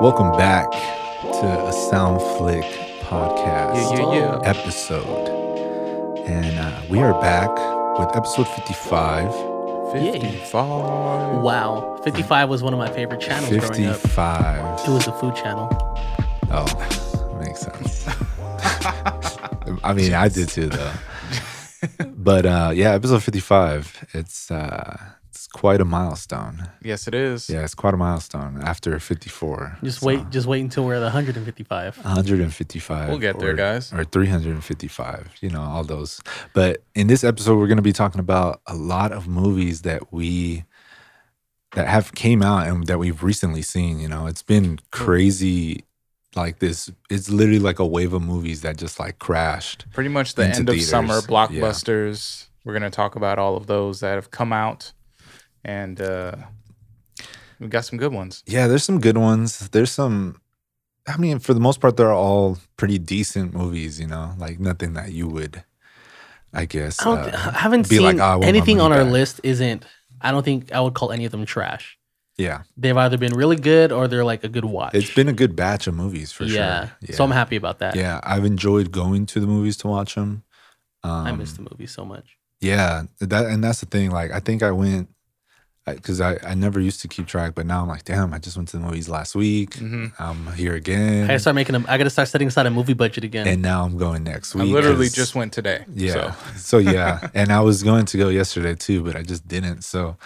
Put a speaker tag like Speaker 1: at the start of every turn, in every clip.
Speaker 1: Welcome back to a Sound Flick podcast
Speaker 2: Yeah, yeah, yeah.
Speaker 1: episode. And uh, we are back with episode 55.
Speaker 2: 55.
Speaker 3: Wow. 55 was one of my favorite channels growing up.
Speaker 1: 55.
Speaker 3: It was a food channel.
Speaker 1: Oh, makes sense. I mean, I did too, though. But uh, yeah, episode 55. It's uh, it's quite a milestone.
Speaker 2: Yes, it is.
Speaker 1: Yeah, it's quite a milestone after 54.
Speaker 3: Just
Speaker 1: So,
Speaker 3: wait just wait until we're at 155.
Speaker 1: 155.
Speaker 2: We'll get there,
Speaker 1: or-
Speaker 2: guys.
Speaker 1: Or 355, you know, all those. But in this episode, we're going to be talking about a lot of movies that we that have came out and that we've recently seen. You know, it's been crazy. Like this, it's literally like a wave of movies that just like crashed.
Speaker 2: Pretty much the
Speaker 1: Into
Speaker 2: end of summer
Speaker 1: theaters. Yeah.
Speaker 2: blockbusters. We're going to talk about all of those that have come out. And uh, we got some good ones.
Speaker 1: Yeah, there's some good ones. There's some. I mean, for the most part, they're all pretty decent movies. You know, like nothing that you would, I guess.
Speaker 3: I, don't,
Speaker 1: uh,
Speaker 3: I haven't
Speaker 1: be
Speaker 3: seen
Speaker 1: like, "Ah, I want my
Speaker 3: anything on
Speaker 1: money
Speaker 3: our
Speaker 1: back."
Speaker 3: list isn't I don't think I would call any of them trash.
Speaker 1: yeah,
Speaker 3: They've either been really good or they're like a good watch.
Speaker 1: it's been a good batch of movies for
Speaker 3: yeah.
Speaker 1: sure.
Speaker 3: So I'm happy about that.
Speaker 1: Yeah, I've enjoyed going to the movies to watch them. Um,
Speaker 3: I miss the movie so much.
Speaker 1: Yeah, that and that's the thing. Like, I think I went because I, I never used to keep track, but now I'm like, damn, I just went to the movies last week.
Speaker 2: hmm
Speaker 1: I'm here again,
Speaker 3: I gotta start making them I gotta start setting aside a movie budget again.
Speaker 1: and now I'm going next
Speaker 2: I
Speaker 1: week.
Speaker 2: literally
Speaker 1: 'cause-
Speaker 2: just went today.
Speaker 1: yeah.
Speaker 2: So
Speaker 1: So. yeah, and I was going to go yesterday too, but I just didn't. So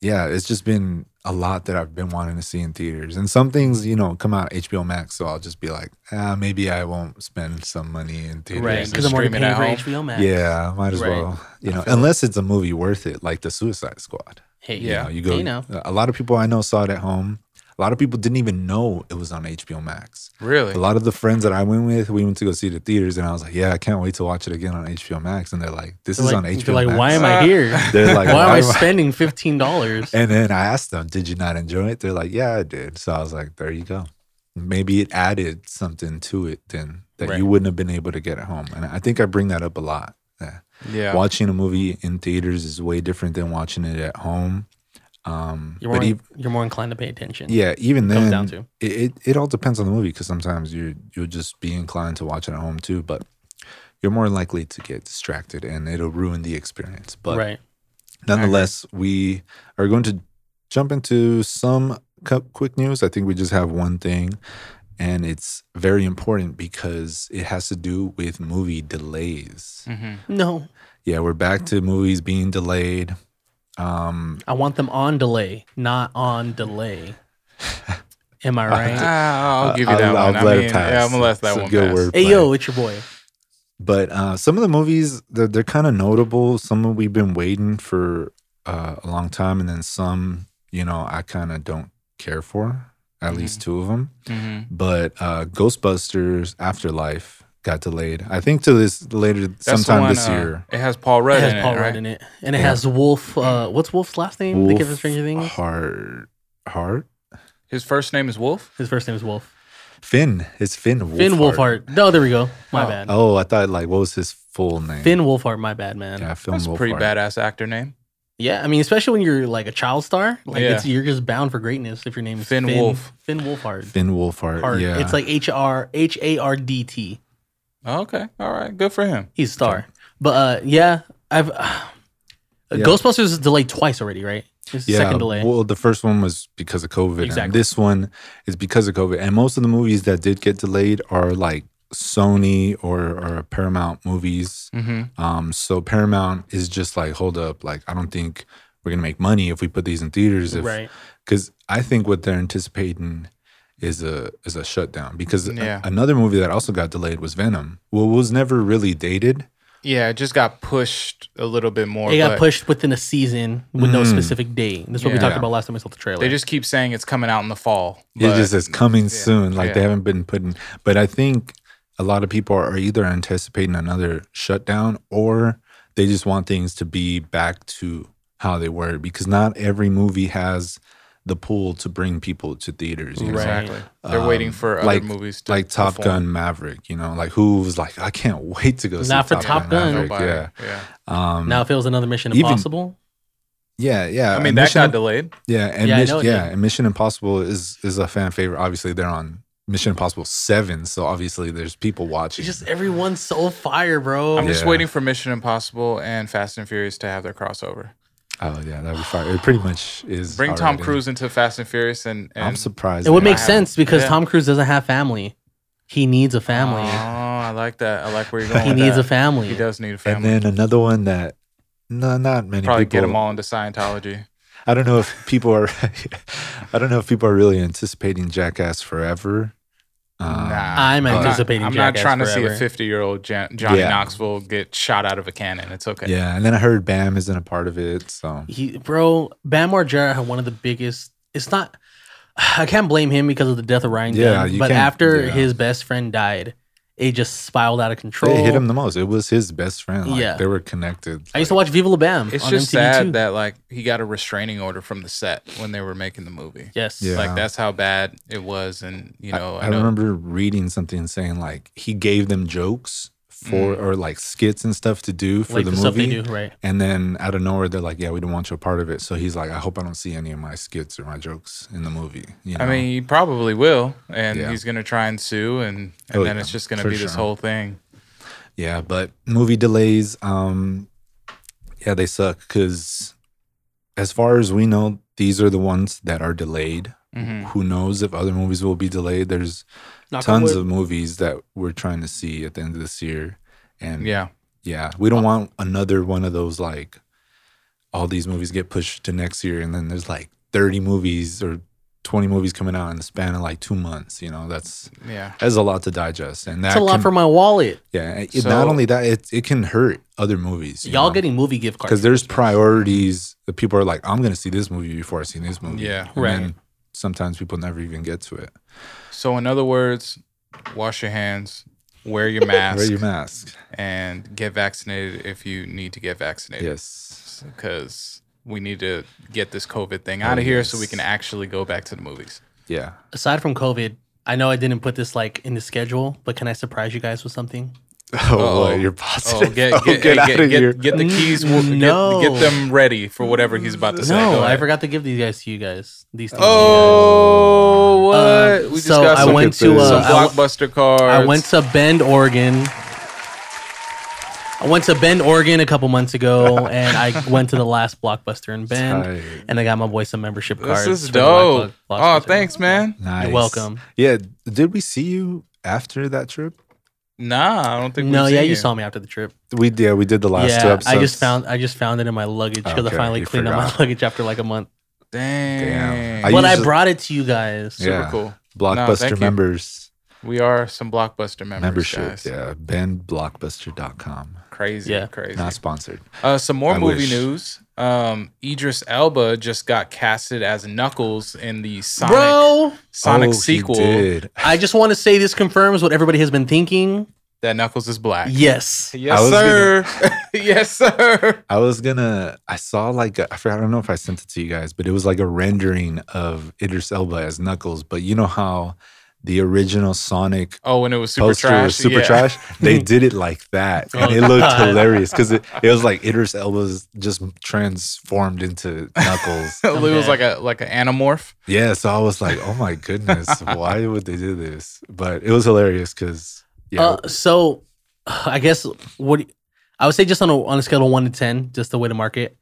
Speaker 1: yeah, it's just been a lot that I've been wanting to see in theaters, and some things you know come out HBO Max, so I'll just be like, ah, maybe I won't spend some money in theaters.
Speaker 3: right.
Speaker 2: is.
Speaker 3: Because I'm already
Speaker 2: Streaming at
Speaker 3: paying for
Speaker 2: home.
Speaker 3: HBO Max.
Speaker 1: Yeah, might as
Speaker 3: Right.
Speaker 1: well. You know, unless it's a movie worth it, like the Suicide Squad.
Speaker 3: Hey,
Speaker 1: You
Speaker 2: Yeah.
Speaker 1: know, you go.
Speaker 3: Hey, now.
Speaker 1: A lot of people I know saw it at home. A lot of people didn't even know it was on HBO Max.
Speaker 2: really,
Speaker 1: A lot of the friends that I went with, we went to go see the theaters, and I was like, "Yeah, I can't wait to watch it again on HBO Max." And they're like, "This is
Speaker 3: They're like,
Speaker 1: on
Speaker 3: they're
Speaker 1: HBO
Speaker 3: like,
Speaker 1: Max."
Speaker 3: why am I
Speaker 2: Uh,
Speaker 3: here?
Speaker 1: They're like,
Speaker 3: why am I
Speaker 1: am I-"
Speaker 3: spending fifteen dollars?
Speaker 1: And then I asked them, "Did you not enjoy it?" They're like, "Yeah, I did." So I was like, "There you go." Maybe it added something to it then that
Speaker 2: Right.
Speaker 1: you wouldn't have been able to get at home. And I think I bring that up a lot. Yeah
Speaker 2: yeah,
Speaker 1: watching a movie in theaters is way different than watching it at home. Um,
Speaker 3: You're
Speaker 1: but
Speaker 3: more
Speaker 1: ev-
Speaker 3: you're more inclined to pay attention.
Speaker 1: yeah, even
Speaker 3: comes
Speaker 1: then,
Speaker 3: down to.
Speaker 1: It, it it all depends on the movie because sometimes you you'll just be inclined to watch it at home too, but you're more likely to get distracted and it'll ruin the experience. But
Speaker 3: right.
Speaker 1: nonetheless, we are going to jump into some cu- quick news. I think we just have one thing, and it's very important because it has to do with movie delays.
Speaker 2: Mhm.
Speaker 3: No.
Speaker 1: Yeah, we're back to movies being delayed. Um,
Speaker 3: I want them on delay, not on delay. Am I right?
Speaker 2: Ah, I'll give you
Speaker 1: I'll-
Speaker 2: that
Speaker 1: I'll
Speaker 2: one. I
Speaker 1: let it
Speaker 2: mean,
Speaker 1: pass.
Speaker 2: yeah, I'm gonna let that
Speaker 1: It's a
Speaker 2: one
Speaker 1: good
Speaker 2: pass.
Speaker 1: word.
Speaker 3: hey yo, it's your boy.
Speaker 1: but uh, some of the movies they're, they're kind of notable. Some of we've been waiting for uh, a long time, and then some, you know, I kind of don't care for. At
Speaker 2: Mhm.
Speaker 1: least two of them.
Speaker 2: Mhm.
Speaker 1: But uh, Ghostbusters Afterlife got delayed. I think to this later
Speaker 2: That's the
Speaker 1: sometime
Speaker 2: one,
Speaker 1: this
Speaker 2: uh,
Speaker 1: year.
Speaker 2: It has Paul Rudd
Speaker 3: it
Speaker 2: in
Speaker 3: has Paul
Speaker 2: it.
Speaker 3: Rudd
Speaker 2: right?
Speaker 3: in it, and it
Speaker 1: Yeah.
Speaker 3: has Wolf. Uh, what's Wolf's last name? the kid from
Speaker 1: Wolf
Speaker 3: Stranger Things.
Speaker 1: Hart, Hart,
Speaker 2: His first name is Wolf.
Speaker 3: His first name is Wolf.
Speaker 1: Finn. It's Finn. Wolfhard.
Speaker 3: Finn Wolfhard. No, there we go. My bad.
Speaker 1: Oh, I thought like what was his full name?
Speaker 3: Finn Wolfhard. My bad, man. Yeah.
Speaker 1: Yeah, Finn
Speaker 2: That's a pretty
Speaker 1: Wolfhard.
Speaker 2: badass actor name.
Speaker 3: I mean, especially when you're like a child star, like
Speaker 2: Yeah.
Speaker 3: it's, you're just bound for greatness if your name is
Speaker 2: Finn Wolf.
Speaker 3: Finn Wolfhard.
Speaker 1: Finn Wolfhard.
Speaker 3: Hard.
Speaker 1: Yeah.
Speaker 3: It's like H R H A R D T.
Speaker 2: Oh, okay, all right, good for him.
Speaker 3: He's a star. But uh, yeah, I've
Speaker 1: Yeah.
Speaker 3: Ghostbusters is delayed twice already, right? It's the second delay.
Speaker 1: Well, the first one was because of COVID. And
Speaker 3: Exactly.
Speaker 1: this one is because of COVID. And most of the movies that did get delayed are like Sony or, or Paramount movies.
Speaker 2: hmm
Speaker 3: Mm-hmm.
Speaker 1: Um, so Paramount is just like, hold up, like I don't think we're gonna make money if we put these in theaters. If,
Speaker 3: right.
Speaker 1: Because I think what they're anticipating is a is a shutdown. Because a-
Speaker 2: Yeah.
Speaker 1: another movie that also got delayed was Venom. Well, it was never really dated.
Speaker 2: Yeah, it just got pushed a little bit more.
Speaker 3: It got
Speaker 2: but
Speaker 3: pushed within a season with no
Speaker 1: Mm.
Speaker 3: specific date. That's what we
Speaker 2: Hmm. Yeah.
Speaker 3: talked about last time we saw the trailer.
Speaker 2: They just keep saying it's coming out in the fall.
Speaker 1: it
Speaker 2: but-
Speaker 1: just says coming soon. Like they
Speaker 2: yeah.
Speaker 1: haven't been putting. But I think a lot of people are either anticipating another shutdown or they just want things to be back to how they were because not every movie has the pool to bring people to theaters. You know?
Speaker 3: Right.
Speaker 2: exactly. They're
Speaker 1: Um,
Speaker 2: waiting for other
Speaker 1: like-
Speaker 2: movies to
Speaker 1: Like Top
Speaker 2: perform.
Speaker 1: Gun Maverick, you know, like who was like, I can't wait to go see
Speaker 3: Not for Top Gun.
Speaker 1: Maverick.
Speaker 2: Nobody.
Speaker 1: Yeah.
Speaker 2: yeah.
Speaker 1: Um,
Speaker 3: now if it was another Mission
Speaker 1: Even-
Speaker 3: Impossible,
Speaker 1: yeah, yeah.
Speaker 2: I mean, that
Speaker 1: Uh, Mission
Speaker 2: got
Speaker 1: Im-
Speaker 2: delayed.
Speaker 1: yeah, and
Speaker 3: Yeah, I
Speaker 1: Mis-
Speaker 3: know it
Speaker 1: yeah,
Speaker 3: did.
Speaker 1: and Mission Impossible is is a fan favorite. Obviously, they're on Mission Impossible Seven, so obviously there's people watching.
Speaker 3: It's just everyone's so fire, bro.
Speaker 2: I'm just
Speaker 1: Yeah.
Speaker 2: waiting for Mission Impossible and Fast and Furious to have their crossover.
Speaker 1: oh yeah, that'd be fire. It pretty much is.
Speaker 2: Bring Tom
Speaker 1: already.
Speaker 2: Cruise into Fast and Furious and, and
Speaker 1: I'm surprised.
Speaker 3: it would
Speaker 1: they-
Speaker 3: make sense because
Speaker 2: Yeah.
Speaker 3: Tom Cruise doesn't have family. He needs a
Speaker 2: Oh,
Speaker 3: family.
Speaker 2: I like that. I like where you're going.
Speaker 3: he
Speaker 2: with
Speaker 3: needs
Speaker 2: that.
Speaker 3: a family.
Speaker 2: He does need a
Speaker 1: And
Speaker 2: family.
Speaker 1: then another one that no, not many
Speaker 2: Probably
Speaker 1: people.
Speaker 2: get them all into Scientology.
Speaker 1: I don't know if people are. I don't know if people are really anticipating Jackass Forever. Um,
Speaker 3: I'm
Speaker 1: but-
Speaker 3: anticipating.
Speaker 2: I'm not
Speaker 3: Jackass
Speaker 2: trying to see a
Speaker 3: forever.
Speaker 2: 50 year old Jan- Johnny
Speaker 1: Yeah.
Speaker 2: Knoxville get shot out of a cannon. It's okay.
Speaker 1: Yeah, and then I heard Bam isn't a part of it, so
Speaker 3: He, bro, Bam Margera had one of the biggest. It's not. I can't blame him because of the death of Ryan
Speaker 1: Yeah,
Speaker 3: Gunn.
Speaker 1: you
Speaker 3: But
Speaker 1: can't-
Speaker 3: after
Speaker 1: yeah.
Speaker 3: his best friend died, it just spiraled out of control.
Speaker 1: they hit him the most. It was his best friend. Like,
Speaker 3: Yeah.
Speaker 1: they were connected.
Speaker 3: I used to watch Viva La Bam.
Speaker 2: It's
Speaker 3: on
Speaker 2: just
Speaker 3: MTV
Speaker 2: sad
Speaker 3: too.
Speaker 2: that like he got a restraining order from the set when they were making the movie.
Speaker 3: Yes.
Speaker 1: Yeah.
Speaker 2: Like that's how bad it was, and you
Speaker 1: I-
Speaker 2: know,
Speaker 1: I,
Speaker 2: know-
Speaker 1: remember reading something saying like he gave them jokes
Speaker 2: Mm.
Speaker 1: for or like skits and stuff to do for
Speaker 3: like
Speaker 1: the,
Speaker 3: the,
Speaker 1: movie.
Speaker 3: stuff they do, right?
Speaker 1: And then out of nowhere, they're like, "Yeah, we don't want you a part of it." So he's like, "I hope I don't see any of my skits or my jokes in the movie." You know?
Speaker 2: I mean, he probably will, and
Speaker 1: Yeah.
Speaker 2: he's gonna try and sue, and, and
Speaker 1: Oh,
Speaker 2: then
Speaker 1: yeah,
Speaker 2: it's just gonna
Speaker 1: for
Speaker 2: be this
Speaker 1: sure.
Speaker 2: whole thing.
Speaker 1: yeah, but movie delays, um, yeah, they suck because, as far as we know, these are the ones that are delayed.
Speaker 2: Mhm.
Speaker 1: Who knows if other movies will be delayed? There's
Speaker 3: Mm. Knock on
Speaker 1: tons
Speaker 3: wood.
Speaker 1: of movies that we're trying to see at the end of this year. And yeah,
Speaker 2: Yeah,
Speaker 1: we
Speaker 3: Uh,
Speaker 1: don't want another one of those like all these movies get pushed to next year and then there's like 30 movies or 20 movies coming out in the span of like 2 months, you know. That's
Speaker 2: yeah.
Speaker 1: that's a lot to digest and
Speaker 3: It's
Speaker 1: that's
Speaker 3: a lot for my wallet.
Speaker 1: Yeah, it-
Speaker 2: So-
Speaker 1: not only that it it can hurt other movies.
Speaker 3: Y'all getting movie gift cards
Speaker 1: cuz there's priorities that people are like I'm going to see this movie before I see this movie.
Speaker 2: Yeah.
Speaker 1: And then
Speaker 3: Right.
Speaker 1: sometimes people never even get to it.
Speaker 2: So in other words, wash your hands, wear your mask,
Speaker 1: Wear your mask.
Speaker 2: and get vaccinated if you need to get vaccinated.
Speaker 1: Yes.
Speaker 2: because we need to get this COVID thing
Speaker 1: Oh,
Speaker 2: out of here so
Speaker 1: yes.
Speaker 2: we can actually go back to the movies.
Speaker 1: Yeah.
Speaker 3: aside from COVID, I know I didn't put this like in the schedule, but can I surprise you guys with something?
Speaker 1: Oh,
Speaker 2: Uh-oh.
Speaker 1: boy, you're
Speaker 2: Oh,
Speaker 1: positive.
Speaker 2: get
Speaker 1: Oh,
Speaker 2: get, hey,
Speaker 1: out
Speaker 2: get,
Speaker 1: of
Speaker 2: get-
Speaker 1: here.
Speaker 2: get the keys. We'll,
Speaker 3: Mm, No.
Speaker 2: get, get them ready for whatever he's about to say. Go
Speaker 3: No, I
Speaker 2: ahead.
Speaker 3: forgot to give these guys to you guys. These things. to you guys.
Speaker 2: Oh, what?
Speaker 3: Uh,
Speaker 2: we just
Speaker 3: so
Speaker 2: got
Speaker 3: I
Speaker 2: some,
Speaker 3: went
Speaker 1: to,
Speaker 2: some
Speaker 1: uh, I
Speaker 3: w-
Speaker 2: blockbuster cards.
Speaker 3: I went to Bend, Oregon. I went to Bend, Oregon a couple months ago, and I went to the last Blockbuster in Bend,
Speaker 1: Tight.
Speaker 3: and I got my boy some membership
Speaker 2: This
Speaker 3: cards.
Speaker 2: is
Speaker 3: for the Black
Speaker 2: dope.
Speaker 3: Block-
Speaker 2: Oh,
Speaker 3: Blockbuster.
Speaker 2: thanks, man.
Speaker 1: Nice.
Speaker 3: welcome.
Speaker 1: Yeah. Did we see you after that trip?
Speaker 2: Nah, I don't think.
Speaker 3: No,
Speaker 2: we've
Speaker 3: yeah,
Speaker 2: seen
Speaker 3: you saw me after the trip.
Speaker 1: We yeah, we did the last two
Speaker 3: yeah,
Speaker 1: episodes.
Speaker 3: I just found I just found it in my luggage because
Speaker 1: Okay,
Speaker 3: I finally
Speaker 1: you
Speaker 3: cleaned up my
Speaker 1: forgot.
Speaker 3: luggage after like a month.
Speaker 2: Dang.
Speaker 1: Damn. I
Speaker 3: but I
Speaker 1: usually-
Speaker 3: brought it to you guys.
Speaker 1: Yeah.
Speaker 2: Super cool. No,
Speaker 1: Blockbuster
Speaker 2: thank you.
Speaker 1: members
Speaker 2: We are some blockbuster members.
Speaker 1: membership.
Speaker 2: guys.
Speaker 1: Yeah. BenBlockbuster.com.
Speaker 2: Crazy.
Speaker 3: Yeah.
Speaker 2: Crazy.
Speaker 1: Not sponsored.
Speaker 2: Uh, some more
Speaker 1: I
Speaker 2: movie
Speaker 1: wish.
Speaker 2: news. Um, Idris Elba just got casted as Knuckles in the Sonic
Speaker 3: Bro,
Speaker 2: Sonic
Speaker 1: Oh, he
Speaker 2: sequel.
Speaker 1: did.
Speaker 3: I just want to say this confirms what everybody has been thinking.
Speaker 2: That Knuckles is black.
Speaker 3: Yes.
Speaker 1: I
Speaker 2: Yes,
Speaker 1: was
Speaker 2: sir. yes, sir.
Speaker 1: I was gonna. I saw like a, I forgot. I don't know if I sent it to you guys, but it was like a rendering of Idris Elba as Knuckles. But you know how the original Sonic
Speaker 2: Oh, and it was super
Speaker 1: poster
Speaker 2: trash.
Speaker 1: was super
Speaker 2: yeah. Oh,
Speaker 1: trash. They did it like that, and it looked
Speaker 3: God.
Speaker 1: hilarious because it, it was like Idris Elba's just transformed into Knuckles.
Speaker 2: it was
Speaker 3: Okay.
Speaker 2: like a like an anamorph.
Speaker 1: yeah, so I was like, oh my goodness, why would they do this? But it was hilarious because yeah,
Speaker 3: Uh, so I guess what I would say just on a on a scale of one to ten, just the way to mark it.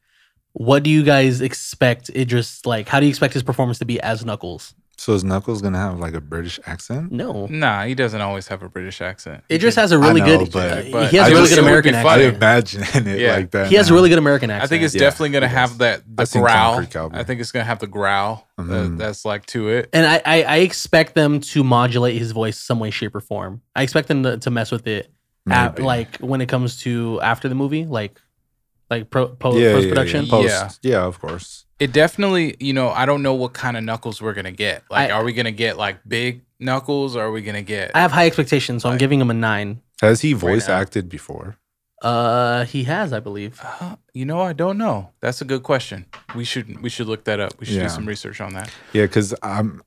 Speaker 3: What do you guys expect Idris like? How do you expect his performance to be as Knuckles?
Speaker 1: so is Knuckles gonna have like a British
Speaker 2: Mm,
Speaker 1: accent?
Speaker 3: No,
Speaker 2: Nah, he doesn't always have a British accent.
Speaker 3: Idris has a really
Speaker 1: I know,
Speaker 3: good.
Speaker 1: but-
Speaker 3: uh,
Speaker 2: but
Speaker 3: he has
Speaker 1: I
Speaker 3: a really
Speaker 1: just-
Speaker 3: good
Speaker 1: it would
Speaker 3: American
Speaker 2: be
Speaker 1: I
Speaker 2: funny.
Speaker 3: accent.
Speaker 1: imagine it
Speaker 2: Yeah.
Speaker 1: like that.
Speaker 3: He has a
Speaker 1: now.
Speaker 3: really good American accent.
Speaker 2: I think it's
Speaker 1: Yeah,
Speaker 2: definitely gonna
Speaker 1: he
Speaker 2: have
Speaker 1: does.
Speaker 2: that the
Speaker 1: I've seen
Speaker 2: growl.
Speaker 1: Concrete Cowboy.
Speaker 2: I think it's gonna have the growl that-
Speaker 1: Mhm.
Speaker 2: that's like to it.
Speaker 3: and I, I I expect them to modulate his voice some way, shape, or form. I expect them to, to mess with it at,
Speaker 1: Maybe.
Speaker 3: like when it comes to after the movie, like like pro, po,
Speaker 1: yeah,
Speaker 3: post
Speaker 1: yeah, yeah,
Speaker 3: production.
Speaker 1: yeah, post, yeah, of course.
Speaker 2: It definitely, you know, I don't know what kind of knuckles we're gonna get. Like,
Speaker 3: I-
Speaker 2: are we gonna get like big knuckles or are we gonna get
Speaker 3: I have high expectations, so I'm giving him a nine.
Speaker 1: Has he voice
Speaker 2: now.
Speaker 1: acted before?
Speaker 3: Uh, he has, I believe.
Speaker 2: Uh, you know, I don't know. That's a good question. We should we should look that up. We should
Speaker 1: Yeah.
Speaker 2: do some research on that.
Speaker 1: Yeah, because I'm.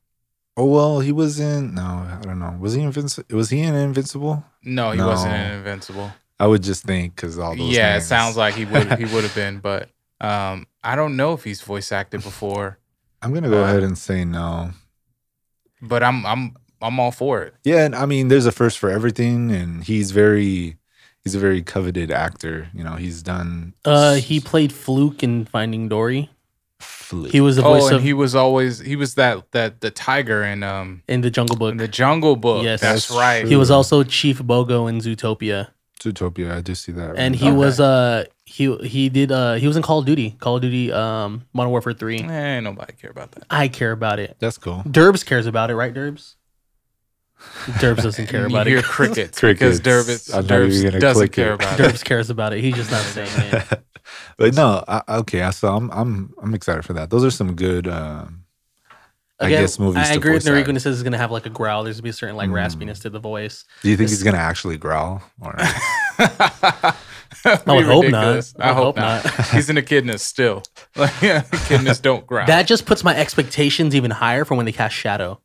Speaker 1: Oh well, he was in. No, I don't know. Was he invincible? Was he in Invincible?
Speaker 2: No, he wasn't in
Speaker 1: No.
Speaker 2: Invincible.
Speaker 1: I would just think because all those.
Speaker 2: Yeah,
Speaker 1: names.
Speaker 2: it sounds like he would he would have been, but Um, I don't know if he's voice acted before,
Speaker 1: I'm gonna go
Speaker 2: Uh,
Speaker 1: ahead and say no.
Speaker 2: but I'm I'm I'm all for it.
Speaker 1: Yeah, and I mean, there's a first for everything, and he's very, he's a very coveted actor. You know, he's done.
Speaker 3: Uh, he played Fluke in Finding Dory.
Speaker 1: Flip.
Speaker 3: He was the
Speaker 2: Oh,
Speaker 3: voice
Speaker 2: and
Speaker 3: of
Speaker 2: he was always he was that that the tiger in um
Speaker 3: in the Jungle Book.
Speaker 2: in the Jungle Book.
Speaker 3: Yes.
Speaker 2: that's,
Speaker 1: That's
Speaker 2: right.
Speaker 1: true.
Speaker 3: he was also Chief Bogo in Zootopia,
Speaker 1: Zootopia. I do see that.
Speaker 3: and he
Speaker 2: Okay.
Speaker 3: was uh he he did uh he was in Call of Duty, Call of Duty um Modern Warfare Three.
Speaker 2: Eh, ain't nobody care about that.
Speaker 3: I care about it.
Speaker 1: That's cool.
Speaker 3: Durbs cares about it, right? Durbs. Durbs doesn't care
Speaker 2: And
Speaker 3: about
Speaker 2: you hear
Speaker 3: it.
Speaker 2: crickets,
Speaker 1: Crickets.
Speaker 2: because Dervis,
Speaker 1: I know you're
Speaker 2: Dervis
Speaker 1: gonna
Speaker 2: doesn't
Speaker 1: click
Speaker 2: care
Speaker 1: it.
Speaker 2: about it.
Speaker 3: Durbs cares about it. He's just not saying it.
Speaker 1: but no, I, okay. I So I'm, I'm, I'm excited for that. Those are some good. Um, I
Speaker 3: Again,
Speaker 1: guess movies
Speaker 3: I
Speaker 1: to
Speaker 3: agree with
Speaker 1: voice
Speaker 3: Nariko
Speaker 1: act.
Speaker 3: when he says it's gonna have like a growl. There's gonna be a certain
Speaker 2: Hmm.
Speaker 3: like
Speaker 1: Mm.
Speaker 3: raspiness to the voice.
Speaker 1: do you think he's gonna actually growl? Or
Speaker 3: I would hope
Speaker 2: Ridiculous.
Speaker 3: not. I
Speaker 2: I,
Speaker 3: would
Speaker 2: hope,
Speaker 3: hope
Speaker 2: not. He's an echidna still. Like, echidnas don't growl.
Speaker 3: That just puts my expectations even higher for when they cast Shadow.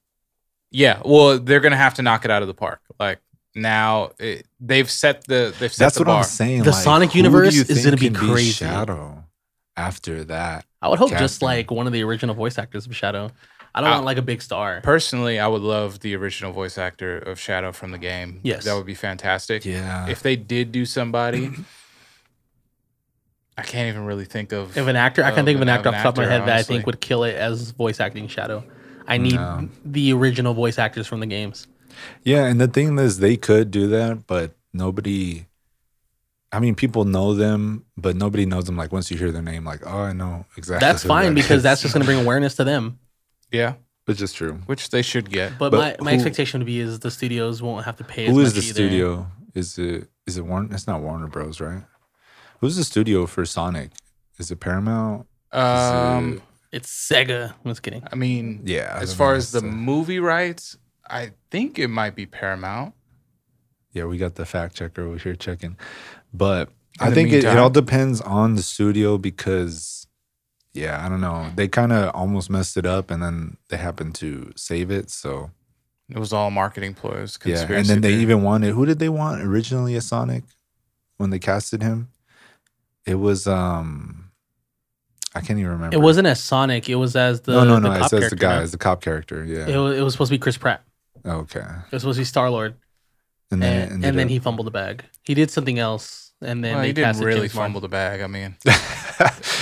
Speaker 2: yeah. Well, they're gonna have to knock it out of the park. Like now, it, they've set the they've set
Speaker 1: that's
Speaker 2: the
Speaker 1: what
Speaker 2: bar.
Speaker 1: I'm saying.
Speaker 3: The
Speaker 1: like,
Speaker 3: Sonic
Speaker 1: who do
Speaker 3: universe
Speaker 1: you
Speaker 3: is
Speaker 1: think
Speaker 3: gonna be
Speaker 1: can
Speaker 3: crazy.
Speaker 1: Shadow. After that,
Speaker 3: I would hope just
Speaker 1: Casting.
Speaker 3: like one of the original voice actors of Shadow. I don't
Speaker 2: Uh,
Speaker 3: want like a big star.
Speaker 2: Personally, I would love the original voice actor of Shadow from the game.
Speaker 3: Yes.
Speaker 2: that would be fantastic.
Speaker 1: yeah.
Speaker 2: If they did do somebody, I can't even really think of.
Speaker 3: If an actor, I can't
Speaker 1: Oh,
Speaker 2: of
Speaker 3: think of an
Speaker 2: an-
Speaker 3: actor
Speaker 2: of
Speaker 3: off
Speaker 2: an
Speaker 3: the top of my
Speaker 2: actor,
Speaker 3: head that I
Speaker 2: honestly.
Speaker 3: think would kill it as voice acting Shadow. I need
Speaker 1: No.
Speaker 3: the original voice actors from the games.
Speaker 1: Yeah, and the thing is, they could do that, but nobody. I mean, people know them, but nobody knows them. Like once you hear their name, like, oh, I know exactly.
Speaker 3: That's
Speaker 1: who
Speaker 3: fine
Speaker 1: that
Speaker 3: because
Speaker 1: is."
Speaker 3: that's just gonna bring awareness to them.
Speaker 2: yeah,
Speaker 1: which is true.
Speaker 2: which they should get.
Speaker 3: But,
Speaker 1: But
Speaker 3: my, my
Speaker 1: who-
Speaker 3: expectation would be is the studios won't have to pay. as
Speaker 1: Who
Speaker 3: much
Speaker 1: is the
Speaker 3: either.
Speaker 1: studio? Is it is it Warner? It's not Warner Bros, right? Who's the studio for Sonic? Is it Paramount? Is
Speaker 2: Um,
Speaker 1: it-
Speaker 3: It's Sega. I'm just kidding.
Speaker 2: I mean,
Speaker 1: yeah. I
Speaker 2: as
Speaker 1: don't
Speaker 2: far
Speaker 1: know.
Speaker 2: as the
Speaker 1: It's a-
Speaker 2: movie rights, I think it might be Paramount.
Speaker 1: yeah, we got the fact checker over here checking, but
Speaker 2: In
Speaker 1: I
Speaker 2: the
Speaker 1: think it, it
Speaker 2: meantime-
Speaker 1: all depends on the studio because. Yeah, I don't know. They kind of almost messed it up, and then they happened to save it. So
Speaker 2: It was all marketing ploys.
Speaker 1: Yeah,
Speaker 2: Conspiracy
Speaker 1: and then they
Speaker 2: theory.
Speaker 1: even wanted who did they want originally as Sonic when they casted him? It was um I can't even remember.
Speaker 3: It wasn't as Sonic. It was as the
Speaker 1: no no
Speaker 3: the
Speaker 1: no. It says
Speaker 3: cop
Speaker 1: the
Speaker 3: character,
Speaker 1: guy
Speaker 3: no?
Speaker 1: as the cop character. Yeah.
Speaker 3: It was, it was supposed to be Chris Pratt.
Speaker 1: okay.
Speaker 3: It was supposed to be Star Lord,
Speaker 1: And then
Speaker 3: and,
Speaker 1: it ended
Speaker 3: and then
Speaker 1: up-
Speaker 3: he fumbled the bag. He did something else, and then
Speaker 2: Well,
Speaker 3: they
Speaker 2: he didn't
Speaker 3: casted
Speaker 2: really
Speaker 3: James Bond.
Speaker 2: fumble the bag. I mean,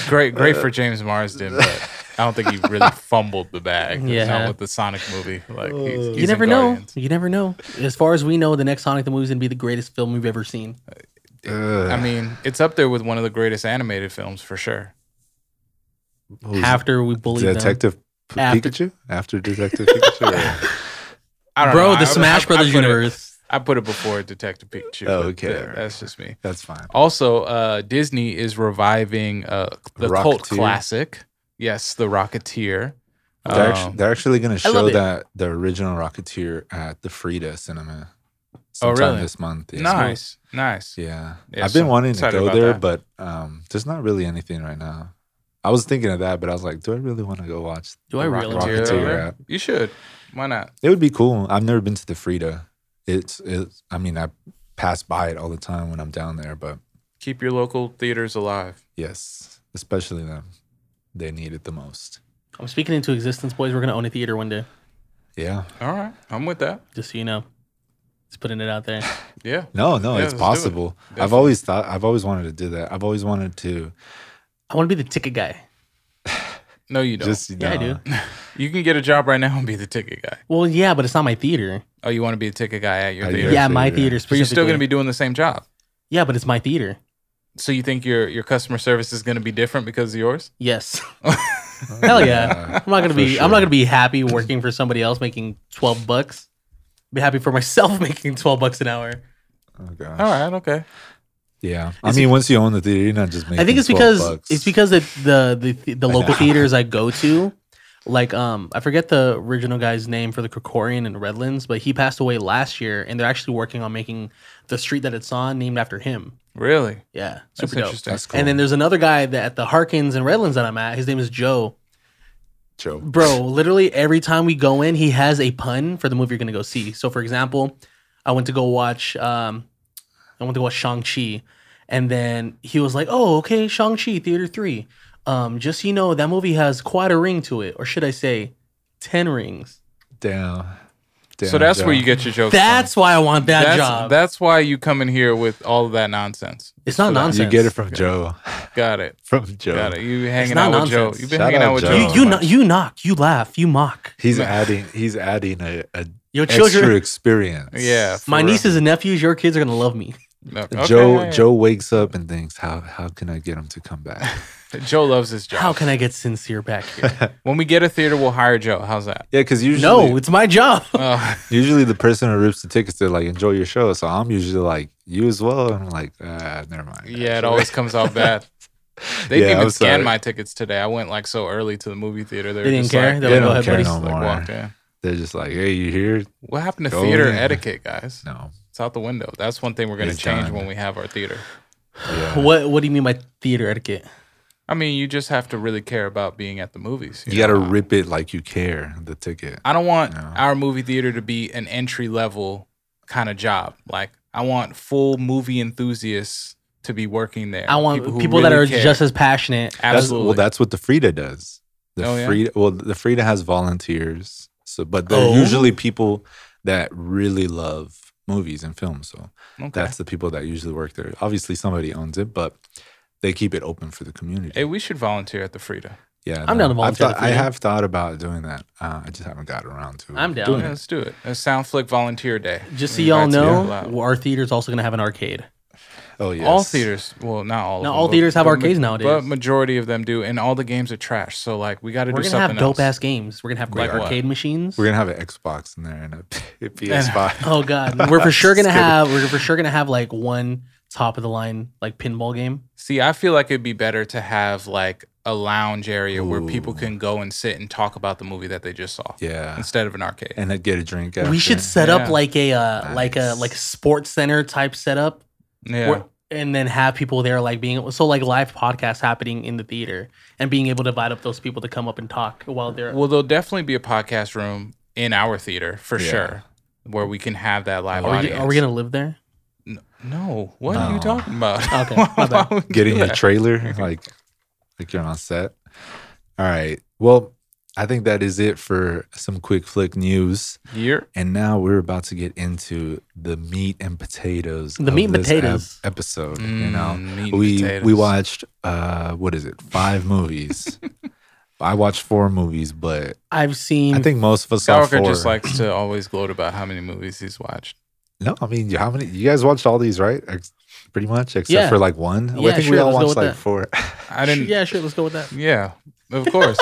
Speaker 2: great, great
Speaker 1: Uh,
Speaker 2: for James Marsden, but I don't think he really fumbled the bag.
Speaker 3: Yeah.
Speaker 2: Yeah, not with the Sonic movie. Like
Speaker 1: Uh,
Speaker 2: he's, he's
Speaker 3: You never
Speaker 2: in
Speaker 3: know.
Speaker 2: Guardians.
Speaker 3: You never know. As far as we know, the next Sonic the movie is gonna be the greatest film we've ever seen.
Speaker 1: Ugh.
Speaker 2: I mean, it's up there with one of the greatest animated films for sure.
Speaker 1: Who was
Speaker 3: After we
Speaker 1: it?
Speaker 3: bullied them,
Speaker 1: Detective P-
Speaker 3: After-
Speaker 1: Pikachu? After Detective Pikachu. or-
Speaker 2: I don't
Speaker 3: bro,
Speaker 2: know.
Speaker 3: the
Speaker 2: I-
Speaker 3: Smash
Speaker 2: I- I
Speaker 3: Brothers
Speaker 2: put it-
Speaker 3: universe.
Speaker 2: I put it before Detective Pikachu.
Speaker 1: Oh,
Speaker 2: but
Speaker 1: okay.
Speaker 2: th- that's just me.
Speaker 1: That's fine.
Speaker 2: Also, uh, Disney is reviving uh, the cult
Speaker 1: Rocketeer.
Speaker 2: classic. Yes, the
Speaker 1: They're,
Speaker 2: Rocketeer. Um,
Speaker 1: actually, they're actually gonna
Speaker 3: love
Speaker 1: show
Speaker 3: it.
Speaker 1: that the original Rocketeer at the Frida cinema
Speaker 2: Oh,
Speaker 1: sometime
Speaker 2: really?
Speaker 1: this month. yeah.
Speaker 2: nice, nice.
Speaker 1: Yeah.
Speaker 2: Yeah,
Speaker 1: I've been
Speaker 2: so
Speaker 1: wanting to
Speaker 2: excited
Speaker 1: go
Speaker 2: about
Speaker 1: there,
Speaker 2: that.
Speaker 1: but um, there's not really anything right now. I was thinking of that, but I was like, do I really want to go watch?
Speaker 3: Do I
Speaker 1: the
Speaker 3: really?
Speaker 2: Rocketeer.
Speaker 1: Rocketeer app?
Speaker 2: You should. Why not?
Speaker 1: It would be cool. I've never been to the Frida. It's, it's I mean, I pass by it all the time when I'm down there, but
Speaker 2: Keep your local theaters alive.
Speaker 1: yes, especially them. They need it the most.
Speaker 3: I'm speaking into existence, boys. We're gonna own a theater one day.
Speaker 1: Yeah.
Speaker 2: All right, I'm with that.
Speaker 3: Just so you know, just putting it out there.
Speaker 2: Yeah,
Speaker 1: No, no,
Speaker 2: Yeah,
Speaker 1: it's
Speaker 2: let's do it.
Speaker 1: possible. I've
Speaker 2: Definitely.
Speaker 1: always thought, I've always wanted to do that. I've always wanted to
Speaker 3: I want to be the ticket guy.
Speaker 2: no, you don't.
Speaker 1: just, you know,
Speaker 3: Yeah, I do.
Speaker 2: you can get a job right now and be the ticket guy.
Speaker 3: Well, yeah, but it's not my theater.
Speaker 2: Oh, you want to be a ticket guy at your
Speaker 1: I do.
Speaker 2: theater?
Speaker 3: Yeah, my
Speaker 1: theater.
Speaker 3: theater.
Speaker 2: But you're still
Speaker 3: specifically.
Speaker 2: going to be doing the same job.
Speaker 3: Yeah, but it's my theater.
Speaker 2: So you think your your customer service is going to be different because of yours?
Speaker 3: Yes. Hell yeah. I'm not gonna
Speaker 1: for
Speaker 3: be I'm
Speaker 1: sure.
Speaker 3: not gonna be happy working for somebody else making twelve bucks. Be happy for myself making twelve bucks an hour.
Speaker 1: Oh, gosh.
Speaker 2: All right, okay.
Speaker 1: Yeah. I mean, once you own the theater, you're not just making
Speaker 3: I think it's
Speaker 1: 12
Speaker 3: because
Speaker 1: bucks.
Speaker 3: it's because the the the, the local theaters I go to, like um I forget the original guy's name for the Krikorian in Redlands, but he passed away last year, and they're actually working on making the street that it's on named after him.
Speaker 2: Really?
Speaker 3: Yeah,
Speaker 2: That's
Speaker 3: super dope.
Speaker 2: interesting.
Speaker 1: That's
Speaker 3: And then there's another guy that at the Harkins and Redlands that I'm at. His name is Joe.
Speaker 1: Joe.
Speaker 3: Bro, literally every time we go in, he has a pun for the movie you're gonna go see. So, for example, I went to go watch, um, I went to watch Shang Chi, And then he was like, "Oh, okay, Shang Chi Theater Three. Um, just so you know, that movie has quite a ring to it, or should I say, ten rings."
Speaker 1: Damn.
Speaker 2: so
Speaker 1: Damn,
Speaker 2: that's
Speaker 1: Joe.
Speaker 2: where you get your jokes. from.
Speaker 3: That's why I want that
Speaker 2: that's,
Speaker 3: job.
Speaker 2: That's why you come in here with all of that nonsense.
Speaker 3: it's
Speaker 2: so
Speaker 3: not
Speaker 2: that-
Speaker 3: nonsense.
Speaker 1: You get it from Joe.
Speaker 2: Got it.
Speaker 1: From Joe.
Speaker 2: Got it. You hanging
Speaker 3: not
Speaker 2: out with Joe.
Speaker 3: nonsense.
Speaker 2: You've been
Speaker 1: Shout
Speaker 2: hanging
Speaker 1: out
Speaker 2: out with
Speaker 1: Joe.
Speaker 2: Joe.
Speaker 1: You-
Speaker 2: too
Speaker 3: you kno-
Speaker 2: much.
Speaker 3: you knock, you laugh, you mock.
Speaker 1: He's adding. He's adding a, a
Speaker 3: Your
Speaker 1: extra
Speaker 3: children,
Speaker 1: experience.
Speaker 2: Yeah. for
Speaker 3: my
Speaker 2: real.
Speaker 3: nieces and nephews, your kids are gonna love me.
Speaker 2: No, okay,
Speaker 1: Joe.
Speaker 2: yeah, yeah.
Speaker 1: Joe wakes up and thinks, "How how can I get him to come back?"
Speaker 2: Joe loves his job.
Speaker 3: How can I get sincere back here?
Speaker 2: When we get a theater, we'll hire Joe. How's that?
Speaker 1: yeah, because usually
Speaker 3: no, it's my job.
Speaker 2: Uh,
Speaker 1: usually the person who rips the tickets they're like enjoy your show so i'm usually like you as well and i'm like ah, never mind
Speaker 2: yeah, it always comes out bad. They
Speaker 1: Yeah,
Speaker 2: didn't even
Speaker 1: I'm
Speaker 2: scan
Speaker 1: sorry.
Speaker 2: my tickets today. I went like so early to the movie theater. They, were
Speaker 3: They didn't
Speaker 2: just
Speaker 3: care?
Speaker 2: Like,
Speaker 3: They
Speaker 1: they
Speaker 3: Go
Speaker 1: don't
Speaker 3: ahead,
Speaker 1: care
Speaker 3: buddies.
Speaker 1: no
Speaker 2: like,
Speaker 1: more
Speaker 2: walked in.
Speaker 1: they're just like hey you here
Speaker 2: What happened to
Speaker 1: Go
Speaker 2: theater
Speaker 1: in.
Speaker 2: etiquette, guys?
Speaker 1: no
Speaker 2: It's out the window. That's one thing we're going to
Speaker 1: It's
Speaker 2: change
Speaker 1: done.
Speaker 2: when we have our theater.
Speaker 1: yeah.
Speaker 3: What What do you mean by theater etiquette?
Speaker 2: I mean, you just have to really care about being at the movies.
Speaker 1: you gotta
Speaker 2: know?
Speaker 1: rip it like you care the ticket
Speaker 2: I don't want
Speaker 1: No.
Speaker 2: our movie theater to be an entry level kind of job. Like I want full movie enthusiasts to be working there.
Speaker 3: I want people,
Speaker 2: who
Speaker 3: that
Speaker 2: really
Speaker 3: are
Speaker 2: care.
Speaker 3: just as passionate.
Speaker 1: that's,
Speaker 2: absolutely.
Speaker 1: well that's what the frida does the
Speaker 2: Oh, yeah?
Speaker 1: frida well the frida has volunteers so but they're
Speaker 3: Oh.
Speaker 1: usually people that really love movies and films so
Speaker 2: okay.
Speaker 1: that's the people that usually work there obviously somebody owns it but they keep it open for the community
Speaker 2: Hey, we should volunteer at the Frida.
Speaker 1: Yeah,
Speaker 3: I'm down to volunteer
Speaker 1: I've
Speaker 3: to
Speaker 1: thought,
Speaker 3: feed
Speaker 1: I
Speaker 3: him.
Speaker 1: have thought about doing that. Uh, I just haven't got around to.
Speaker 3: I'm down.
Speaker 1: doing
Speaker 2: Yeah,
Speaker 1: it.
Speaker 2: let's do it. A sound flick volunteer day.
Speaker 3: Just so
Speaker 2: We
Speaker 3: y'all
Speaker 2: invite some
Speaker 3: know,
Speaker 2: people out.
Speaker 3: our theater's also gonna have an arcade.
Speaker 1: Oh yes.
Speaker 2: all theaters. Well, not all. of
Speaker 3: Not
Speaker 2: them,
Speaker 3: all
Speaker 2: but-
Speaker 3: theaters have
Speaker 2: but
Speaker 3: arcades
Speaker 2: ma-
Speaker 3: nowadays.
Speaker 2: but majority of them do, and all the games are trash. So like, we got to
Speaker 3: We're
Speaker 2: do
Speaker 3: gonna have
Speaker 2: something
Speaker 3: dope
Speaker 2: else.
Speaker 3: ass games. We're gonna have great
Speaker 2: Like what?
Speaker 3: arcade machines.
Speaker 1: We're gonna have an Xbox in there and a, PS5.
Speaker 3: oh god, we're for sure
Speaker 1: Just
Speaker 3: gonna
Speaker 1: kidding.
Speaker 3: have. We're for sure gonna have like one top of the line like pinball game.
Speaker 2: See, I feel like it'd be better to have like a lounge area where people
Speaker 1: Ooh.
Speaker 2: can go and sit and talk about the movie that they just saw
Speaker 1: Yeah,
Speaker 2: instead of an arcade.
Speaker 1: and then get a drink. After.
Speaker 3: We should set
Speaker 2: Yeah.
Speaker 3: up like a uh, like a
Speaker 1: Nice.
Speaker 3: like sports center type setup,
Speaker 2: yeah.
Speaker 3: where- and then have people there like being so like live podcasts happening in the theater and being able to divide up those people to come up and talk while they're.
Speaker 2: Well, there'll definitely be a podcast room in our theater for
Speaker 1: Yeah.
Speaker 2: sure, where we can have that live
Speaker 3: are, you,
Speaker 2: audience.
Speaker 3: are we gonna live there?
Speaker 2: No, what are you
Speaker 1: No.
Speaker 2: talking about?
Speaker 3: Okay,
Speaker 2: Why
Speaker 3: my bad.
Speaker 2: would we
Speaker 1: Getting
Speaker 2: do
Speaker 1: your
Speaker 2: that?
Speaker 1: trailer like like you're on set. All right. Well, I think that is it for some quick flick news.
Speaker 2: year.
Speaker 1: And now we're about to get into the meat and potatoes.
Speaker 3: The meat and
Speaker 1: this ep-
Speaker 3: potatoes.
Speaker 1: episode. you know,
Speaker 2: Mm, meat and
Speaker 1: we we
Speaker 2: potatoes.
Speaker 1: watched uh what is it? Five movies. I watched four movies, but
Speaker 3: I've seen.
Speaker 1: I think most of us saw
Speaker 2: Skywalker
Speaker 1: four.
Speaker 2: just likes to always gloat about how many movies he's watched.
Speaker 1: no, I mean, how many? You guys watched all these, right? Ex- pretty much, except
Speaker 3: Yeah.
Speaker 1: for like one.
Speaker 3: Yeah,
Speaker 1: I think
Speaker 3: sure,
Speaker 1: we all
Speaker 3: let's go
Speaker 1: watched
Speaker 3: with
Speaker 1: like
Speaker 3: that.
Speaker 1: four.
Speaker 2: I didn't. Yeah,
Speaker 3: yeah, sure. Let's go with that.
Speaker 2: of course.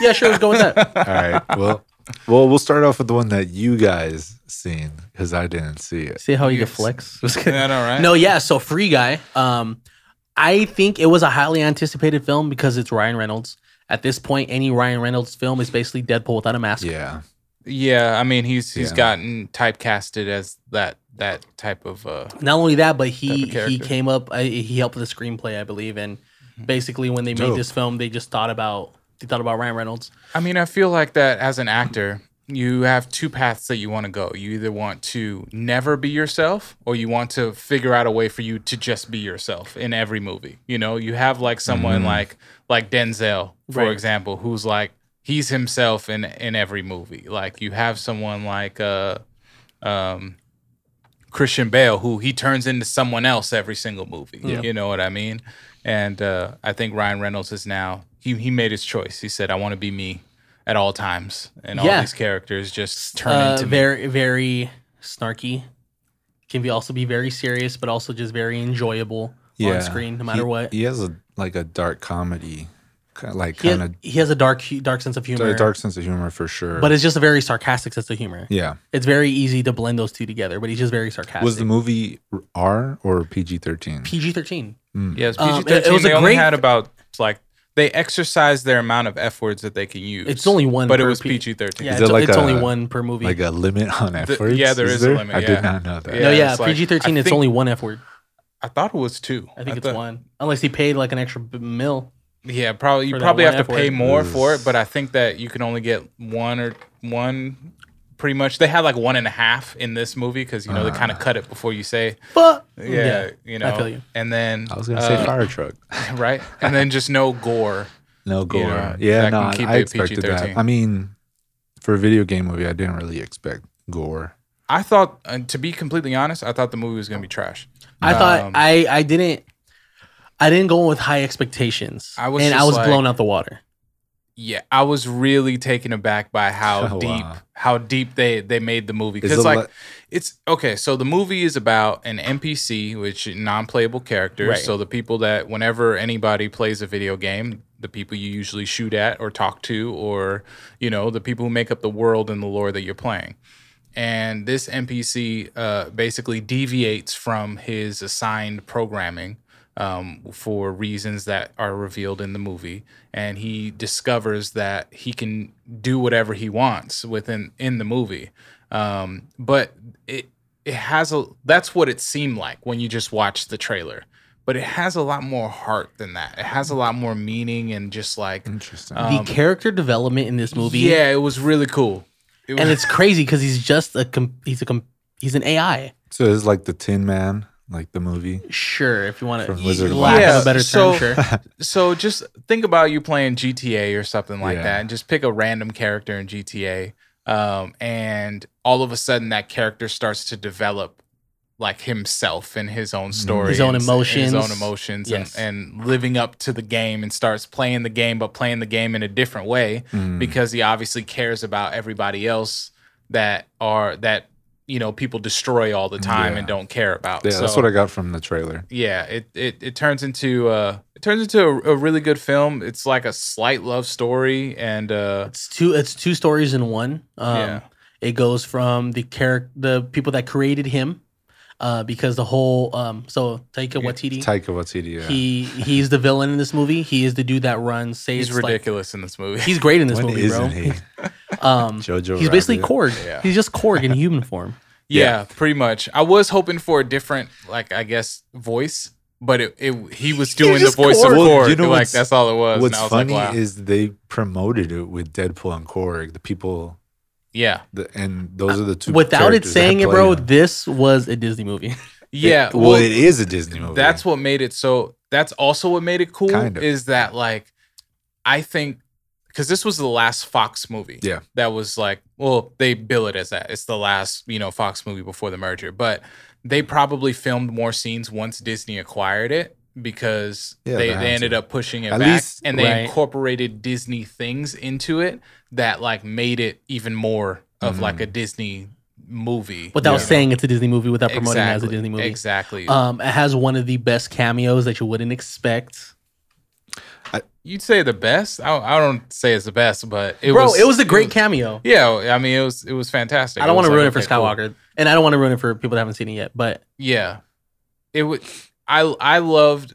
Speaker 3: Yeah, sure. Let's go with that.
Speaker 1: all right. Well, well, we'll start off with the one that you guys seen because I didn't see it.
Speaker 3: See how you
Speaker 2: Yes.
Speaker 3: deflects.
Speaker 2: I know, right?
Speaker 3: No, yeah. So Free Guy, um, I think it was a highly anticipated film because it's Ryan Reynolds. At this point, any Ryan Reynolds film is basically Deadpool without a mask.
Speaker 1: Yeah,
Speaker 2: Yeah, I mean he's he's
Speaker 1: Yeah.
Speaker 2: gotten typecasted as that that type of uh
Speaker 3: Not only that, but he
Speaker 2: Type of
Speaker 3: he
Speaker 2: character.
Speaker 3: came up. I, he helped with the screenplay, I believe. And basically, when they
Speaker 1: Dope.
Speaker 3: made this film, they just thought about they thought about Ryan Reynolds.
Speaker 2: I mean, I feel like that as an actor, you have two paths that you want to go. You either want to never be yourself or you want to figure out a way for you to just be yourself in every movie. You know, you have like someone
Speaker 1: Mhm.
Speaker 2: like like Denzel, for
Speaker 3: Right.
Speaker 2: example, who's like he's himself in in every movie. Like you have someone like uh um Christian Bale, who he turns into someone else every single movie. You know what I mean? And uh, I think Ryan Reynolds is now he he made his choice. He said, "I want to be me at all times, and all
Speaker 3: Yeah.
Speaker 2: these characters just turn
Speaker 3: Uh,
Speaker 2: into me."
Speaker 3: very very snarky. Can be also be very serious, but also just very enjoyable
Speaker 1: yeah.
Speaker 3: on screen, no matter
Speaker 1: He-
Speaker 3: what.
Speaker 1: he has a like a dark comedy, ki- like
Speaker 3: He,
Speaker 1: kind
Speaker 3: has,
Speaker 1: of
Speaker 3: he has a dark dark sense of humor,
Speaker 1: dark, dark sense of humor for sure.
Speaker 3: but it's just a very sarcastic sense of humor.
Speaker 1: yeah,
Speaker 3: It's very easy to blend those two together, but he's just very sarcastic.
Speaker 1: was the movie R or PG thirteen?
Speaker 3: PG thirteen?
Speaker 2: Yes,
Speaker 3: Um,
Speaker 2: PG
Speaker 3: it-
Speaker 2: thirteen.
Speaker 3: it was a
Speaker 2: they only
Speaker 3: great-
Speaker 2: had about like they exercised their amount of f words that they can use.
Speaker 3: It's only one
Speaker 2: but it
Speaker 3: per
Speaker 2: was
Speaker 3: P-
Speaker 2: PG thirteen.
Speaker 3: Yeah,
Speaker 1: Is
Speaker 3: it's,
Speaker 1: it like
Speaker 3: it's
Speaker 1: a-
Speaker 3: only one per movie.
Speaker 1: Like a limit on F
Speaker 2: Th-
Speaker 1: words?
Speaker 2: yeah, there is a limit,
Speaker 1: I
Speaker 2: yeah.
Speaker 1: did not know that.
Speaker 2: yeah,
Speaker 3: no, yeah,
Speaker 2: it's like-
Speaker 3: PG thirteen.
Speaker 2: I
Speaker 3: It's
Speaker 2: think-
Speaker 3: only one f word.
Speaker 2: I thought it was two.
Speaker 3: I think it's
Speaker 2: thought-
Speaker 3: one, unless he paid like an extra b- mil.
Speaker 2: Yeah, probably you
Speaker 3: For that
Speaker 2: probably
Speaker 3: one
Speaker 2: have to
Speaker 3: F word.
Speaker 2: pay more
Speaker 1: Oof.
Speaker 2: for it, but I think that you can only get one or one pretty much. They had like one and a half in this movie because you know
Speaker 1: Ah.
Speaker 2: they kind of cut it before you say.
Speaker 3: But
Speaker 2: Yeah, you know.
Speaker 3: I feel you.
Speaker 2: And then
Speaker 1: I was gonna say
Speaker 2: uh,
Speaker 1: fire truck.
Speaker 2: right, and then just no gore.
Speaker 1: No gore.
Speaker 2: Yeah,
Speaker 1: Yeah,
Speaker 2: that
Speaker 1: no,
Speaker 2: can
Speaker 1: I,
Speaker 2: keep
Speaker 1: I
Speaker 2: it
Speaker 1: expected
Speaker 2: PG-13.
Speaker 1: that. I mean, for a video game movie, I didn't really expect gore.
Speaker 2: I thought, uh, to be completely honest, I thought the movie was gonna be trash.
Speaker 3: I
Speaker 2: Um,
Speaker 3: thought I I didn't I didn't go in with high expectations.
Speaker 2: I was
Speaker 3: and I
Speaker 2: just
Speaker 3: was
Speaker 2: like-
Speaker 3: blown out the water.
Speaker 2: Yeah, I was really taken aback by how
Speaker 1: Oh,
Speaker 2: deep
Speaker 1: wow.
Speaker 2: how deep they they made the movie
Speaker 1: Is
Speaker 2: because
Speaker 1: the
Speaker 2: like
Speaker 1: le-
Speaker 2: it's okay. So the movie is about an NPC, which non playable characters.
Speaker 3: Right.
Speaker 2: So the people that whenever anybody plays a video game, the people you usually shoot at or talk to, or you know the people who make up the world and the lore that you're playing. And this NPC uh, basically deviates from his assigned programming um, for reasons that are revealed in the movie, and he discovers that he can do whatever he wants within in the movie. Um, but it it has a that's what it seemed like when you just watched the trailer. But it has a lot more heart than that. It has a lot more meaning and just like
Speaker 1: Interesting.
Speaker 2: um,
Speaker 3: the character development in this movie,
Speaker 2: yeah, it was really cool. It was,
Speaker 3: and it's crazy because he's just a com- he's a com- he's an AI.
Speaker 1: so it's like the Tin Man, like the movie.
Speaker 3: Sure, if you want to
Speaker 1: From Wizard of
Speaker 3: lack
Speaker 2: Oz.
Speaker 3: of a better
Speaker 2: So-
Speaker 3: term, sure.
Speaker 2: so just think about you playing GTA or something like
Speaker 1: Yeah.
Speaker 2: that, and just pick a random character in GTA, um, and all of a sudden that character starts to develop like himself and his
Speaker 1: Mm-hmm.
Speaker 2: own story,
Speaker 3: His own
Speaker 2: and s- and his own
Speaker 3: emotions.
Speaker 2: emotions,
Speaker 3: Yes.
Speaker 2: and, and living up to the game, and starts playing the game, but playing the game in a different way
Speaker 1: Mm.
Speaker 2: because he obviously cares about everybody else that are that you know people destroy all the time
Speaker 1: Yeah.
Speaker 2: and don't care about.
Speaker 1: yeah,
Speaker 2: so,
Speaker 1: that's what I got from the trailer.
Speaker 2: yeah it it, it turns into uh it turns into a, a really good film it's like a slight love story and uh
Speaker 3: It's two. It's two stories in one. Um,
Speaker 2: Yeah.
Speaker 3: It goes from the character, the people that created him, uh, because the whole um, so Taika Waititi,
Speaker 1: Taika Waititi. Yeah.
Speaker 3: he he's the villain in this movie. He is the dude that runs saves.
Speaker 2: he's
Speaker 3: like-
Speaker 2: ridiculous in this movie
Speaker 3: he's great in this
Speaker 1: When
Speaker 3: movie, bro.
Speaker 1: isn't he?
Speaker 3: Um,
Speaker 1: Jojo.
Speaker 3: he's basically
Speaker 1: Rabbit.
Speaker 3: Korg.
Speaker 2: Yeah.
Speaker 3: He's just Korg in human form.
Speaker 2: yeah, pretty much i was hoping for a different like i guess voice but it, it he was doing the
Speaker 3: just
Speaker 2: voice
Speaker 3: Korg.
Speaker 2: of
Speaker 1: Well,
Speaker 2: Korg.
Speaker 1: you know
Speaker 2: like
Speaker 1: what's-
Speaker 2: that's all it was and
Speaker 1: What's
Speaker 2: i was
Speaker 1: funny
Speaker 2: like wow
Speaker 1: is they promoted it with Deadpool and Korg. The people,
Speaker 2: yeah
Speaker 1: the, and those are the two.
Speaker 3: Without it
Speaker 1: characters that
Speaker 3: saying it,
Speaker 1: play
Speaker 3: bro,
Speaker 1: him.
Speaker 3: this was a Disney movie.
Speaker 2: yeah
Speaker 1: It- well, it is a Disney movie.
Speaker 2: That's what made it so. That's also what made it cool.
Speaker 1: Kind of.
Speaker 2: Is that like, I think because this was the last Fox movie.
Speaker 1: Yeah.
Speaker 2: That was like, well, they bill it as that. It's the last you know Fox movie before the merger, but they probably filmed more scenes once Disney acquired it because
Speaker 1: Yeah, they
Speaker 2: they, they
Speaker 1: had
Speaker 2: ended
Speaker 1: to.
Speaker 2: up pushing it
Speaker 1: At
Speaker 2: back
Speaker 1: least-
Speaker 2: and they
Speaker 3: Right.
Speaker 2: incorporated Disney things into it that like made it even more of like
Speaker 1: Mm-hmm.
Speaker 2: a Disney movie
Speaker 3: Without
Speaker 2: you know?
Speaker 3: saying it's a Disney movie, without promoting it as a
Speaker 2: Exactly,
Speaker 3: Disney movie.
Speaker 2: Exactly.
Speaker 3: Um, it has one of the best cameos that you wouldn't expect.
Speaker 2: You'd say the best. I, I don't say it's the best, but it
Speaker 3: bro,
Speaker 2: was.
Speaker 3: it was a great cameo.
Speaker 2: Yeah, I mean, it was it was fantastic.
Speaker 3: I don't want
Speaker 2: was
Speaker 3: to
Speaker 2: like,
Speaker 3: ruin it for
Speaker 2: okay, cool.
Speaker 3: Skywalker, and I don't want to ruin it for people that haven't seen it yet. But
Speaker 2: Yeah, it would. I I loved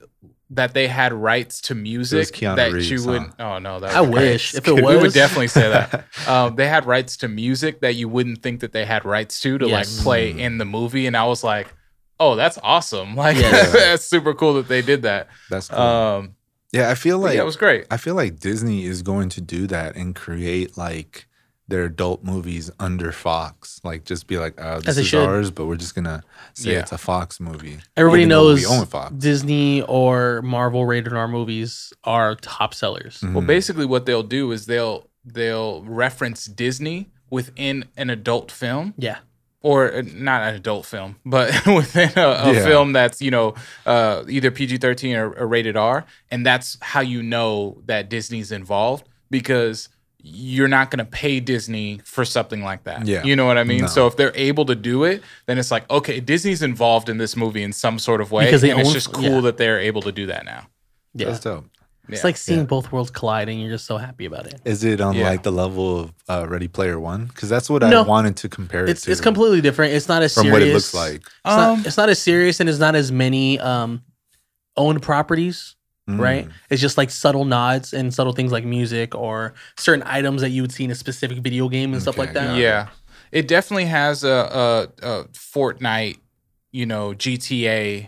Speaker 2: that they had rights to music
Speaker 1: Keanu
Speaker 2: that
Speaker 1: Reeves,
Speaker 2: you would.
Speaker 1: huh?
Speaker 2: Oh no, that
Speaker 3: I
Speaker 2: would be great.
Speaker 3: wish if it
Speaker 2: We
Speaker 3: was
Speaker 2: would definitely say that um, they had rights to music that you wouldn't think that they had rights to to
Speaker 3: Yes.
Speaker 2: like play in the movie, and I was like, oh, that's awesome! Like
Speaker 3: Yes.
Speaker 2: that's super cool that they did that.
Speaker 1: That's cool.
Speaker 2: Um,
Speaker 1: yeah, I feel
Speaker 2: but
Speaker 1: like
Speaker 2: yeah, it was great.
Speaker 1: I feel like Disney is going to do that and create like their adult movies under Fox. Like just be like, uh, this
Speaker 3: they
Speaker 1: is
Speaker 3: should.
Speaker 1: ours, but we're just gonna say
Speaker 2: Yeah.
Speaker 1: it's a Fox movie.
Speaker 3: everybody
Speaker 1: Even though
Speaker 3: knows
Speaker 1: we own Fox.
Speaker 3: Disney or Marvel rated R movies are top sellers.
Speaker 1: Mhm.
Speaker 2: Well, basically, what they'll do is they'll they'll reference Disney within an adult film,
Speaker 3: Yeah,
Speaker 2: or uh, not an adult film, but within a, a
Speaker 1: Yeah.
Speaker 2: film that's you know uh, either PG thirteen or, or rated R, and that's how you know that Disney's involved because you're not going to pay Disney for something like that.
Speaker 1: Yeah.
Speaker 2: you know what I mean.
Speaker 1: No.
Speaker 2: So if they're able to do it, then it's like okay, Disney's involved in this movie in some sort of way,
Speaker 3: Because they
Speaker 2: and it's
Speaker 3: own-
Speaker 2: just cool
Speaker 3: yeah.
Speaker 2: that they're able to do that now.
Speaker 3: yeah.
Speaker 1: that's dope.
Speaker 3: It's
Speaker 2: Yeah.
Speaker 3: like seeing
Speaker 1: Yeah.
Speaker 3: both worlds collide, and you're just so happy about it.
Speaker 1: Is it on
Speaker 2: Yeah.
Speaker 1: like the level of uh, Ready Player One? Because that's what
Speaker 3: No.
Speaker 1: I wanted to compare it
Speaker 3: It's
Speaker 1: to.
Speaker 3: it's completely different. It's not as
Speaker 1: from
Speaker 3: serious
Speaker 1: what it looks like.
Speaker 3: It's,
Speaker 2: Um,
Speaker 3: not, it's not as serious, and it's not as many um, owned properties.
Speaker 1: Mm.
Speaker 3: right? It's just like subtle nods and subtle things like music or certain items that you would see in a specific video game and stuff
Speaker 1: Okay,
Speaker 3: like that.
Speaker 1: got
Speaker 2: Yeah, it definitely has a, a, a Fortnite, you know, GTA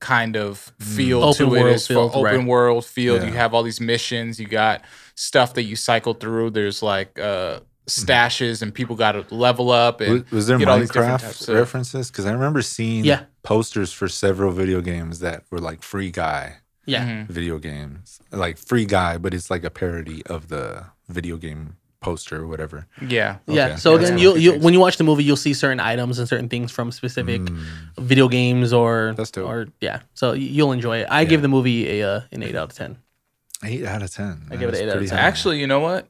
Speaker 2: kind of feel
Speaker 3: Mm. Open
Speaker 2: to it.
Speaker 3: world
Speaker 2: It's for
Speaker 3: feel,
Speaker 2: open
Speaker 3: right.
Speaker 2: world feel. You
Speaker 1: Yeah.
Speaker 2: have all these missions. You got stuff that you cycle through. There's like uh,
Speaker 3: Mm-hmm.
Speaker 2: stashes and people got to level up. And
Speaker 1: Was, was there
Speaker 2: get all these different types
Speaker 1: Minecraft
Speaker 2: of-
Speaker 1: references? Because I remember seeing
Speaker 3: Yeah.
Speaker 1: posters for several video games that were like Free Guy
Speaker 3: Yeah.
Speaker 2: Mhm.
Speaker 1: video games, like Free Guy, but it's like a parody of the video game poster or whatever.
Speaker 2: yeah,
Speaker 1: Okay.
Speaker 3: Yeah. So
Speaker 2: Yeah,
Speaker 3: again,
Speaker 2: that's
Speaker 3: you
Speaker 2: what it
Speaker 3: you
Speaker 2: takes.
Speaker 3: when you watch the movie, you'll see certain items and certain things from specific
Speaker 1: Mm.
Speaker 3: video games or
Speaker 1: That's dope.
Speaker 3: or yeah. So y- you'll enjoy it. I
Speaker 1: Yeah.
Speaker 3: give the movie a uh, an eight out of ten.
Speaker 1: Eight out of ten.
Speaker 3: I give it
Speaker 1: That's
Speaker 3: an eight out of
Speaker 1: pretty
Speaker 3: 10.
Speaker 1: high.
Speaker 2: Actually, you know what?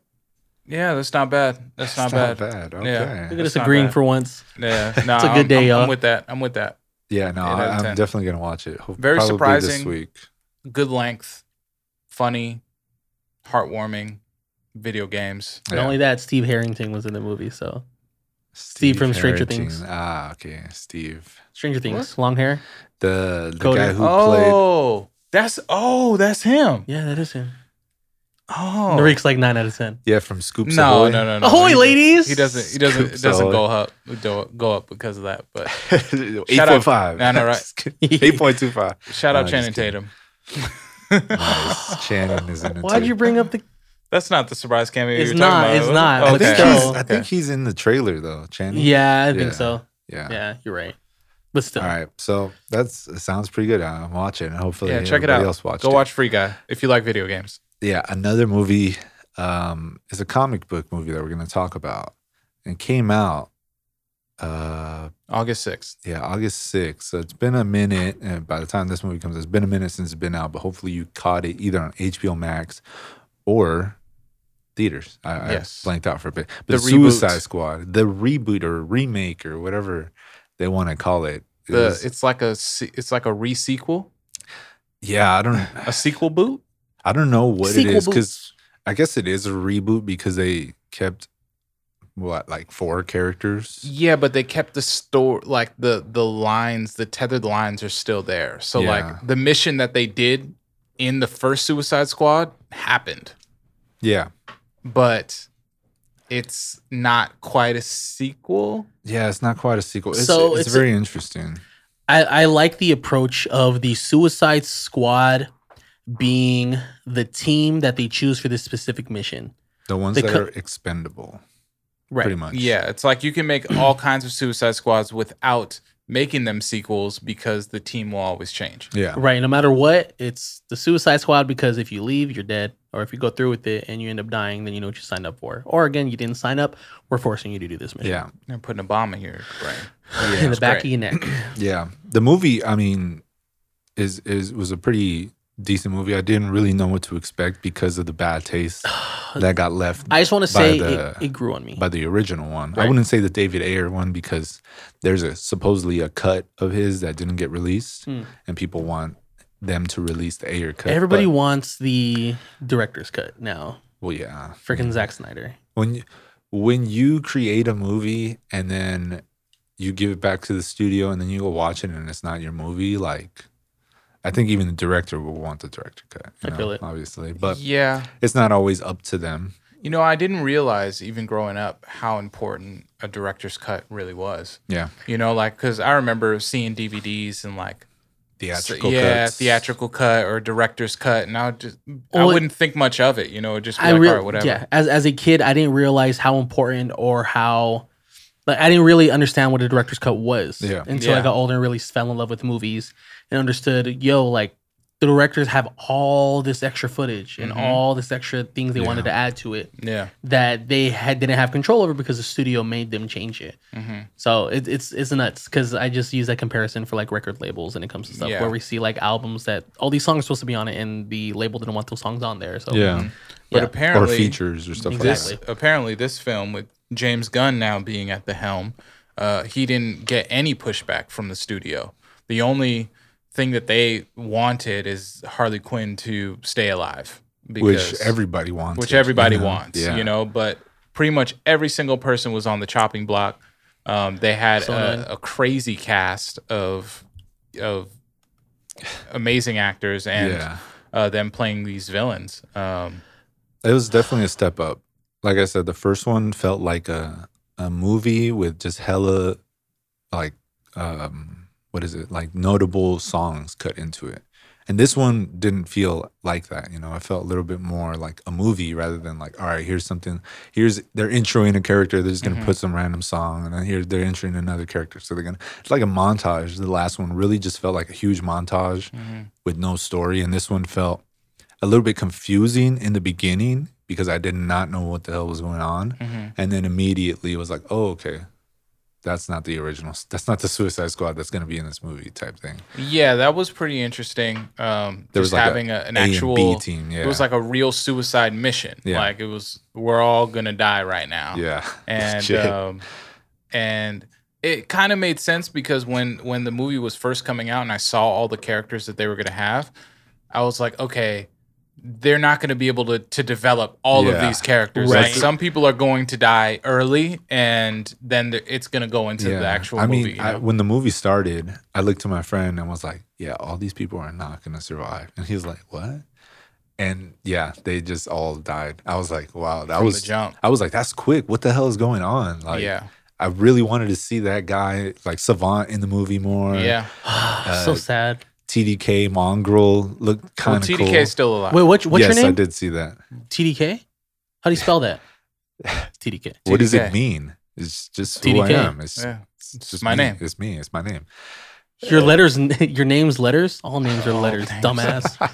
Speaker 2: Yeah, that's not bad. That's, not,
Speaker 1: It's
Speaker 2: bad.
Speaker 1: Okay.
Speaker 2: Yeah.
Speaker 3: Look at
Speaker 2: That's
Speaker 3: us
Speaker 2: not
Speaker 3: agreeing
Speaker 2: bad.
Speaker 3: for once.
Speaker 2: Yeah, no,
Speaker 3: It's a good
Speaker 2: I'm-
Speaker 3: day,
Speaker 2: I'm,
Speaker 3: y'all.
Speaker 2: I'm with that. I'm with that.
Speaker 1: Yeah, no,
Speaker 2: Eight out of
Speaker 1: I, I'm
Speaker 2: 10.
Speaker 1: definitely gonna watch it. Hope-
Speaker 2: Very
Speaker 1: probably this
Speaker 2: surprising.
Speaker 1: week.
Speaker 2: Good length, funny, heartwarming, video games.
Speaker 1: Yeah.
Speaker 3: Not only that, Steve Harrington was in the movie. So Steve from Stranger Things.
Speaker 1: Harrington. Ah, okay, Steve,
Speaker 3: Stranger Things, long hair.
Speaker 1: the the
Speaker 3: Cody.
Speaker 1: guy who played.
Speaker 2: oh, that's oh, that's him.
Speaker 3: Yeah, that is him.
Speaker 2: Oh,
Speaker 3: Nareek's like nine out of ten.
Speaker 1: Yeah, from Scoops
Speaker 2: no,
Speaker 1: Ahoy.
Speaker 2: no, no, no.
Speaker 3: Ahoy,
Speaker 2: He-
Speaker 3: ladies!
Speaker 2: He doesn't. He doesn't. It
Speaker 1: Scoops
Speaker 2: doesn't
Speaker 1: Ahoy.
Speaker 2: go up. Go, go up because of that. But
Speaker 1: Eight point
Speaker 2: Shout out-
Speaker 1: five.
Speaker 2: No, no, right.
Speaker 1: Eight point two five.
Speaker 2: shout out
Speaker 1: No,
Speaker 2: Channing
Speaker 1: just kidding.
Speaker 2: Tatum.
Speaker 1: Nice. Shannon is in it.
Speaker 3: Why'd
Speaker 1: too.
Speaker 3: you bring up the?
Speaker 2: That's not the surprise cameo.
Speaker 3: It's
Speaker 2: you're
Speaker 3: not,
Speaker 2: Talking about,
Speaker 3: it's
Speaker 2: was it?
Speaker 3: not,
Speaker 1: I
Speaker 3: but
Speaker 1: think,
Speaker 3: still-
Speaker 1: he's, I
Speaker 2: Okay.
Speaker 1: think he's in the trailer though, Channing.
Speaker 3: Yeah, I
Speaker 1: Yeah.
Speaker 3: think so.
Speaker 1: Yeah.
Speaker 3: Yeah, you're right. But still,
Speaker 1: All right. So that's it sounds pretty good. I'm watching. and Hopefully,
Speaker 2: Yeah, check it
Speaker 1: everybody
Speaker 2: out.
Speaker 1: Else watched
Speaker 2: Go
Speaker 1: it.
Speaker 2: watch Free Guy if you like video games.
Speaker 1: yeah, another movie um, is a comic book movie that we're going to talk about and came out, uh,
Speaker 2: August sixth.
Speaker 1: yeah, August 6th. So it's been a minute. And by the time this movie comes, it's been a minute since it's been out, but hopefully you caught it either on HBO Max or theaters. I,
Speaker 2: Yes.
Speaker 1: I blanked out for a bit. But
Speaker 2: The reboot.
Speaker 1: Suicide Squad, the reboot or remake or whatever they want to call it. It
Speaker 2: The
Speaker 1: was-
Speaker 2: it's like a se- it's like a re sequel,
Speaker 1: yeah, I don't,
Speaker 2: a sequel boot.
Speaker 1: I don't know what
Speaker 3: Sequel
Speaker 1: it is because
Speaker 3: boots.
Speaker 1: I guess it is a reboot because they kept what like four characters.
Speaker 2: Yeah, but they kept the store like the the lines, the tethered lines are still there. So
Speaker 1: Yeah.
Speaker 2: like the mission that they did in the first Suicide Squad happened,
Speaker 1: Yeah,
Speaker 2: but it's not quite a sequel.
Speaker 1: yeah, it's not quite a sequel. It's,
Speaker 3: So
Speaker 1: it's,
Speaker 3: it's a-
Speaker 1: very interesting.
Speaker 3: I, I like the approach of the Suicide Squad being the team that they choose for this specific mission.
Speaker 1: The ones
Speaker 3: They
Speaker 1: that
Speaker 3: co-
Speaker 1: are expendable,
Speaker 3: Right.
Speaker 1: pretty much.
Speaker 2: Yeah, it's like you can make all kinds of Suicide Squads without making them sequels because the team will always change.
Speaker 1: yeah,
Speaker 3: Right. No matter what, it's the Suicide Squad because if you leave, you're dead. Or if you go through with it and you end up dying, then you know what you signed up for. Or again, you didn't sign up. We're forcing you to do this mission.
Speaker 1: yeah,
Speaker 2: They're putting a bomb in your brain.
Speaker 3: In the
Speaker 2: That's
Speaker 3: back
Speaker 2: great.
Speaker 3: of your neck.
Speaker 1: yeah. The movie, I mean, is is was a pretty decent movie. I didn't really know what to expect because of the bad taste that got left
Speaker 3: I just want to
Speaker 1: By
Speaker 3: say
Speaker 1: the-
Speaker 3: it, it grew on me.
Speaker 1: by the original one. I
Speaker 3: Right.
Speaker 1: wouldn't say the David Ayer one because there's a supposedly a cut of his that didn't get released,
Speaker 3: Hmm.
Speaker 1: and people want them to release the Ayer cut.
Speaker 3: Everybody
Speaker 1: but-
Speaker 3: wants the director's cut now.
Speaker 1: well, yeah.
Speaker 3: Freaking Zack Snyder.
Speaker 1: When you, when you create a movie and then you give it back to the studio and then you go watch it and it's not your movie, like. I think even the director will want the director cut. you
Speaker 3: I feel it.
Speaker 1: Obviously, but
Speaker 2: yeah.
Speaker 1: it's not always up to them.
Speaker 2: You know, I didn't realize even growing up how important a director's cut really was.
Speaker 1: Yeah.
Speaker 2: You know, like because I remember seeing DVDs and like
Speaker 1: Theatrical
Speaker 2: yeah,
Speaker 1: cuts.
Speaker 2: theatrical cut or director's cut, and I would just I
Speaker 3: Well, it-
Speaker 2: wouldn't think much of it. You know, it'd just be
Speaker 3: I
Speaker 2: like
Speaker 3: real-
Speaker 2: all right, whatever.
Speaker 3: Yeah, as as a kid, I didn't realize how important or how like I didn't really understand what a director's cut was
Speaker 1: Yeah.
Speaker 3: until I
Speaker 2: Yeah.
Speaker 3: got older and really fell in love with movies and understood, yo, like the directors have all this extra footage and
Speaker 2: Mhm.
Speaker 3: all this extra things they wanted
Speaker 1: Yeah.
Speaker 3: to add to it
Speaker 2: Yeah.
Speaker 3: that they had didn't have control over because the studio made them change it.
Speaker 2: hmm
Speaker 3: So it, it's it's nuts because I just use that comparison for like record labels and it comes to stuff
Speaker 2: Yeah.
Speaker 3: where we see like albums that all these songs are supposed to be on it and the label didn't want those songs on there. So
Speaker 1: Yeah.
Speaker 2: But
Speaker 3: Yeah.
Speaker 1: Or
Speaker 2: apparently,
Speaker 1: features or stuff
Speaker 2: this
Speaker 1: like
Speaker 3: Exactly.
Speaker 2: apparently this film with James Gunn now being at the helm, uh, he didn't get any pushback from the studio. The only thing that they wanted is Harley Quinn to stay alive,
Speaker 1: that. Which everybody wants.
Speaker 2: which everybody wants, you know. But pretty much every single person was on the chopping block. Um, they had
Speaker 3: So annoying.
Speaker 2: a, a crazy cast of of amazing actors and
Speaker 1: yeah.
Speaker 2: uh, them playing these villains. Um,
Speaker 1: It was definitely a step up. Like I said, the first one felt like a a movie with just hella like um what is it? Like notable songs cut into it. And this one didn't feel like that, you know. It felt a little bit more like a movie rather than like, all right, here's something. Here's they're introing a character. They're just gonna
Speaker 2: Mhm.
Speaker 1: put some random song, and then here they're introing another character. So they're gonna. It's like a montage. The last one really just felt like a huge montage
Speaker 2: Mhm.
Speaker 1: with no story, and this one felt a little bit confusing in the beginning because I did not know what the hell was going on,
Speaker 2: Mhm.
Speaker 1: and then immediately it was like, oh, okay. That's not the original. That's not the Suicide Squad that's going to be in this movie type thing.
Speaker 2: Yeah, that was pretty interesting. Um,
Speaker 1: There was
Speaker 2: just
Speaker 1: like a
Speaker 2: having a, an
Speaker 1: A and
Speaker 2: actual
Speaker 1: B team. Yeah.
Speaker 2: It was like a real suicide mission.
Speaker 1: Yeah.
Speaker 2: Like it was, we're all gonna die right now.
Speaker 1: Yeah.
Speaker 2: and
Speaker 1: Shit.
Speaker 2: um, and it kind of made sense because when when the movie was first coming out and I saw all the characters that they were gonna have, I was like, okay, they're not gonna be able to to develop all of
Speaker 1: Yeah.
Speaker 2: these characters.
Speaker 1: Right.
Speaker 2: Like some people are going to die early, and then the, it's gonna go into the actual
Speaker 1: I mean,
Speaker 2: movie. you
Speaker 1: I,
Speaker 2: know?
Speaker 1: when the movie started, I looked to my friend and was like, "Yeah, all these people are not going to survive." And he was like, "What?" And yeah, they just all died. I was like, "Wow, that
Speaker 2: From
Speaker 1: was."
Speaker 2: the jump.
Speaker 1: I was like, "That's quick. What the hell is going on?" Like,
Speaker 2: yeah,
Speaker 1: I really wanted to see that guy, like Savant, in the movie more.
Speaker 2: yeah.
Speaker 3: so
Speaker 1: Uh,
Speaker 3: sad.
Speaker 1: TDK Mongrel looked
Speaker 2: Well,
Speaker 1: kind of
Speaker 2: TDK
Speaker 1: cool.
Speaker 2: is still alive.
Speaker 3: Wait, what, what's
Speaker 1: uh, yes,
Speaker 3: your
Speaker 1: I
Speaker 3: name?
Speaker 1: did see that.
Speaker 3: TDK. How do you spell that? TDK.
Speaker 1: What does it
Speaker 2: TDK.
Speaker 1: mean? It's just who I
Speaker 3: TDK.
Speaker 1: am. It's,
Speaker 2: yeah.
Speaker 1: it's
Speaker 2: It's
Speaker 1: just
Speaker 2: my
Speaker 1: me.
Speaker 2: name.
Speaker 1: It's me. It's my name.
Speaker 3: Your letters, your name's letters. All names are
Speaker 1: Oh,
Speaker 2: All
Speaker 3: letters.
Speaker 2: names.
Speaker 3: Dumbass.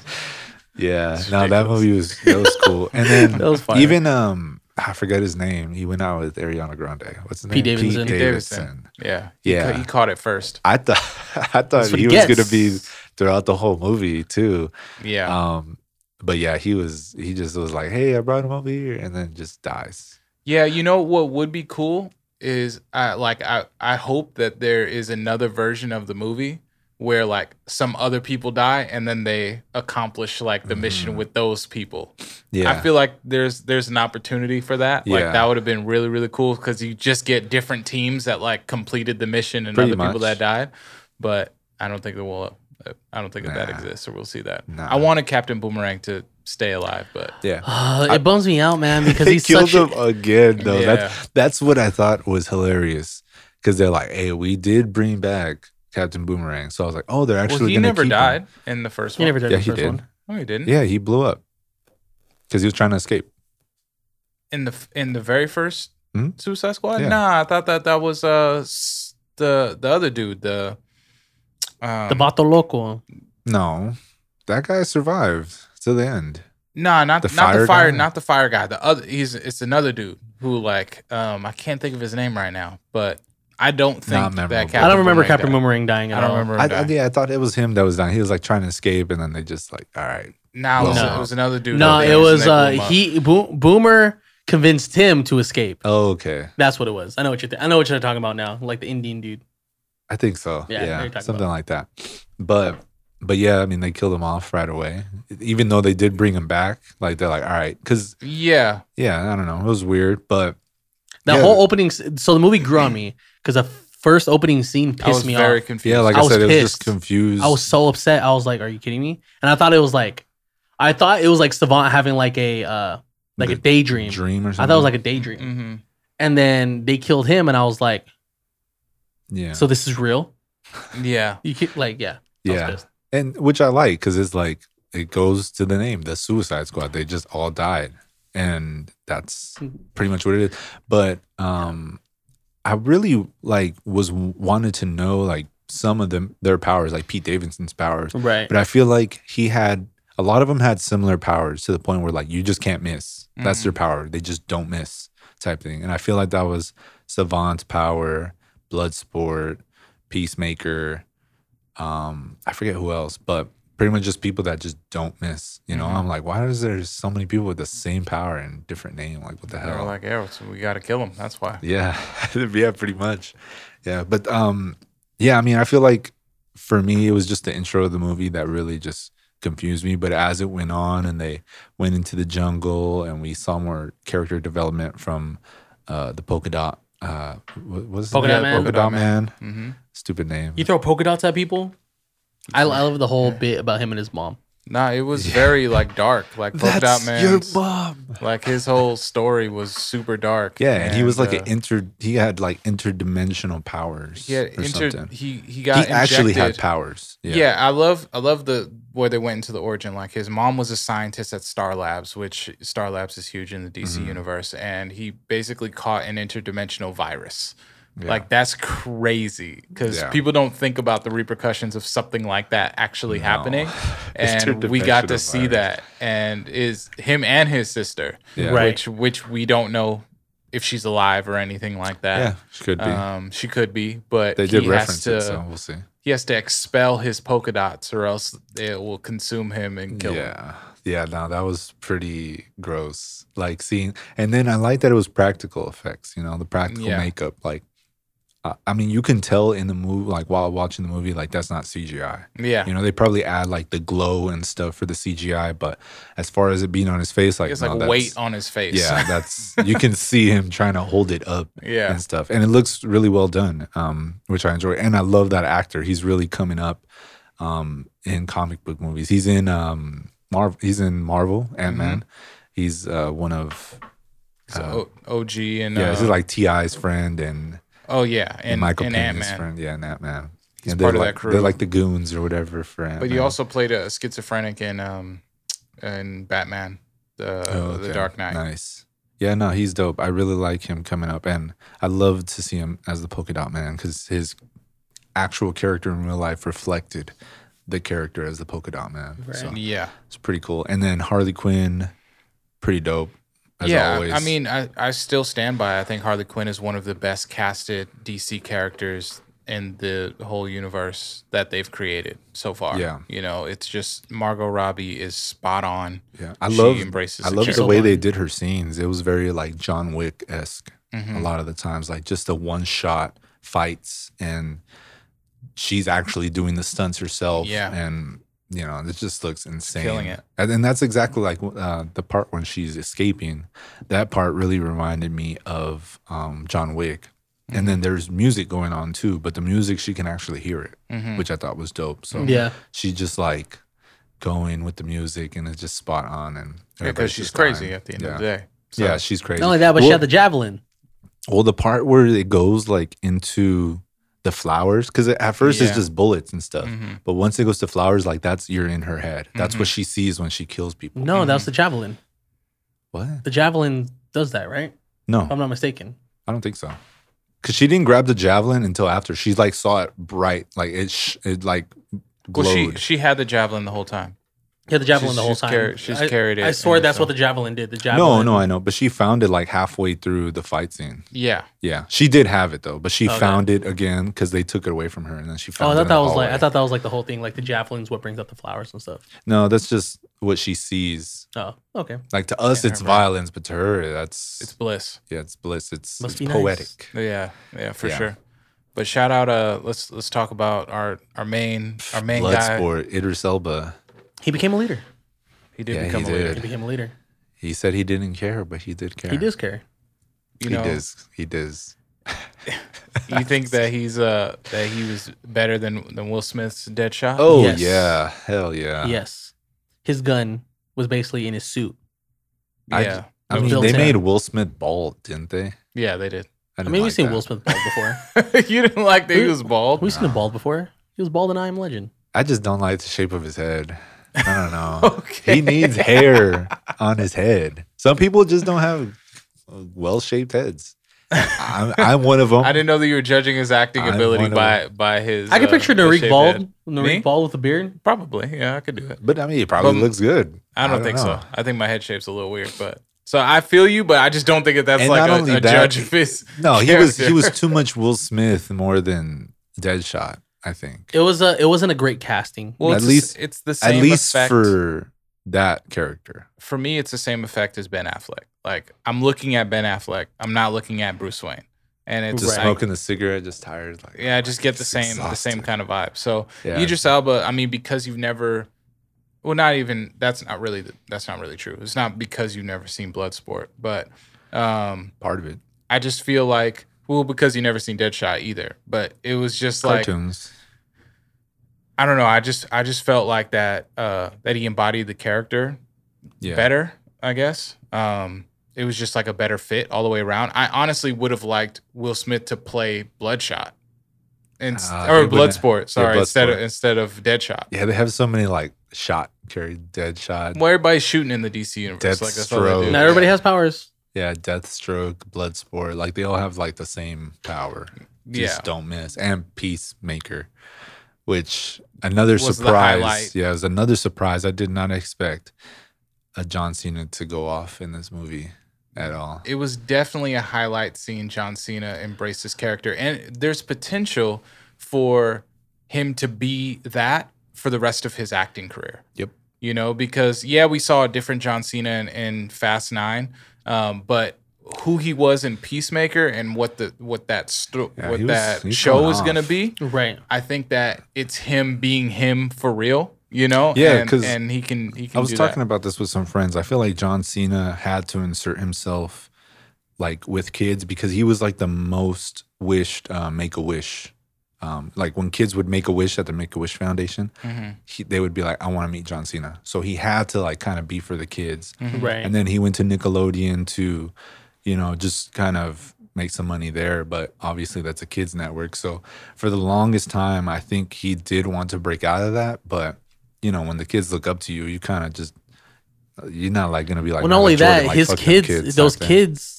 Speaker 1: Yeah,
Speaker 2: It's
Speaker 1: no, that
Speaker 2: ridiculous.
Speaker 1: movie was that was cool. And then
Speaker 3: That was fire.
Speaker 1: even um, I forget his name. He went out with Ariana Grande. What's his name?
Speaker 3: Pete Davidson.
Speaker 1: Pete
Speaker 2: Pete Davidson.
Speaker 1: Davidson.
Speaker 2: Yeah. He,
Speaker 1: Yeah.
Speaker 2: ca- he caught it first.
Speaker 1: I thought I thought
Speaker 3: That's what
Speaker 1: uh, he
Speaker 3: he
Speaker 1: was gonna
Speaker 3: gets.
Speaker 1: be throughout the whole movie too.
Speaker 2: Yeah.
Speaker 1: Um, but yeah, he was. He just was like, "Hey, I brought him over here," and then just dies.
Speaker 2: yeah. You know what would be cool is I like I I hope that there is another version of the movie where like some other people die and then they accomplish like the mission
Speaker 1: Mhm.
Speaker 2: with those people.
Speaker 1: Yeah,
Speaker 2: I feel like there's there's an opportunity for that.
Speaker 1: Yeah.
Speaker 2: Like that would have been really really cool because you just get different teams that like completed the mission and
Speaker 1: Pretty
Speaker 2: other people
Speaker 1: much.
Speaker 2: that died. But I don't think that will. I don't think that that
Speaker 1: Nah.
Speaker 2: exists or we'll see that.
Speaker 1: Nah.
Speaker 2: I wanted Captain Boomerang to stay alive, but
Speaker 1: yeah.
Speaker 3: Uh, it bums me out, man, because
Speaker 1: they
Speaker 3: he's
Speaker 1: killed
Speaker 3: such.
Speaker 1: him again though.
Speaker 2: Yeah.
Speaker 1: That's that's what I thought was hilarious because they're like, "Hey, we did bring back Captain Boomerang," so I was like, "Oh, they're actually
Speaker 2: well, he
Speaker 1: gonna
Speaker 2: never
Speaker 1: keep him.
Speaker 2: died in the first
Speaker 3: he
Speaker 2: one.
Speaker 3: never did
Speaker 1: Yeah,
Speaker 3: the
Speaker 1: he
Speaker 3: first
Speaker 1: did.
Speaker 3: one.
Speaker 2: No, he didn't.
Speaker 1: Yeah, he blew up because he was trying to escape.
Speaker 2: in the f- in the very first
Speaker 1: Hmm?
Speaker 2: Suicide Squad.
Speaker 1: Yeah.
Speaker 2: Nah, I thought that that was uh s- the the other dude the um,
Speaker 3: The Bato Loco.
Speaker 1: No, that guy survived to the end.
Speaker 2: Nah, not
Speaker 1: the
Speaker 2: the not
Speaker 1: fire
Speaker 2: the fire,
Speaker 1: guy?
Speaker 2: not the fire guy. The other he's it's another dude who like um I can't think of his name right now, but I don't
Speaker 1: Not
Speaker 2: think that
Speaker 1: memorable.
Speaker 2: Captain
Speaker 3: I don't remember
Speaker 2: Boomerang
Speaker 3: Captain
Speaker 2: died.
Speaker 3: Boomerang dying at
Speaker 2: I don't
Speaker 3: all.
Speaker 2: remember. Him
Speaker 1: I, I,
Speaker 2: dying.
Speaker 1: yeah, I thought it was him that was down. He was like trying to escape, and then they just like, all right,
Speaker 2: Nah, it was,
Speaker 1: No.
Speaker 2: it was another dude.
Speaker 3: No,
Speaker 2: over
Speaker 3: it
Speaker 2: there,
Speaker 3: was
Speaker 2: so
Speaker 3: uh,
Speaker 2: they blew him up.
Speaker 3: he Bo- Boomer convinced him to escape.
Speaker 1: oh, okay,
Speaker 3: That's what it was. I know what you're. Th- I know what you're talking about now, like the Indian dude.
Speaker 1: I think so.
Speaker 3: Yeah, I know
Speaker 1: Yeah,
Speaker 3: what you're talking
Speaker 1: something like that. But but yeah, I mean, they killed him off right away, even though they did bring him back. Like they're like, all right, because
Speaker 2: Yeah,
Speaker 1: yeah, I don't know, it was weird, but
Speaker 3: That
Speaker 1: Yeah.
Speaker 3: whole opening. s- So the movie grew on me because the first opening scene
Speaker 2: I was
Speaker 3: pissed me
Speaker 2: very
Speaker 3: off.
Speaker 2: confused.
Speaker 1: yeah, like
Speaker 3: I
Speaker 1: I,
Speaker 3: was
Speaker 1: said, it was just
Speaker 3: pissed.
Speaker 1: confused.
Speaker 3: I was so upset. I was like, "Are you kidding me?" And I thought it was like, I thought it was like Savant having like a uh like a
Speaker 1: The
Speaker 3: daydream.
Speaker 1: dream or something.
Speaker 3: I thought it was like a daydream.
Speaker 2: hmm
Speaker 3: And then they killed him, and I was like,
Speaker 1: yeah,
Speaker 3: "So this is real?"
Speaker 2: yeah.
Speaker 3: You can, like, yeah, I was
Speaker 1: yeah.
Speaker 3: pissed.
Speaker 1: and which I like because it's like it goes to the name, the Suicide Squad. They just all died, and that's pretty much what it is. But um, I really like was wanted to know like some of them their powers, like Pete Davidson's powers.
Speaker 3: right.
Speaker 1: But I feel like he had a lot of them had similar powers to the point where like you just can't miss. That's their power. They just don't miss type thing. And I feel like that was Savant's power, Bloodsport, Peacemaker. Um, I forget who else, but pretty much just people that just don't miss. You know,
Speaker 2: Mhm.
Speaker 1: I'm like, why is there so many people with the same power and different name? Like, what the
Speaker 2: They were
Speaker 1: hell?
Speaker 2: like, yeah, so we got to kill him. That's why.
Speaker 1: Yeah, yeah, pretty much. Yeah, but um, yeah, I mean, I feel like for me, it was just the intro of the movie that really just confused me. But as it went on, and they went into the jungle, and we saw more character development from uh, the polka dot. Uh, what was his
Speaker 3: Polka
Speaker 1: name?
Speaker 3: Dot Man?
Speaker 1: Polka dot man.
Speaker 2: hmm
Speaker 1: Stupid name. Mm-hmm.
Speaker 3: You throw polka dots at people. I, I love the whole bit about him and his mom.
Speaker 2: Nah, it was very like dark, like fucked out man.
Speaker 1: mom.
Speaker 2: Like his whole story was super dark.
Speaker 1: Yeah, and he was like
Speaker 2: uh,
Speaker 1: an inter. He had like interdimensional powers.
Speaker 2: he had
Speaker 1: or
Speaker 2: inter-
Speaker 1: something.
Speaker 2: he he
Speaker 1: He
Speaker 2: got
Speaker 1: actually had
Speaker 2: injected.
Speaker 1: powers.
Speaker 2: Yeah. I love I love the where they went into the origin. Like his mom was a scientist at Star Labs, which Star Labs is huge in the DC
Speaker 1: Mhm.
Speaker 2: universe, and he basically caught an interdimensional virus.
Speaker 1: Yeah.
Speaker 2: Like that's crazy because
Speaker 1: Yeah.
Speaker 2: people don't think about the repercussions of something like that actually
Speaker 1: No.
Speaker 2: happening. And we got to
Speaker 1: Interdimensional
Speaker 2: see
Speaker 1: virus.
Speaker 2: that, and is him and his sister,
Speaker 1: Yeah.
Speaker 3: Right.
Speaker 2: which which we don't know if she's alive or anything like
Speaker 1: Yeah,
Speaker 2: that.
Speaker 1: could be.
Speaker 2: Um, she could be, but
Speaker 1: they did
Speaker 2: he has
Speaker 1: reference
Speaker 2: to-
Speaker 1: it, so we'll see.
Speaker 2: he has to expel his polka dots or else it will consume him and kill him.
Speaker 1: Yeah. Yeah, no, that was pretty gross. Like seeing, and then I like that it was practical effects, you know, the practical
Speaker 2: Yeah.
Speaker 1: makeup. Like, I, I mean, you can tell in the movie, like while watching the movie, like that's not CGI.
Speaker 2: Yeah.
Speaker 1: You know, they probably add like the glow and stuff for the CGI, but as far as it being on his face, like,
Speaker 2: It's
Speaker 1: no,
Speaker 2: like
Speaker 1: that's-
Speaker 2: weight on his face.
Speaker 1: Yeah, that's, you can see him trying to hold it up
Speaker 2: yeah.
Speaker 1: and stuff. And it looks really well done, um, which I enjoy. And I love that actor. He's really coming up um, in comic book movies. He's in um, Marvel. He's in Marvel Ant Man.
Speaker 2: Mm-hmm.
Speaker 1: He's uh, one of
Speaker 2: So O- OG and
Speaker 1: uh, yeah.
Speaker 2: uh,
Speaker 1: This is like Ti's friend and,
Speaker 2: oh yeah, and,
Speaker 1: Michael
Speaker 2: and
Speaker 1: Payne,
Speaker 2: Ant
Speaker 1: his
Speaker 2: Man.
Speaker 1: friend. Yeah, and Ant Man.
Speaker 2: He's
Speaker 1: and
Speaker 2: part
Speaker 1: they're
Speaker 2: of
Speaker 1: like,
Speaker 2: that crew.
Speaker 1: They're like the goons or whatever for Ant.
Speaker 2: But he also played a schizophrenic in um in Batman, the the Dark Knight.
Speaker 1: Oh, Nice. Yeah, no, he's dope. I really like him coming up, and I love to see him as the polka dot man because his actual character in real life reflected the character as the polka dot man. So
Speaker 2: Yeah.
Speaker 1: it's pretty cool. And then Harley Quinn, pretty dope. As
Speaker 2: yeah,
Speaker 1: always.
Speaker 2: I mean, I, I still stand by. it. I think Harley Quinn is one of the best casted DC characters in the whole universe that they've created so far.
Speaker 1: Yeah.
Speaker 2: you know, it's just Margot Robbie is spot on.
Speaker 1: yeah, I
Speaker 2: she
Speaker 1: love.
Speaker 2: embraces
Speaker 1: I
Speaker 2: the
Speaker 1: love the
Speaker 2: character.
Speaker 1: way they did her scenes. It was very like John Wick esque. a
Speaker 2: Mhm.
Speaker 1: lot of the times like just the one shot fights and she's actually doing the stunts herself
Speaker 2: Yeah.
Speaker 1: and you know it just looks insane
Speaker 2: Killing it.
Speaker 1: and, and that's exactly like uh, the part when she's escaping that part really reminded me of um, john wick
Speaker 2: Hmm.
Speaker 1: and then there's music going on too but the music she can actually hear it
Speaker 2: Mhm.
Speaker 1: which i thought was dope so
Speaker 3: Yeah.
Speaker 1: she just like going with the music and it's just spot on and
Speaker 2: Yeah, because
Speaker 1: everybody's
Speaker 2: she's
Speaker 1: just dying.
Speaker 2: crazy at the end
Speaker 1: yeah.
Speaker 2: of the day. So,
Speaker 1: yeah she's crazy
Speaker 3: Not only that, but she
Speaker 1: Well-
Speaker 3: had the javelin.
Speaker 1: well, the part where it goes like into the flowers, because at first
Speaker 2: Yeah.
Speaker 1: it's just bullets and
Speaker 3: Mm.
Speaker 1: stuff,
Speaker 2: Mhm.
Speaker 1: but once it goes to flowers, like that's you're in her head. That's what she sees when she kills people.
Speaker 3: No, that was the javelin.
Speaker 1: What?
Speaker 3: The javelin does that, right? If
Speaker 1: No,
Speaker 3: I'm not mistaken.
Speaker 1: I don't think so. Cause she didn't grab the javelin until after she like saw it bright, like it, sh- it like
Speaker 2: well,
Speaker 1: glowed.
Speaker 2: she she had the javelin the whole time.
Speaker 3: Yeah, the javelin
Speaker 2: She's-
Speaker 3: the whole
Speaker 2: she's
Speaker 3: time.
Speaker 2: carri- she's
Speaker 3: I,
Speaker 2: carried it
Speaker 3: I
Speaker 2: in
Speaker 3: swear
Speaker 2: the
Speaker 3: that's what
Speaker 2: film.
Speaker 3: the javelin did. The
Speaker 1: no,
Speaker 3: javelin.
Speaker 1: no, I know, but she found it like halfway through the fight scene.
Speaker 2: Yeah,
Speaker 1: Yeah, she did have it though, but she
Speaker 3: Okay.
Speaker 1: found it again because they took it away from her, and then she
Speaker 3: Oh,
Speaker 1: found.
Speaker 3: I
Speaker 1: it
Speaker 3: thought
Speaker 1: in
Speaker 3: that
Speaker 1: the
Speaker 3: was like I
Speaker 1: hallway.
Speaker 3: thought that was like the whole thing. Like the javelin's what brings out the flowers and stuff.
Speaker 1: No, that's just what she sees.
Speaker 3: Oh, okay.
Speaker 1: Like to us,
Speaker 2: Yeah,
Speaker 1: it's
Speaker 2: right.
Speaker 1: violence, but to her, that's
Speaker 2: it's bliss.
Speaker 1: Yeah, it's bliss. It's,
Speaker 3: Must
Speaker 1: it's
Speaker 3: be nice.
Speaker 1: poetic.
Speaker 2: Yeah, yeah, for
Speaker 1: Yeah.
Speaker 2: sure. But shout out. Uh, let's let's talk about our our main our main guy.
Speaker 1: Bloodsport, Idris Elba.
Speaker 3: He became a leader.
Speaker 2: He did
Speaker 1: Yeah, he
Speaker 2: become a
Speaker 1: did.
Speaker 2: leader.
Speaker 3: He became a leader.
Speaker 1: He said he didn't care, but he did care.
Speaker 3: He does care.
Speaker 2: You
Speaker 1: he
Speaker 2: know,
Speaker 1: does. He does.
Speaker 2: you think that he's uh that he was better than than Will Smith's Deadshot?
Speaker 1: Oh
Speaker 3: Uh, Yes.
Speaker 1: yeah, hell yeah.
Speaker 3: yes, his gun was basically in his suit.
Speaker 1: I-
Speaker 2: yeah,
Speaker 1: I mean,
Speaker 3: Built
Speaker 1: they
Speaker 3: in.
Speaker 1: made Will Smith bald, didn't they?
Speaker 2: yeah, they did.
Speaker 3: I
Speaker 1: didn't
Speaker 3: mean, we've
Speaker 1: like
Speaker 3: seen
Speaker 1: that.
Speaker 3: Will Smith bald before.
Speaker 2: you didn't like that he was bald.
Speaker 3: we've seen him bald before. He was bald in I Am Legend.
Speaker 1: I just don't like the shape of his head. I don't know.
Speaker 2: Okay.
Speaker 1: He needs hair on his head. Some people just don't have well shaped heads. I'm, I'm one of them.
Speaker 2: I didn't know that you were judging his acting
Speaker 1: I'm
Speaker 2: ability
Speaker 1: one of
Speaker 2: by by his.
Speaker 3: I can
Speaker 2: uh,
Speaker 3: picture
Speaker 2: the
Speaker 3: Narek
Speaker 2: shaved
Speaker 3: bald.
Speaker 2: head. Me?
Speaker 3: Narek bald with a beard.
Speaker 2: Probably, yeah, I could do it.
Speaker 1: but I mean, he probably
Speaker 2: But-
Speaker 1: looks good.
Speaker 2: I don't, think
Speaker 1: know.
Speaker 2: so. I think my head shape's a little weird, but so I feel you, but I just don't think that that's
Speaker 1: And
Speaker 2: like
Speaker 1: not
Speaker 2: a,
Speaker 1: only
Speaker 2: a
Speaker 1: that,
Speaker 2: judge of his.
Speaker 1: No, he was he
Speaker 2: character.
Speaker 1: was too much Will Smith more than Deadshot. I think.
Speaker 3: It was a. It wasn't a great casting.
Speaker 2: Well,
Speaker 1: At
Speaker 2: it's,
Speaker 1: least-
Speaker 2: it's the
Speaker 1: at
Speaker 2: same
Speaker 1: least
Speaker 2: effect.
Speaker 1: for that character.
Speaker 2: for me, it's the same effect as Ben Affleck. Like I'm looking at Ben Affleck, I'm not looking at Bruce Wayne, and it's
Speaker 1: Just
Speaker 2: like,
Speaker 1: smoking the cigarette, just tired. Like,
Speaker 2: Yeah, I just get the same the same
Speaker 1: exhausted.
Speaker 2: kind of vibe. So
Speaker 1: Yeah.
Speaker 2: Idris Elba, I mean, because you've never, well, not even that's not really the, that's not really true. It's not because you've never seen Bloodsport, but um,
Speaker 1: part of it.
Speaker 2: I just feel like well, because you never seen Deadshot either. But it was just like
Speaker 1: Cartoons.
Speaker 2: I don't know. I just I just felt like that uh, that he embodied the character
Speaker 1: Yeah.
Speaker 2: better. I guess um, it was just like a better fit all the way around. I honestly would have liked Will Smith to play Bloodshot, and
Speaker 1: Ah,
Speaker 2: or
Speaker 1: it wouldn't-
Speaker 2: Bloodsport. Sorry, instead of
Speaker 1: Bloodsport.
Speaker 2: instead of Deadshot.
Speaker 1: Yeah, they have so many like shot carry dead shot.
Speaker 2: Well, everybody's shooting in the DC universe. like that's all they
Speaker 1: Deathstroke.
Speaker 2: do.
Speaker 3: Not everybody has powers.
Speaker 1: Yeah, Deathstroke, Bloodsport, like they all have like the same power.
Speaker 2: Yeah.
Speaker 1: Just don't miss. And Peacemaker, which another
Speaker 2: Was the
Speaker 1: surprise.
Speaker 2: highlight.
Speaker 1: Yeah, it was another surprise. I did not expect a John Cena to go off in this movie at all.
Speaker 2: it was definitely a highlight seeing John Cena embrace his character, and there's potential for him to be that for the rest of his acting career.
Speaker 1: Yep.
Speaker 2: You know, because yeah, we saw a different John Cena in, in Fast Nine, um, but who he was in Peacemaker and what the what that sto-
Speaker 1: Yeah,
Speaker 2: what
Speaker 1: he was-
Speaker 2: that
Speaker 1: he's
Speaker 2: show
Speaker 1: going
Speaker 2: is gonna
Speaker 1: off.
Speaker 2: be,
Speaker 3: Right.
Speaker 2: I think that it's him being him for real. You know,
Speaker 1: Yeah,
Speaker 2: and,
Speaker 1: 'cause
Speaker 2: and he can he can.
Speaker 1: I was
Speaker 2: do
Speaker 1: talking
Speaker 2: that.
Speaker 1: about this with some friends. I feel like John Cena had to insert himself like with kids because he was like the most wished uh, make a wish. Um, like when kids would make a wish at the Make a Wish Foundation,
Speaker 2: Mhm.
Speaker 1: he, they would be like, "I want to meet John Cena." So he had to like kind of be for the kids.
Speaker 2: Mm-hmm.
Speaker 3: Right.
Speaker 1: And then he went to Nickelodeon to, you know, just kind of make some money there. But obviously, that's a kids' network. So for the longest time, I think he did want to break out of that. But, you know, when the kids look up to you, you kind of just, you're not like going to be like,
Speaker 3: well,
Speaker 1: "Michael
Speaker 3: not only
Speaker 1: Jordan,
Speaker 3: that,
Speaker 1: like,
Speaker 3: his
Speaker 1: fuck them
Speaker 3: kids, those
Speaker 1: type thing.
Speaker 3: kids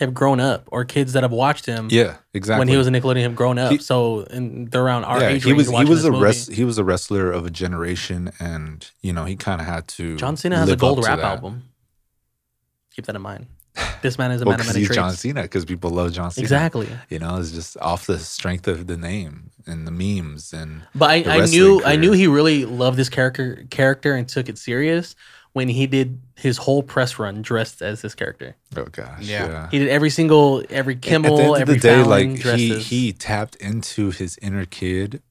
Speaker 3: have grown up, or kids that have watched him
Speaker 1: Yeah, exactly.
Speaker 3: when he was in Nickelodeon have grown up.
Speaker 1: He-
Speaker 3: so and they're around our
Speaker 1: yeah,
Speaker 3: age.
Speaker 1: he
Speaker 3: range
Speaker 1: was he
Speaker 3: watching
Speaker 1: was
Speaker 3: this
Speaker 1: a
Speaker 3: movie.
Speaker 1: wrest, he was a wrestler of a generation, and you know he kind of had to.
Speaker 3: John Cena has a
Speaker 1: live
Speaker 3: gold
Speaker 1: up to
Speaker 3: rap
Speaker 1: that.
Speaker 3: album. Keep that in mind. This man is a
Speaker 1: Well,
Speaker 3: man of
Speaker 1: 'cause
Speaker 3: many
Speaker 1: he's
Speaker 3: traits.
Speaker 1: John Cena, because people love John Cena.
Speaker 3: Exactly.
Speaker 1: you know it's just off the strength of the name and the memes and
Speaker 3: But
Speaker 1: The
Speaker 3: I, I
Speaker 1: wrestling
Speaker 3: knew I knew
Speaker 1: career.
Speaker 3: he really loved this character character and took it serious when he did his whole press run dressed as this character.
Speaker 1: oh gosh
Speaker 2: Yeah.
Speaker 3: He did every single every
Speaker 1: At
Speaker 3: Kimmel,
Speaker 1: the end of
Speaker 3: every
Speaker 1: the day
Speaker 3: Fallon
Speaker 1: like he,
Speaker 3: dresses.
Speaker 1: he tapped into his inner kid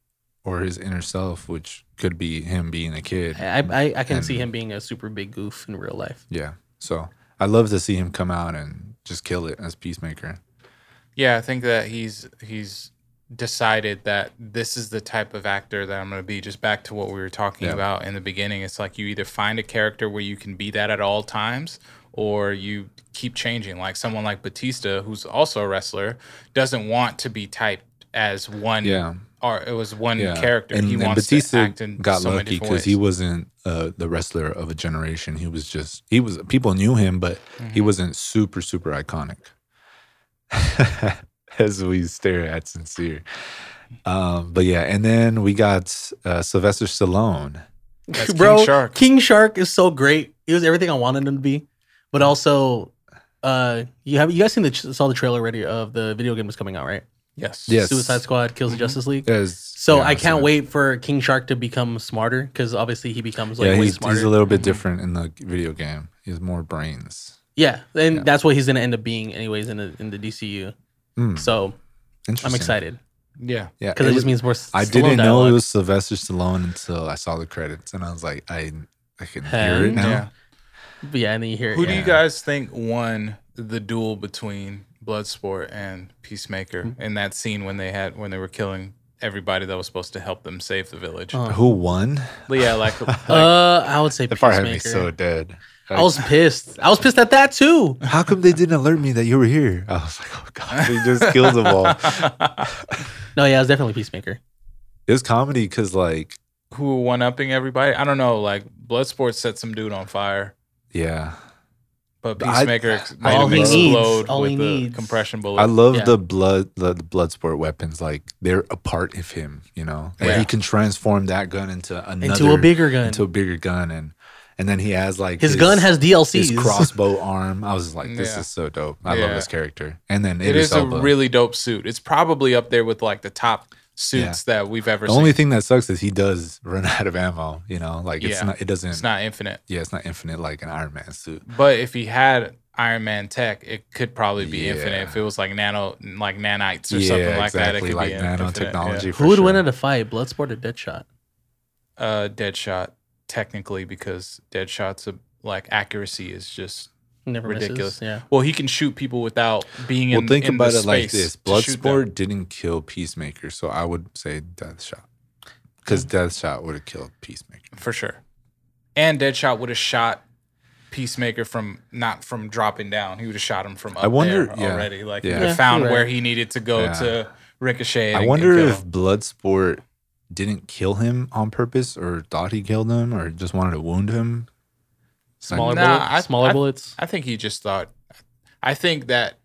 Speaker 1: or his inner self which could be him being a kid
Speaker 3: I, I I can see
Speaker 1: and-
Speaker 3: him being a super big goof in real life.
Speaker 1: yeah so i love to see him come out and just kill it as peacemaker
Speaker 2: Yeah, I think that he's he's decided that this is the type of actor that I'm going to be. Just back to what we were talking
Speaker 1: Yeah.
Speaker 2: about in the beginning, it's like you either find a character where you can be that at all times, or you keep changing. Like someone like Batista, who's also a wrestler, doesn't want to be typed as one.
Speaker 1: yeah
Speaker 2: Or it was one
Speaker 1: yeah
Speaker 2: character.
Speaker 1: and,
Speaker 2: he
Speaker 1: and
Speaker 2: wants
Speaker 1: batista
Speaker 2: to act in
Speaker 1: got
Speaker 2: so many
Speaker 1: lucky
Speaker 2: different ways.
Speaker 1: because he wasn't uh, the wrestler of a generation he was just he was people knew him but he
Speaker 2: Mm-hmm.
Speaker 1: wasn't super super iconic as we stare at sincere um but yeah and then we got uh, sylvester stallone
Speaker 2: That's King
Speaker 3: Bro,
Speaker 2: Shark.
Speaker 3: King Shark is so great. He was everything I wanted him to be, but
Speaker 1: Mm.
Speaker 3: also, uh, you have you guys seen the saw the trailer already of the video game that's coming out, right?
Speaker 2: yes.
Speaker 1: Yes.
Speaker 3: Suicide Squad kills
Speaker 2: Mhm.
Speaker 3: the Justice League.
Speaker 1: as
Speaker 3: So
Speaker 1: yeah,
Speaker 3: I can't
Speaker 1: so-
Speaker 3: wait for King Shark to become smarter because obviously he becomes like
Speaker 1: yeah
Speaker 3: way
Speaker 1: he's,
Speaker 3: smarter.
Speaker 1: he's a little bit
Speaker 2: Mhm.
Speaker 1: different in the video game he has more brains
Speaker 3: yeah, and
Speaker 1: Yeah.
Speaker 3: that's what he's gonna end up being anyways in the in the DCU.
Speaker 1: Hmm,
Speaker 3: So I'm
Speaker 1: interesting.
Speaker 3: excited
Speaker 2: Yeah.
Speaker 1: yeah
Speaker 3: because
Speaker 1: it
Speaker 3: it,
Speaker 1: was-
Speaker 3: just means more.
Speaker 1: I
Speaker 3: Stallone
Speaker 1: didn't know
Speaker 3: dialogue.
Speaker 1: it was Sylvester Stallone until I saw the credits, and I was like, I I can hear it
Speaker 3: And-
Speaker 1: now.
Speaker 2: Yeah.
Speaker 3: But yeah, and then you hear it.
Speaker 2: Who do
Speaker 3: yeah.
Speaker 2: you guys think won the duel between Bloodsport and
Speaker 1: Hmm.
Speaker 2: Peacemaker in that scene when they had when they were killing everybody that was supposed to help them save the village?
Speaker 3: Oh.
Speaker 1: Who won?
Speaker 2: But yeah, like, like
Speaker 3: uh, I would say
Speaker 1: That part had me
Speaker 3: Peacemaker.
Speaker 1: so dead.
Speaker 3: I was pissed. I was pissed at that too.
Speaker 1: How come they didn't alert me that you were here? I was like, oh god, they just killed them all.
Speaker 3: No, yeah, it was definitely Peacemaker.
Speaker 1: It was comedy because like,
Speaker 2: who were one upping everybody? I don't know. Like Bloodsport set some dude on fire,
Speaker 1: yeah,
Speaker 2: but
Speaker 1: I-
Speaker 2: Peacemaker ex-
Speaker 1: I
Speaker 2: made
Speaker 1: love-
Speaker 2: him explode
Speaker 3: All
Speaker 2: with
Speaker 3: he
Speaker 2: the
Speaker 3: needs.
Speaker 2: compression bullet.
Speaker 1: I love
Speaker 3: Yeah.
Speaker 1: the blood, the, the blood sport weapons. Like they're a part of him, you know. Like,
Speaker 2: Yeah.
Speaker 1: He can transform that gun into another,
Speaker 3: into a bigger gun.
Speaker 1: into a bigger gun, and and then he has like
Speaker 3: his, gun has
Speaker 1: his
Speaker 3: DLCs.
Speaker 1: crossbow arm. I was just like, this
Speaker 2: Yeah.
Speaker 1: is so dope. I
Speaker 2: Yeah.
Speaker 1: love this character. And then
Speaker 2: it
Speaker 1: Idris
Speaker 2: is a
Speaker 1: Elba.
Speaker 2: really dope suit. It's probably up there with like the top suits that we've ever
Speaker 1: The
Speaker 2: seen.
Speaker 1: only thing that sucks is he does run out of ammo. You know, like it's
Speaker 2: Yeah.
Speaker 1: not. It doesn't.
Speaker 2: it's not infinite.
Speaker 1: yeah, it's not infinite like an Iron Man suit.
Speaker 2: But if he had Iron Man tech, it could probably be infinite
Speaker 1: Yeah.
Speaker 2: if it was like nano, like nanites or something like that. It could
Speaker 1: like
Speaker 2: be
Speaker 1: nanotechnology.
Speaker 2: Infinite,
Speaker 1: for
Speaker 3: Who would
Speaker 1: sure.
Speaker 3: win in a fight, Bloodsport or Deadshot?
Speaker 2: yeah. Uh, Deadshot, technically, because Deadshot's a, like accuracy is just
Speaker 3: Never
Speaker 2: Ridiculous.
Speaker 3: Ridiculous. misses. Yeah.
Speaker 2: well, he can shoot people without being
Speaker 1: Well,
Speaker 2: in.
Speaker 1: think
Speaker 2: in
Speaker 1: about
Speaker 2: the
Speaker 1: it like
Speaker 2: space
Speaker 1: this:
Speaker 2: to shoot them.
Speaker 1: Bloodsport didn't kill Peacemaker, so I would say Deathshot.
Speaker 2: Hmm.
Speaker 1: because Deathshot would have killed Peacemaker.
Speaker 2: for sure. And Deadshot would have shot Peacemaker from not from dropping down. He would have shot him from up
Speaker 1: I wonder-
Speaker 2: there
Speaker 1: yeah.
Speaker 2: already. Like
Speaker 1: Yeah.
Speaker 2: he would
Speaker 3: Yeah,
Speaker 2: have found
Speaker 3: you're
Speaker 2: where
Speaker 3: right.
Speaker 2: he needed to go
Speaker 1: Yeah.
Speaker 2: to ricochet. and-
Speaker 1: I
Speaker 2: and
Speaker 1: wonder
Speaker 2: kill
Speaker 1: if
Speaker 2: him.
Speaker 1: Bloodsport didn't kill him on purpose or thought he killed him or just wanted to wound him.
Speaker 3: Smaller
Speaker 2: Nah,
Speaker 3: bullets.
Speaker 2: I-
Speaker 3: smaller
Speaker 2: I-
Speaker 3: bullets.
Speaker 2: I think he just thought. I think that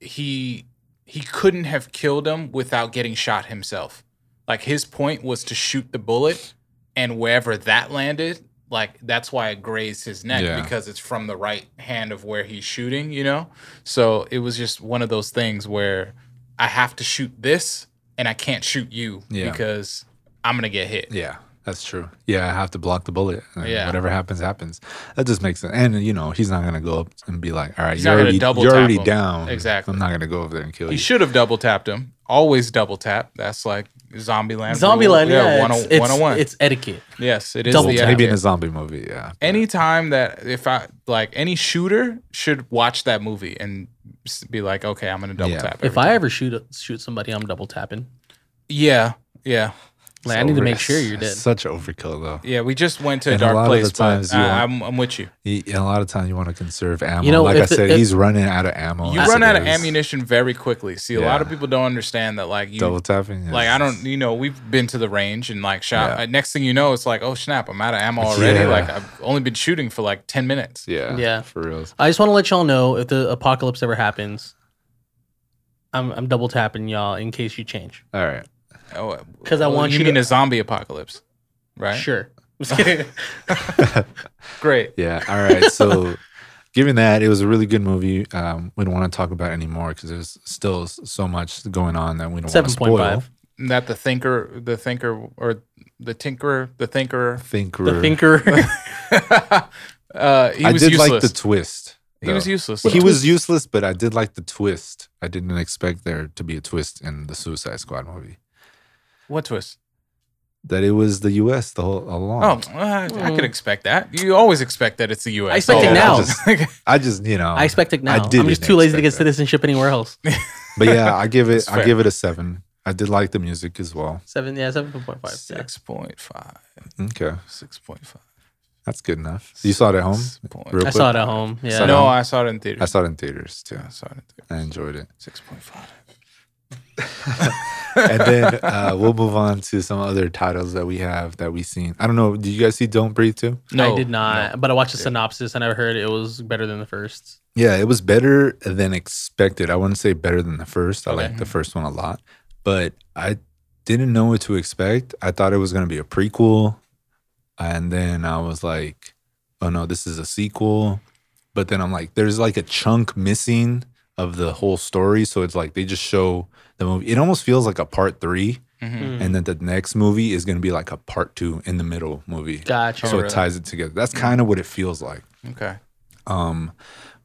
Speaker 2: he he couldn't have killed him without getting shot himself. Like his point was to shoot the bullet, and wherever that landed, like that's why it grazed his neck
Speaker 1: Yeah.
Speaker 2: because it's from the right hand of where he's shooting. You know, so it was just one of those things where I have to shoot this, and I can't shoot you
Speaker 1: Yeah.
Speaker 2: because I'm gonna get hit.
Speaker 1: Yeah, that's true. Yeah, I have to block the bullet. and
Speaker 2: Yeah.
Speaker 1: whatever happens, happens. That just makes sense. And you know, he's not gonna go up and be like, "All right,
Speaker 2: He's
Speaker 1: you're
Speaker 2: not gonna
Speaker 1: already
Speaker 2: double
Speaker 1: you're
Speaker 2: tap
Speaker 1: already
Speaker 2: him.
Speaker 1: down.
Speaker 2: Exactly.
Speaker 1: I'm not gonna go over there and kill
Speaker 2: He
Speaker 1: you."
Speaker 2: should have double tapped him. Always double tap. That's like zombie land.
Speaker 3: Zombie line, yeah,
Speaker 2: one
Speaker 3: it's, it's,
Speaker 2: on one.
Speaker 3: it's etiquette.
Speaker 2: Yes, it is
Speaker 3: Double
Speaker 2: the
Speaker 3: tap.
Speaker 1: Maybe
Speaker 2: etiquette.
Speaker 1: in a zombie movie. Yeah.
Speaker 2: Any time that if I like any shooter should watch that movie and s- be like, okay, I'm gonna double
Speaker 1: Yeah.
Speaker 2: tap. every
Speaker 3: If I
Speaker 2: time.
Speaker 3: ever shoot shoot somebody, I'm double tapping.
Speaker 2: yeah, yeah,
Speaker 1: It's
Speaker 3: Like I need to
Speaker 1: over-
Speaker 3: make sure you're
Speaker 1: it's
Speaker 3: dead.
Speaker 1: Such overkill, though.
Speaker 2: yeah. We just went to a
Speaker 1: And a
Speaker 2: dark
Speaker 1: lot of
Speaker 2: place,
Speaker 1: the times
Speaker 2: but
Speaker 1: you
Speaker 2: I,
Speaker 1: want-
Speaker 2: I'm I'm with you.
Speaker 1: You- A lot of times you want to conserve ammo.
Speaker 3: know,
Speaker 1: like
Speaker 3: if
Speaker 1: I
Speaker 3: the-
Speaker 1: said,
Speaker 3: if-
Speaker 1: he's running out of ammo.
Speaker 2: You
Speaker 1: as
Speaker 2: run
Speaker 1: it
Speaker 2: out of
Speaker 1: is.
Speaker 2: ammunition very quickly. See, a lot of
Speaker 1: Yeah.
Speaker 2: people don't understand that. Like you,
Speaker 1: Double tapping. is-
Speaker 2: like I don't, you know, we've been to the range and like shot.
Speaker 1: Yeah.
Speaker 2: uh, next thing you know, it's like, oh snap, I'm out of ammo already.
Speaker 1: Yeah.
Speaker 2: Like I've only been shooting for like ten minutes.
Speaker 1: Yeah.
Speaker 3: Yeah.
Speaker 1: For real.
Speaker 3: I just want to let y'all know if the apocalypse ever happens, I'm I'm double tapping y'all in case you change.
Speaker 1: All right.
Speaker 2: Oh,
Speaker 3: 'Cause I want
Speaker 2: you
Speaker 3: you
Speaker 2: mean
Speaker 3: to-
Speaker 2: a zombie apocalypse, right?
Speaker 3: Sure. Just kidding.
Speaker 2: Great.
Speaker 1: Yeah. All right. So, given that it was a really good movie, um, we don't want to talk about it anymore because there's still s- so much going on that we don't want to
Speaker 3: Seven point
Speaker 1: spoil.
Speaker 3: five.
Speaker 2: Not the thinker, the thinker, or the tinkerer, the thinker.
Speaker 1: Think
Speaker 3: The thinker.
Speaker 2: uh, he
Speaker 1: I
Speaker 2: was
Speaker 1: did
Speaker 2: useless.
Speaker 1: like the twist.
Speaker 2: he was
Speaker 1: though.
Speaker 2: useless.
Speaker 1: He
Speaker 2: though.
Speaker 1: was useless, but I did like the twist. I didn't expect there to be a twist in the Suicide Squad movie.
Speaker 2: what twist?
Speaker 1: That it was the U.S. the whole
Speaker 2: Oh,
Speaker 1: along.
Speaker 2: uh, I could expect that. You always expect that it's the Oh, U.S.
Speaker 3: Mm. I expect
Speaker 1: it now.
Speaker 2: now.
Speaker 1: I just you know.
Speaker 3: I expect it
Speaker 1: I
Speaker 3: now. I'm
Speaker 1: didn't
Speaker 3: just too lazy to get
Speaker 1: expect that.
Speaker 3: citizenship anywhere else.
Speaker 1: but yeah, I give
Speaker 2: It's
Speaker 1: it. I
Speaker 2: fair.
Speaker 1: give it a seven. I did like the music as well.
Speaker 3: Seven. Yeah, seven point five. Yeah.
Speaker 2: Six point five.
Speaker 1: Okay,
Speaker 2: Six point five.
Speaker 1: that's good enough. You saw it at home.
Speaker 2: Six point-
Speaker 1: Um, Real
Speaker 3: I saw it at home. Yeah.
Speaker 1: So
Speaker 2: no,
Speaker 1: home?
Speaker 2: I saw it in theater.
Speaker 1: I saw it in theaters too.
Speaker 2: I saw it in theater.
Speaker 1: I enjoyed it.
Speaker 2: Six point five.
Speaker 1: and then uh, we'll move on to some other titles that we have that we've seen. I don't know. Did you guys see Don't Breathe too?
Speaker 2: No,
Speaker 3: I did not, but I watched the
Speaker 2: Yeah.
Speaker 3: synopsis and I heard it was better than the first.
Speaker 1: Yeah, it was better than expected. I wouldn't say better than the first. I
Speaker 2: Okay.
Speaker 1: liked the first one a lot, but I didn't know what to expect. I thought it was going to be a prequel, and then I was like, "Oh no, this is a sequel." But then I'm like, "There's like a chunk missing of the whole story." So it's like they just show the movie. It almost feels like a part three,
Speaker 2: Mhm.
Speaker 1: and then the next movie is going to be like a part two in the middle movie.
Speaker 3: Gotcha.
Speaker 1: so
Speaker 2: Oh, really? Hmm.
Speaker 1: it ties it together. That's kind of what it feels like.
Speaker 3: Mm.
Speaker 2: Okay.
Speaker 1: Um,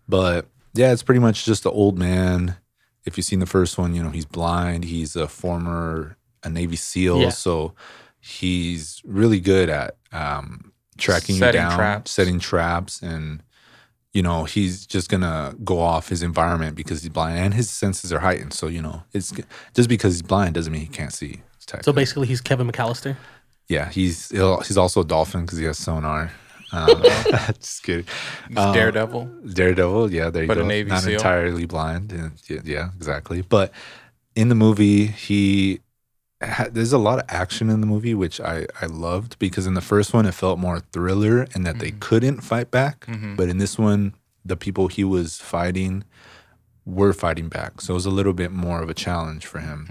Speaker 1: but yeah, it's pretty much just the old man. If you've seen the first one, you know he's blind. He's a former a Navy SEAL,
Speaker 3: Yeah.
Speaker 1: so he's really good at um, tracking
Speaker 2: Setting
Speaker 1: you down,
Speaker 2: traps.
Speaker 1: setting traps, and you know he's just gonna go off his environment because he's blind and his senses are heightened. So you know it's g- just because he's blind doesn't mean he can't see.
Speaker 3: So basically, he's Kevin McAllister.
Speaker 1: yeah, he's he'll- he's also a dolphin because he has sonar. Um, just kidding.
Speaker 2: It's
Speaker 1: Um,
Speaker 2: Daredevil.
Speaker 1: Daredevil, yeah, there you
Speaker 2: But a
Speaker 1: go.
Speaker 2: Navy
Speaker 1: Not
Speaker 2: SEAL.
Speaker 1: entirely blind, and yeah, yeah, exactly. But in the movie, he ha- there's a lot of action in the movie, which I I loved because in the first one it felt more thriller and that they
Speaker 2: Mm-hmm.
Speaker 1: couldn't fight back,
Speaker 2: Mhm.
Speaker 1: but in this one, the people he was fighting were fighting back, so it was a little bit more of a challenge for him.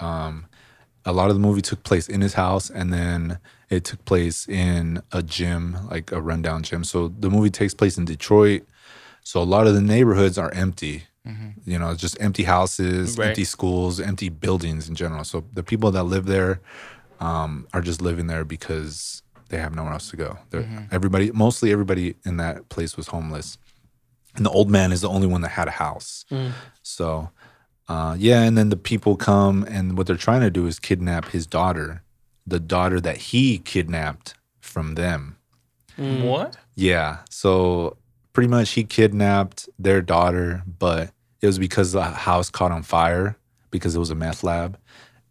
Speaker 2: Mhm.
Speaker 1: Um, a lot of the movie took place in his house, and then it took place in a gym, like a rundown gym. So the movie takes place in Detroit. So a lot of the neighborhoods are empty.
Speaker 2: Mhm.
Speaker 1: You know, just empty houses,
Speaker 2: Right.
Speaker 1: empty schools, empty buildings in general. So the people that live there um, are just living there because they have nowhere else to go. They're Everybody, mostly everybody in that place was homeless, and the old man is the only one that had a house. So, uh, yeah, and then the people come, and what they're trying to do is kidnap his daughter, the daughter that he kidnapped from them.
Speaker 3: Mm.
Speaker 2: What?
Speaker 1: Yeah. So pretty much he kidnapped their daughter, but it was because the house caught on fire because it was a meth lab,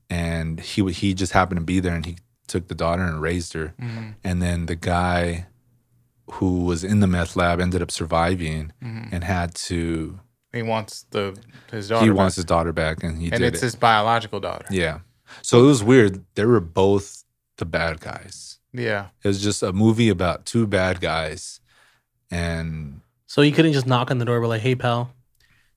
Speaker 1: and he wa- he just happened to be there, and he took the daughter and raised her.
Speaker 2: Mm-hmm.
Speaker 1: And then the guy who was in the meth lab ended up surviving
Speaker 2: Mm-hmm.
Speaker 1: and had to.
Speaker 2: He wants the his daughter.
Speaker 1: he
Speaker 2: back.
Speaker 1: wants his daughter back, and he
Speaker 2: and
Speaker 1: did
Speaker 2: it's
Speaker 1: it.
Speaker 2: his biological daughter.
Speaker 1: yeah. So it was weird. They were both the bad guys.
Speaker 2: Yeah.
Speaker 1: It was just a movie about two bad guys, and
Speaker 3: So you couldn't just knock on the door, and be like, "Hey, pal,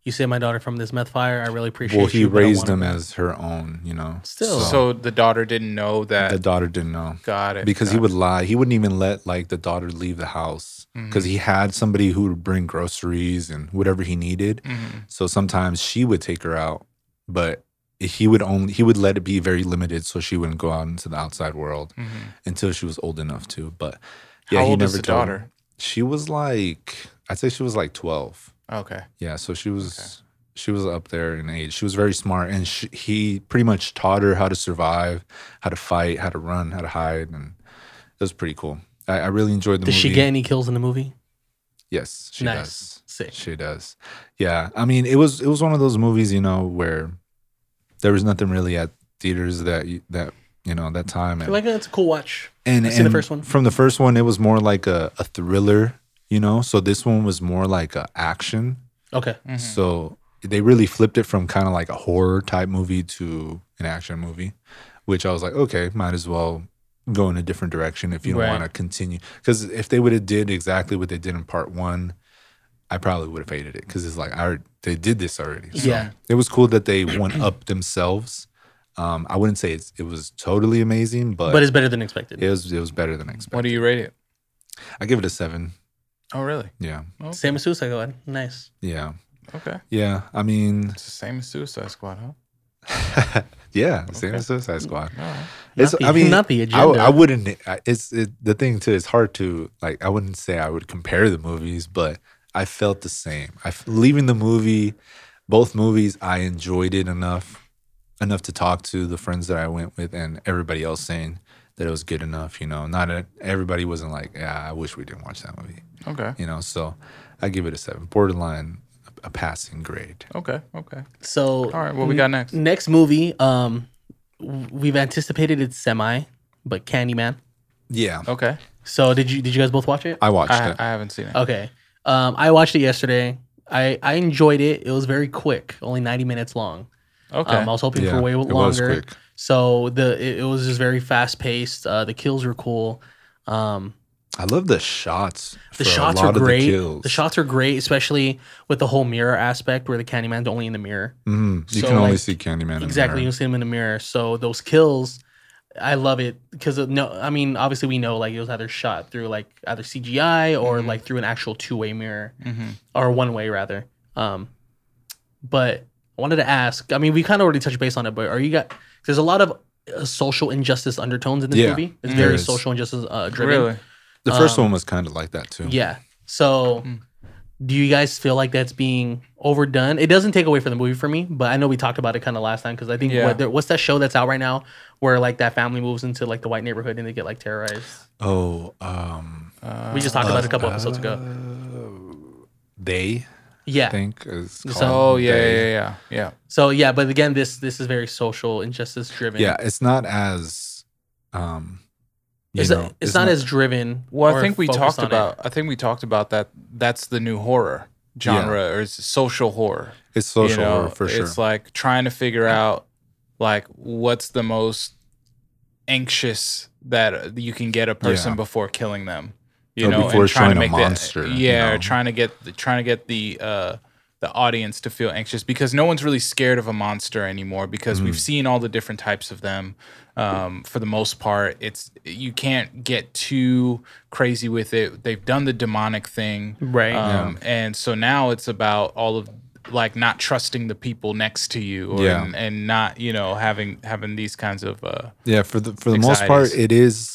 Speaker 3: you saved my daughter from this meth fire. I really appreciate."
Speaker 1: well, he
Speaker 3: you, but I
Speaker 1: raised them
Speaker 3: wanna-
Speaker 1: as her own. You know,
Speaker 3: Still.
Speaker 1: So,
Speaker 2: So the daughter didn't know that.
Speaker 1: Oh. the daughter didn't know
Speaker 2: got it.
Speaker 1: because he
Speaker 2: got
Speaker 1: would lie. He wouldn't even let like the daughter leave the house
Speaker 3: Mm.
Speaker 1: because he had somebody who would bring groceries and whatever he needed.
Speaker 2: it.
Speaker 3: Mm.
Speaker 2: Mhm.
Speaker 1: So sometimes she would take her out, but he would only he would let it be very limited so she wouldn't go out into the outside world
Speaker 2: Mhm.
Speaker 1: until she was old enough to. But
Speaker 2: How
Speaker 1: yeah, he
Speaker 2: old
Speaker 1: never
Speaker 2: is the
Speaker 1: told her.
Speaker 2: daughter?
Speaker 1: She was like I'd say she was like twelve.
Speaker 2: Okay.
Speaker 1: Yeah, so she was she was up there in age. She was very smart, and she, he pretty much taught her how to survive, how to fight, how to run, how to hide, and it was pretty cool. I, I really enjoyed the
Speaker 3: Did
Speaker 1: movie.
Speaker 3: she get any kills in the movie?
Speaker 1: Yes, she
Speaker 3: Nice.
Speaker 1: does.
Speaker 3: Sick.
Speaker 1: She does. Yeah, I mean, it was it was one of those movies, you know, where there was nothing really at theaters that you- that you know that time. And,
Speaker 3: I feel like that's a cool watch.
Speaker 1: and,
Speaker 3: I've seen the
Speaker 1: and
Speaker 3: first one.
Speaker 1: From the first one, it was more like a, a thriller, you know. So this one was more like a action.
Speaker 3: Okay.
Speaker 2: Mhm.
Speaker 1: So they really flipped it from kind of like a horror type movie to an action movie, which I was like, okay, might as well go in a different direction if you don't
Speaker 2: Right.
Speaker 1: want to continue. Because if they would have did exactly what they did in part one, I probably would have hated it because it's like I already- they did this already. So
Speaker 3: Yeah.
Speaker 1: it was cool that they went up themselves. Um, I wouldn't say it's, it was totally amazing, but,
Speaker 3: But it's better than expected.
Speaker 1: it was it was better than expected.
Speaker 2: What do you rate it?
Speaker 1: I give it a seven.
Speaker 2: Oh, really?
Speaker 1: Yeah,
Speaker 2: Okay.
Speaker 3: Same as Suicide Squad. Nice.
Speaker 1: yeah,
Speaker 2: Okay.
Speaker 1: yeah. I mean,
Speaker 2: It's the same as Suicide Squad, huh?
Speaker 1: yeah, same as Suicide Squad.
Speaker 2: All right.
Speaker 1: It's-
Speaker 3: Not the-
Speaker 1: I mean,
Speaker 3: not the
Speaker 1: I,
Speaker 3: agenda.
Speaker 1: I wouldn't. I- It's it, the thing too. It's hard to like. I wouldn't say I would compare the movies, but I felt the same. I f- leaving the movie, both movies, I enjoyed it enough, enough to talk to the friends that I went with and everybody else saying that it was good enough. You know, not a, everybody wasn't like, yeah, I wish we didn't watch that movie.
Speaker 2: Okay.
Speaker 1: You know, so I give it a seven, borderline a, a passing grade.
Speaker 2: Okay. Okay.
Speaker 3: So
Speaker 2: All right. What
Speaker 1: Mm.
Speaker 2: we got next?
Speaker 3: next movie, um, w- we've anticipated it's semi, but Candyman.
Speaker 1: Yeah,
Speaker 3: Oh.
Speaker 2: Okay.
Speaker 3: So did you did you guys both watch it?
Speaker 1: I watched
Speaker 2: I,
Speaker 1: it.
Speaker 2: I haven't seen it.
Speaker 3: Okay. Um, I watched it yesterday. I I enjoyed it. It was very quick, only ninety minutes long.
Speaker 2: Okay.
Speaker 3: Um, I was hoping
Speaker 1: Yeah,
Speaker 3: for way
Speaker 1: it was
Speaker 3: longer.
Speaker 1: quick.
Speaker 3: So the it, it was just very fast paced. Uh, the kills were cool. Um,
Speaker 1: I love the shots.
Speaker 3: the
Speaker 1: for a
Speaker 3: shots
Speaker 1: lot
Speaker 3: are
Speaker 1: of the
Speaker 3: great. The,
Speaker 1: kills.
Speaker 3: shots are great, especially with the whole mirror aspect, where the Candyman's only in the mirror.
Speaker 1: Mhm. You
Speaker 3: So,
Speaker 1: can only
Speaker 3: like,
Speaker 1: see Candyman. in the
Speaker 3: Exactly,
Speaker 1: mirror.
Speaker 3: you see him in the mirror. So those kills, I love it because no, I mean obviously we know like it was either shot through like either CGI or
Speaker 1: Mm-hmm.
Speaker 3: like through an actual two way mirror
Speaker 2: hmm
Speaker 3: or one way rather. Um, but I wanted to ask. I mean, we kind of already touched base on it, but are you got? There's a lot of uh, social injustice undertones in this
Speaker 1: Yeah,
Speaker 3: movie. It's
Speaker 2: Mm.
Speaker 1: there
Speaker 3: very
Speaker 1: is.
Speaker 3: social injustice uh, driven.
Speaker 2: Really?
Speaker 1: The first
Speaker 3: Um,
Speaker 1: one was kind of like that too.
Speaker 3: Yeah. So,
Speaker 2: Mm.
Speaker 3: do you guys feel like that's being overdone? It doesn't take away from the movie for me, but I know we talked about it kind of last time because I think
Speaker 2: Yeah.
Speaker 3: what there what's that show that's out right now where like that family moves into like the white neighborhood and they get like terrorized.
Speaker 1: Oh, um,
Speaker 2: Uh,
Speaker 3: We just talked about it a couple episodes ago.
Speaker 1: ago. They I
Speaker 3: Yeah.
Speaker 1: think is
Speaker 3: So-
Speaker 1: called.
Speaker 2: Oh yeah, yeah,
Speaker 1: They.
Speaker 2: yeah, yeah, yeah.
Speaker 3: So yeah, but again, this this is very social injustice driven.
Speaker 1: Yeah, It's not as, um, you
Speaker 3: It's,
Speaker 1: know,
Speaker 3: it's, not, as driven.
Speaker 2: Well, I
Speaker 3: or
Speaker 2: think we
Speaker 3: focused
Speaker 2: talked
Speaker 3: on it.
Speaker 2: about. I think we talked about that. That's the new horror genre, or it's social horror.
Speaker 1: it's
Speaker 2: you
Speaker 1: social
Speaker 2: know?
Speaker 1: horror for sure.
Speaker 2: It's like trying to figure out like what's the most anxious that you can get a person
Speaker 1: Yeah.
Speaker 2: before killing them. You
Speaker 1: Or
Speaker 2: know,
Speaker 1: before
Speaker 2: and trying to
Speaker 1: showing a
Speaker 2: make that-
Speaker 1: monster, you
Speaker 2: yeah,
Speaker 1: know?
Speaker 2: or trying to get the, trying to get the uh, the audience to feel anxious because no one's really scared of a monster anymore because we've
Speaker 1: Mm.
Speaker 2: seen all the different types of them. Um, for the most part, it's you can't get too crazy with it. They've done the demonic thing,
Speaker 3: Right.
Speaker 2: um, And so now it's about all of like not trusting the people next to you, or,
Speaker 1: Yeah.
Speaker 2: and, and not you know having having these kinds of uh,
Speaker 1: yeah, for the for the most part,
Speaker 2: anxieties.
Speaker 1: it is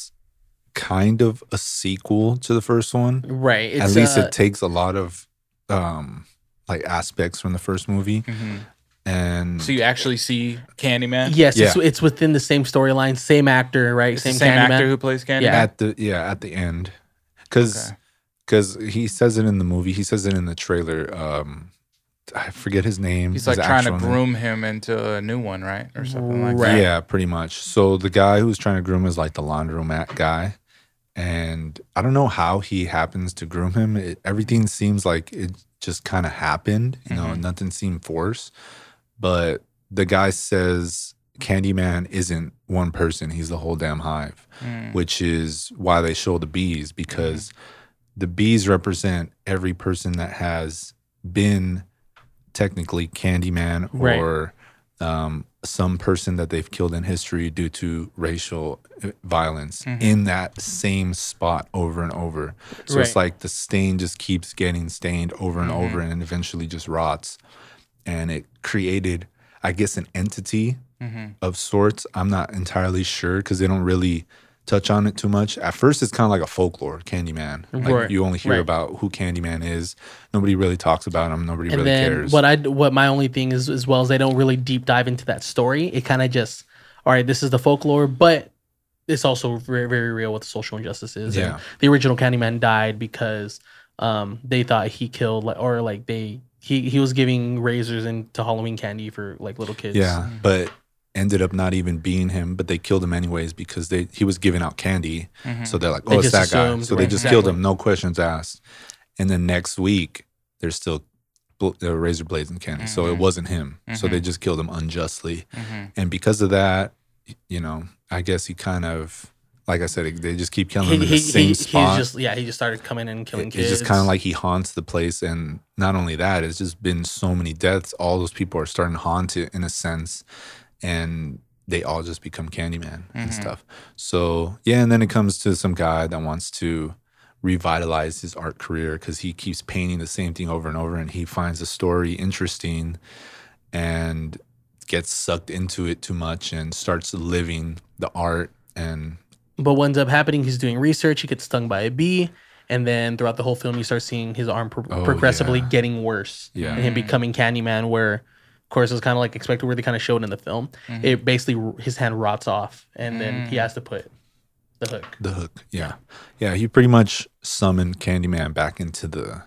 Speaker 1: kind of a sequel to the first one.
Speaker 3: right. It's,
Speaker 1: At least
Speaker 3: uh,
Speaker 1: it takes a lot of, um, like aspects from the first movie,
Speaker 3: Mm-hmm.
Speaker 1: and
Speaker 2: so you actually see Candyman.
Speaker 3: yes,
Speaker 1: Yeah.
Speaker 3: it's, it's within the same storyline, same actor, right?
Speaker 2: It's the same
Speaker 3: Candyman.
Speaker 2: actor who plays Candyman.
Speaker 3: Yeah.
Speaker 1: at the yeah at the end because
Speaker 2: Okay.
Speaker 1: he says it in the movie he says it in the trailer um I forget his name.
Speaker 2: He's
Speaker 1: his
Speaker 2: like trying to
Speaker 1: actual name.
Speaker 2: groom him into a new one, right, or something like
Speaker 3: Right.
Speaker 2: that.
Speaker 1: Yeah, pretty much. So the guy who's trying to groom is like the laundromat guy. And I don't know how he happens to groom him. It, everything seems like it just kind of happened, you know,
Speaker 2: Mhm.
Speaker 1: nothing seemed forced. But the guy says Candyman isn't one person, he's the whole damn hive,
Speaker 2: Mm.
Speaker 1: which is why they show the bees because
Speaker 3: Mm.
Speaker 1: the bees represent every person that has been technically Candyman
Speaker 3: Right.
Speaker 1: or um, some person that they've killed in history due to racial uh, violence
Speaker 3: Mm-hmm.
Speaker 2: Mhm.
Speaker 1: in that same spot over and over. So it's
Speaker 3: Right. Mm-hmm.
Speaker 1: like the stain just keeps getting stained over and over and eventually just rots. And it created, I guess, an entity
Speaker 3: Mm-hmm.
Speaker 2: Mhm.
Speaker 1: of sorts. I'm not entirely sure because they don't really touch on it too much. At first, it's kind of like a folklore, Candyman. Like
Speaker 3: Right,
Speaker 1: you only hear
Speaker 3: right.
Speaker 1: about who Candyman is. Nobody really talks about him. Nobody
Speaker 3: and
Speaker 1: really
Speaker 3: then
Speaker 1: cares.
Speaker 3: what I what my only thing is as well is they don't really deep dive into that story. It kind of just all right, this is the folklore, but it's also very very real what the social injustice is. And
Speaker 1: Yeah.
Speaker 3: the original Candyman died because um they thought he killed like or like they he he was giving razors into Halloween candy for like little kids.
Speaker 1: yeah, but ended up not even being him. But they killed him anyways because they he was giving out candy.
Speaker 2: Mhm.
Speaker 1: So they're like,
Speaker 3: They
Speaker 1: oh, it's that
Speaker 3: just
Speaker 1: guy.
Speaker 3: assumed,
Speaker 1: So they
Speaker 3: right,
Speaker 1: just killed
Speaker 2: exactly.
Speaker 1: him, no questions asked. And then next week, there's still bl- uh, razor blades and candy. So it
Speaker 3: Mm-hmm.
Speaker 2: Mhm.
Speaker 1: wasn't him. So
Speaker 2: Mhm.
Speaker 1: they just killed him unjustly.
Speaker 2: Mhm.
Speaker 1: and because of that, you know, I guess he kind of, like I said, they just keep killing
Speaker 3: He,
Speaker 1: him in
Speaker 3: he,
Speaker 1: the
Speaker 3: he,
Speaker 1: same
Speaker 3: he's
Speaker 1: spot.
Speaker 3: just yeah he just started coming in and killing
Speaker 1: It-
Speaker 3: kids.
Speaker 1: it's just kind of like he haunts the place, and not only that, it's just been so many deaths. All those people are starting to haunt it in a sense, and they all just become Candyman and
Speaker 2: Mhm.
Speaker 3: Mm-hmm.
Speaker 1: stuff. So yeah, and then it comes to some guy that wants to revitalize his art career because he keeps painting the same thing over and over, and he finds the story interesting, and gets sucked into it too much and starts living the art and
Speaker 3: But what ends up happening, he's doing research, he gets stung by a bee, and then throughout the whole film, you start seeing his arm pro-
Speaker 1: Oh,
Speaker 3: progressively
Speaker 1: yeah.
Speaker 3: getting worse
Speaker 1: yeah
Speaker 3: and him becoming Candyman, where, of course, it's kind of like expected where they kind of showed in the film. It basically, r- his hand rots off, and then he has to put the hook.
Speaker 1: The hook, yeah, yeah. He pretty much summoned Candyman back into the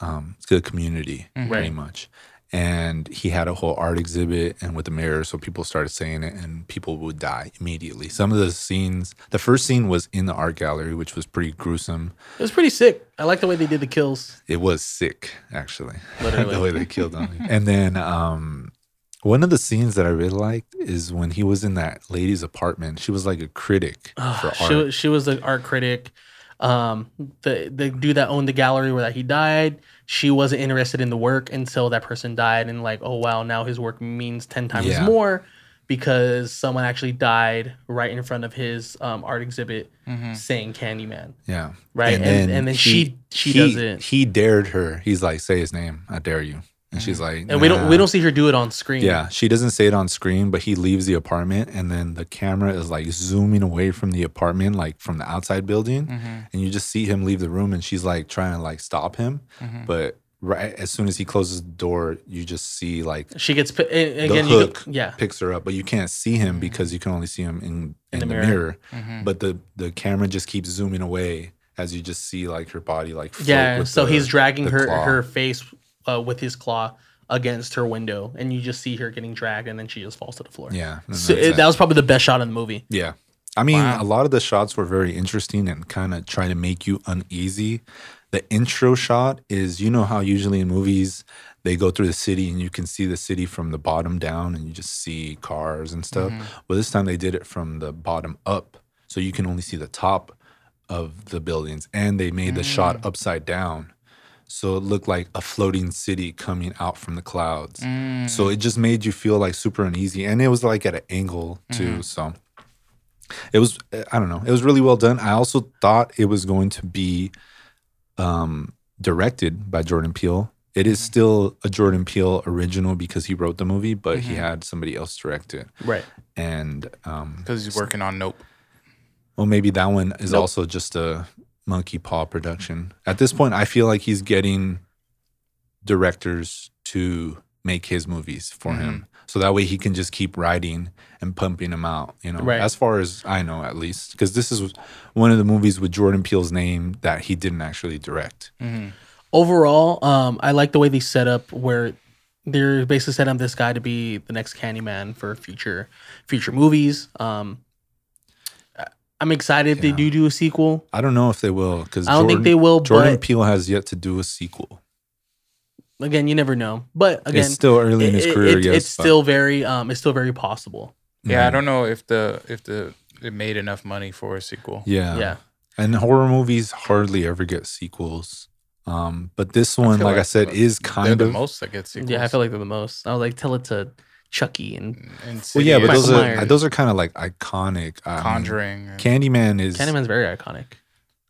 Speaker 1: um to the community,
Speaker 2: Mhm.
Speaker 1: pretty
Speaker 3: Mm-hmm. Right.
Speaker 1: much. And he had a whole art exhibit and with a mirror, so people started saying it, and people would die immediately. Some of the scenes, the first scene was in the art gallery, which was pretty gruesome.
Speaker 3: It was pretty sick. I like the way they did the kills,
Speaker 1: It was sick, actually, the
Speaker 3: literally.
Speaker 1: way they killed him. and then um, one of the scenes that I really liked is when he was in that lady's apartment. She was like a critic for art.
Speaker 3: she, wa- she was the art critic. Um, the the dude that owned the gallery where that he died, she wasn't interested in the work until that person died, and like, oh wow, now his work means ten times
Speaker 1: Yeah.
Speaker 3: more because someone actually died right in front of his um, art exhibit
Speaker 1: Mm-hmm.
Speaker 3: saying Candyman,
Speaker 1: yeah.
Speaker 3: right? And, and, then she she
Speaker 1: he-
Speaker 3: does it,
Speaker 1: He dared her. He's like, say his name. I dare you. And she's like,
Speaker 3: Mm-hmm. and we don't
Speaker 1: "Nah."
Speaker 3: we don't see her do it on screen.
Speaker 1: Yeah, she doesn't say it on screen, but he leaves the apartment, and then the camera is like zooming away from the apartment, like from the outside building,
Speaker 3: Mm-hmm.
Speaker 1: and you just see him leave the room, and she's like trying to like stop him,
Speaker 3: Mm-hmm.
Speaker 1: but right as soon as he closes the door, you just see like
Speaker 3: she gets pi- and- and
Speaker 1: The
Speaker 3: again. you
Speaker 1: hook.
Speaker 3: go- yeah,
Speaker 1: picks her up, but you can't see
Speaker 3: Mm-hmm.
Speaker 1: him because you can only see him in, in, the, mirror. But the the camera just keeps zooming away as you just see like her body like float
Speaker 3: Yeah,
Speaker 1: with
Speaker 3: so
Speaker 1: the-
Speaker 3: he's dragging
Speaker 1: the
Speaker 3: her
Speaker 1: claw.
Speaker 3: her face uh, with his claw against her window, and you just see her getting dragged, and then she just falls to the floor.
Speaker 1: yeah and
Speaker 3: so
Speaker 1: that's
Speaker 3: it,
Speaker 1: it.
Speaker 3: that was probably the best shot in the movie.
Speaker 1: Yeah. I mean,
Speaker 2: Wow.
Speaker 1: a lot of the shots were very interesting and kind of try to make you uneasy. The intro shot is, you know, how usually in movies they go through the city and you can see the city from the bottom down and you just see cars and stuff. Well, this time they did it from the bottom up. So you can only see the top of the buildings and they made the shot upside down. So it looked like a floating city coming out from the clouds. So it just made you feel like super uneasy. And it was like at an angle too. So it was i don't know it was really well done i also thought it was going to be um directed by jordan peele it is still a jordan peele original because he wrote the movie but he had somebody else direct it
Speaker 3: Right.
Speaker 1: and um
Speaker 2: Because he's working on Nope.
Speaker 1: well maybe that one is also just a monkey paw production at this point i feel like he's getting directors to make his movies for
Speaker 3: Mm-hmm.
Speaker 1: him so that way he can just keep writing and pumping them out you know
Speaker 3: Right.
Speaker 1: as far as i know at least
Speaker 2: Mm-hmm.
Speaker 1: because this is one of the movies with jordan peele's name that he didn't actually direct
Speaker 3: overall, um, I like the way they set up where they're basically setting up this guy to be the next Candyman for future future movies. Um, I- I'm excited if
Speaker 1: Yeah.
Speaker 3: they do do a sequel.
Speaker 1: I don't know if they will because
Speaker 3: I don't think they will,
Speaker 1: Jordan
Speaker 3: but
Speaker 1: Peele has yet to do a sequel.
Speaker 3: again, you never know. But again,
Speaker 1: it's still early in his
Speaker 3: it-
Speaker 1: career.
Speaker 3: it-
Speaker 1: yes,
Speaker 3: it's
Speaker 1: but-
Speaker 3: still very um, it's still very possible.
Speaker 2: Yeah, I
Speaker 1: Mhm.
Speaker 2: don't know if the if the it made enough money for a sequel.
Speaker 1: Yeah,
Speaker 3: yeah.
Speaker 1: And horror movies hardly ever get sequels. Um, but this one,
Speaker 2: feel
Speaker 1: like I
Speaker 2: like
Speaker 1: said,
Speaker 2: the-
Speaker 1: is
Speaker 2: They're
Speaker 1: kind
Speaker 2: the
Speaker 1: of
Speaker 2: most that get sequels.
Speaker 3: Yeah, I feel like they're the most. I was like, tell it to Chucky and
Speaker 1: well, yeah. But
Speaker 3: Michael
Speaker 1: those are
Speaker 3: Myers.
Speaker 1: those are kind of like iconic. I mean,
Speaker 2: Conjuring. and-
Speaker 1: Candyman is
Speaker 3: Candyman's very iconic.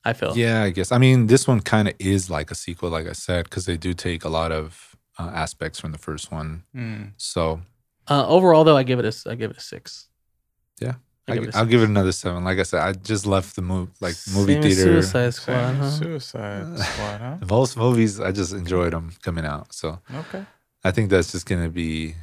Speaker 3: I feel.
Speaker 1: Yeah, I guess. I mean, this one kind of is like a sequel, like I said, because they do take a lot of uh, aspects from the first one.
Speaker 2: Mm.
Speaker 1: So
Speaker 3: Uh, overall, though, I give it a s- I give it a six.
Speaker 1: Yeah.
Speaker 3: I
Speaker 1: I,
Speaker 3: give it a
Speaker 1: will
Speaker 3: six.
Speaker 1: give it another seven. Like I said, I just left the movie, like movie
Speaker 3: Same as
Speaker 1: theater.
Speaker 3: Suicide Squad.
Speaker 2: Same,
Speaker 1: Uh-huh.
Speaker 3: Huh?
Speaker 1: Uh,
Speaker 2: Suicide Squad, huh?
Speaker 1: Most movies, I just enjoyed them coming out. So
Speaker 2: Okay.
Speaker 1: I think that's just gonna be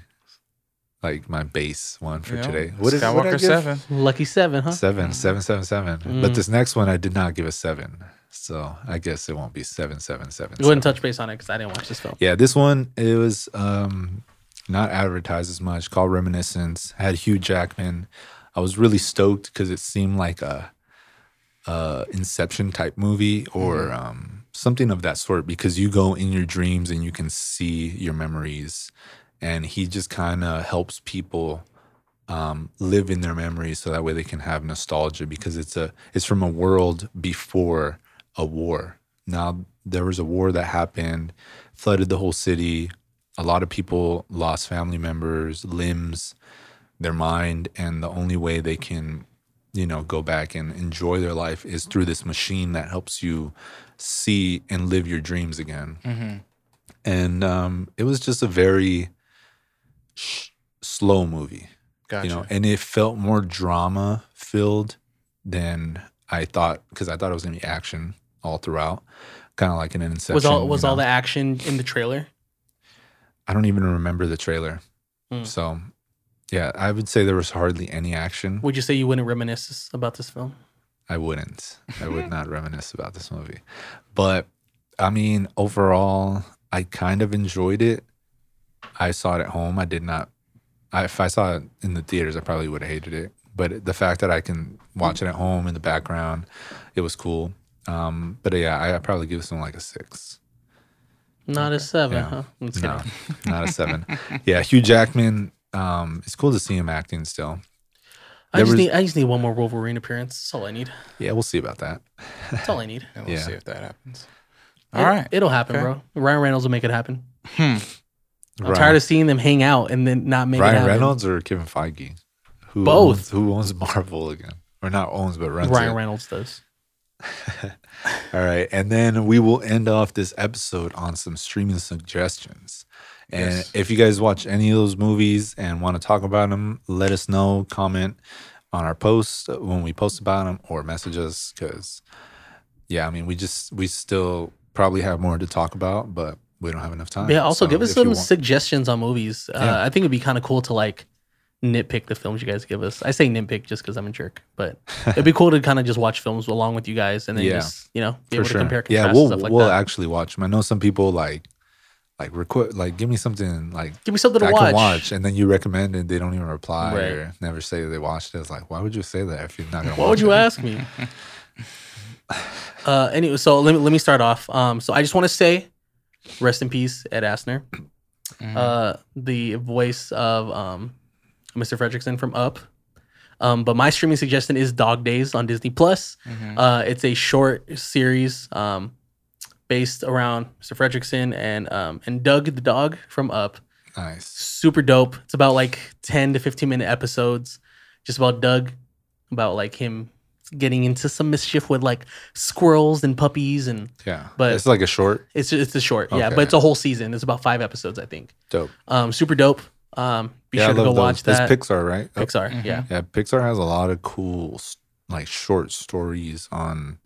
Speaker 1: like my base one for
Speaker 2: Yeah.
Speaker 1: today. What is what
Speaker 2: Skywalker
Speaker 1: I give?
Speaker 2: Seven?
Speaker 3: Lucky seven, huh?
Speaker 1: Seven, seven, seven, seven.
Speaker 3: Uh-huh. Mm.
Speaker 1: But this next one, I did not give a seven. So I guess it won't be seven, seven, seven.
Speaker 3: Go ahead
Speaker 1: seven.
Speaker 3: and touch base on it because I didn't watch this film.
Speaker 1: Yeah, this one it was um not advertised as much. Called Reminiscence. Had Hugh Jackman. I was really stoked because it seemed like a, a Inception type movie or um, something of that sort. Because you go in your dreams and you can see your memories, and he just kind of helps people um, live in their memories so that way they can have nostalgia because it's a it's from a world before a war. Now there was a war that happened, flooded the whole city. A lot of people lost family members, limbs, their mind, and the only way they can, you know, go back and enjoy their life is through this machine that helps you see and live your dreams again
Speaker 2: Mm-hmm.
Speaker 1: and um, it was just a very sh- slow movie,
Speaker 2: Gotcha.
Speaker 1: you know, and it felt more drama filled than I thought because I thought it was gonna be action all throughout, kind of like an Inception.
Speaker 3: was all
Speaker 1: you
Speaker 3: was all
Speaker 1: know?
Speaker 3: the action in the trailer?
Speaker 1: I don't even remember the trailer,
Speaker 3: Mm.
Speaker 1: so yeah, I would say there was hardly any action.
Speaker 3: Would you say you wouldn't reminisce about this film?
Speaker 1: I wouldn't. I would not reminisce about this movie. But I mean, overall, I kind of enjoyed it. I saw it at home. I did not. I, if I saw it in the theaters, I probably would have hated it. But the fact that I can watch it at home in the background, it was cool. Um, but yeah, I I'd probably give this one like a six.
Speaker 3: Not a seven,
Speaker 1: Yeah.
Speaker 3: huh? I'm just
Speaker 1: No,
Speaker 3: kidding.
Speaker 1: not a seven. Yeah, Hugh Jackman. Um, it's cool to see him acting still.
Speaker 3: I
Speaker 1: There
Speaker 3: just
Speaker 1: was-
Speaker 3: need I just need one more Wolverine appearance. That's all I need.
Speaker 1: Yeah, we'll see about that.
Speaker 3: That's all I need.
Speaker 2: And we'll
Speaker 1: Yeah.
Speaker 2: see if that happens.
Speaker 3: It-
Speaker 2: All right.
Speaker 3: it'll happen,
Speaker 2: Okay.
Speaker 3: bro. Ryan Reynolds will make it happen.
Speaker 2: Hmm.
Speaker 3: I'm
Speaker 1: Ryan,
Speaker 3: tired of seeing them hang out and then not make it
Speaker 1: Ryan
Speaker 3: happen.
Speaker 1: Reynolds or Kevin Feige? Who
Speaker 3: Both.
Speaker 1: Owns, who owns Marvel again? Or not owns, but runs
Speaker 3: Ryan
Speaker 1: it.
Speaker 3: Reynolds does.
Speaker 1: All right. And then we will end off this episode on some streaming suggestions. And
Speaker 2: Yes.
Speaker 1: if you guys watch any of those movies and want to talk about them, let us know, comment on our post when we post about them or message us because, yeah, I mean, we just, we still probably have more to talk about, but we don't have enough time.
Speaker 3: Yeah. Also,
Speaker 1: So
Speaker 3: give us
Speaker 1: if you
Speaker 3: some
Speaker 1: want-
Speaker 3: suggestions on movies. Uh,
Speaker 1: Yeah.
Speaker 3: I think it'd be kind of cool to like nitpick the films you guys give us. I say nitpick just because I'm a jerk, but it'd be cool to kind of just watch films along with you guys and then
Speaker 1: Yeah.
Speaker 3: just you know be
Speaker 1: for
Speaker 3: able
Speaker 1: sure.
Speaker 3: to compare contrast
Speaker 1: yeah,
Speaker 3: and
Speaker 1: we'll
Speaker 3: stuff like
Speaker 1: we'll
Speaker 3: that.
Speaker 1: actually watch them. I know some people like like request like give me something like
Speaker 3: Give me something to
Speaker 1: I
Speaker 3: watch.
Speaker 1: can watch, and then you recommend and they don't even reply
Speaker 3: Right.
Speaker 1: or never say they watched it. It's like why would you say that if you're not gonna?
Speaker 3: Why
Speaker 1: watch
Speaker 3: would you
Speaker 1: it?
Speaker 3: ask me? uh, anyway, so let me let me start off. Um, so I just want to say, rest in peace, Ed Asner,
Speaker 2: Mhm.
Speaker 3: uh, the voice of um, Mr. Fredrickson from Up. Um, but my streaming suggestion is Dog Days on Disney Plus.
Speaker 2: Mhm.
Speaker 3: Uh, it's a short series um, based around Mr. Fredrickson and um, and Doug the dog from Up.
Speaker 1: Nice.
Speaker 3: Super dope. It's about like ten to fifteen minute episodes, just about Doug, about like him getting into some mischief with like squirrels and puppies, and
Speaker 1: Yeah,
Speaker 3: But-
Speaker 1: but it's like a short
Speaker 3: it's it's a short, yeah.
Speaker 1: Okay.
Speaker 3: But it's a whole season. It's about five episodes, I think.
Speaker 1: dope.
Speaker 3: Um, super dope. Um, be
Speaker 1: yeah,
Speaker 3: sure to go
Speaker 1: those.
Speaker 3: watch
Speaker 1: It's
Speaker 3: that.
Speaker 1: Pixar, right? Oh,
Speaker 3: Pixar,
Speaker 2: Mhm.
Speaker 3: yeah.
Speaker 1: Yeah, Pixar has a lot of cool s- like short stories on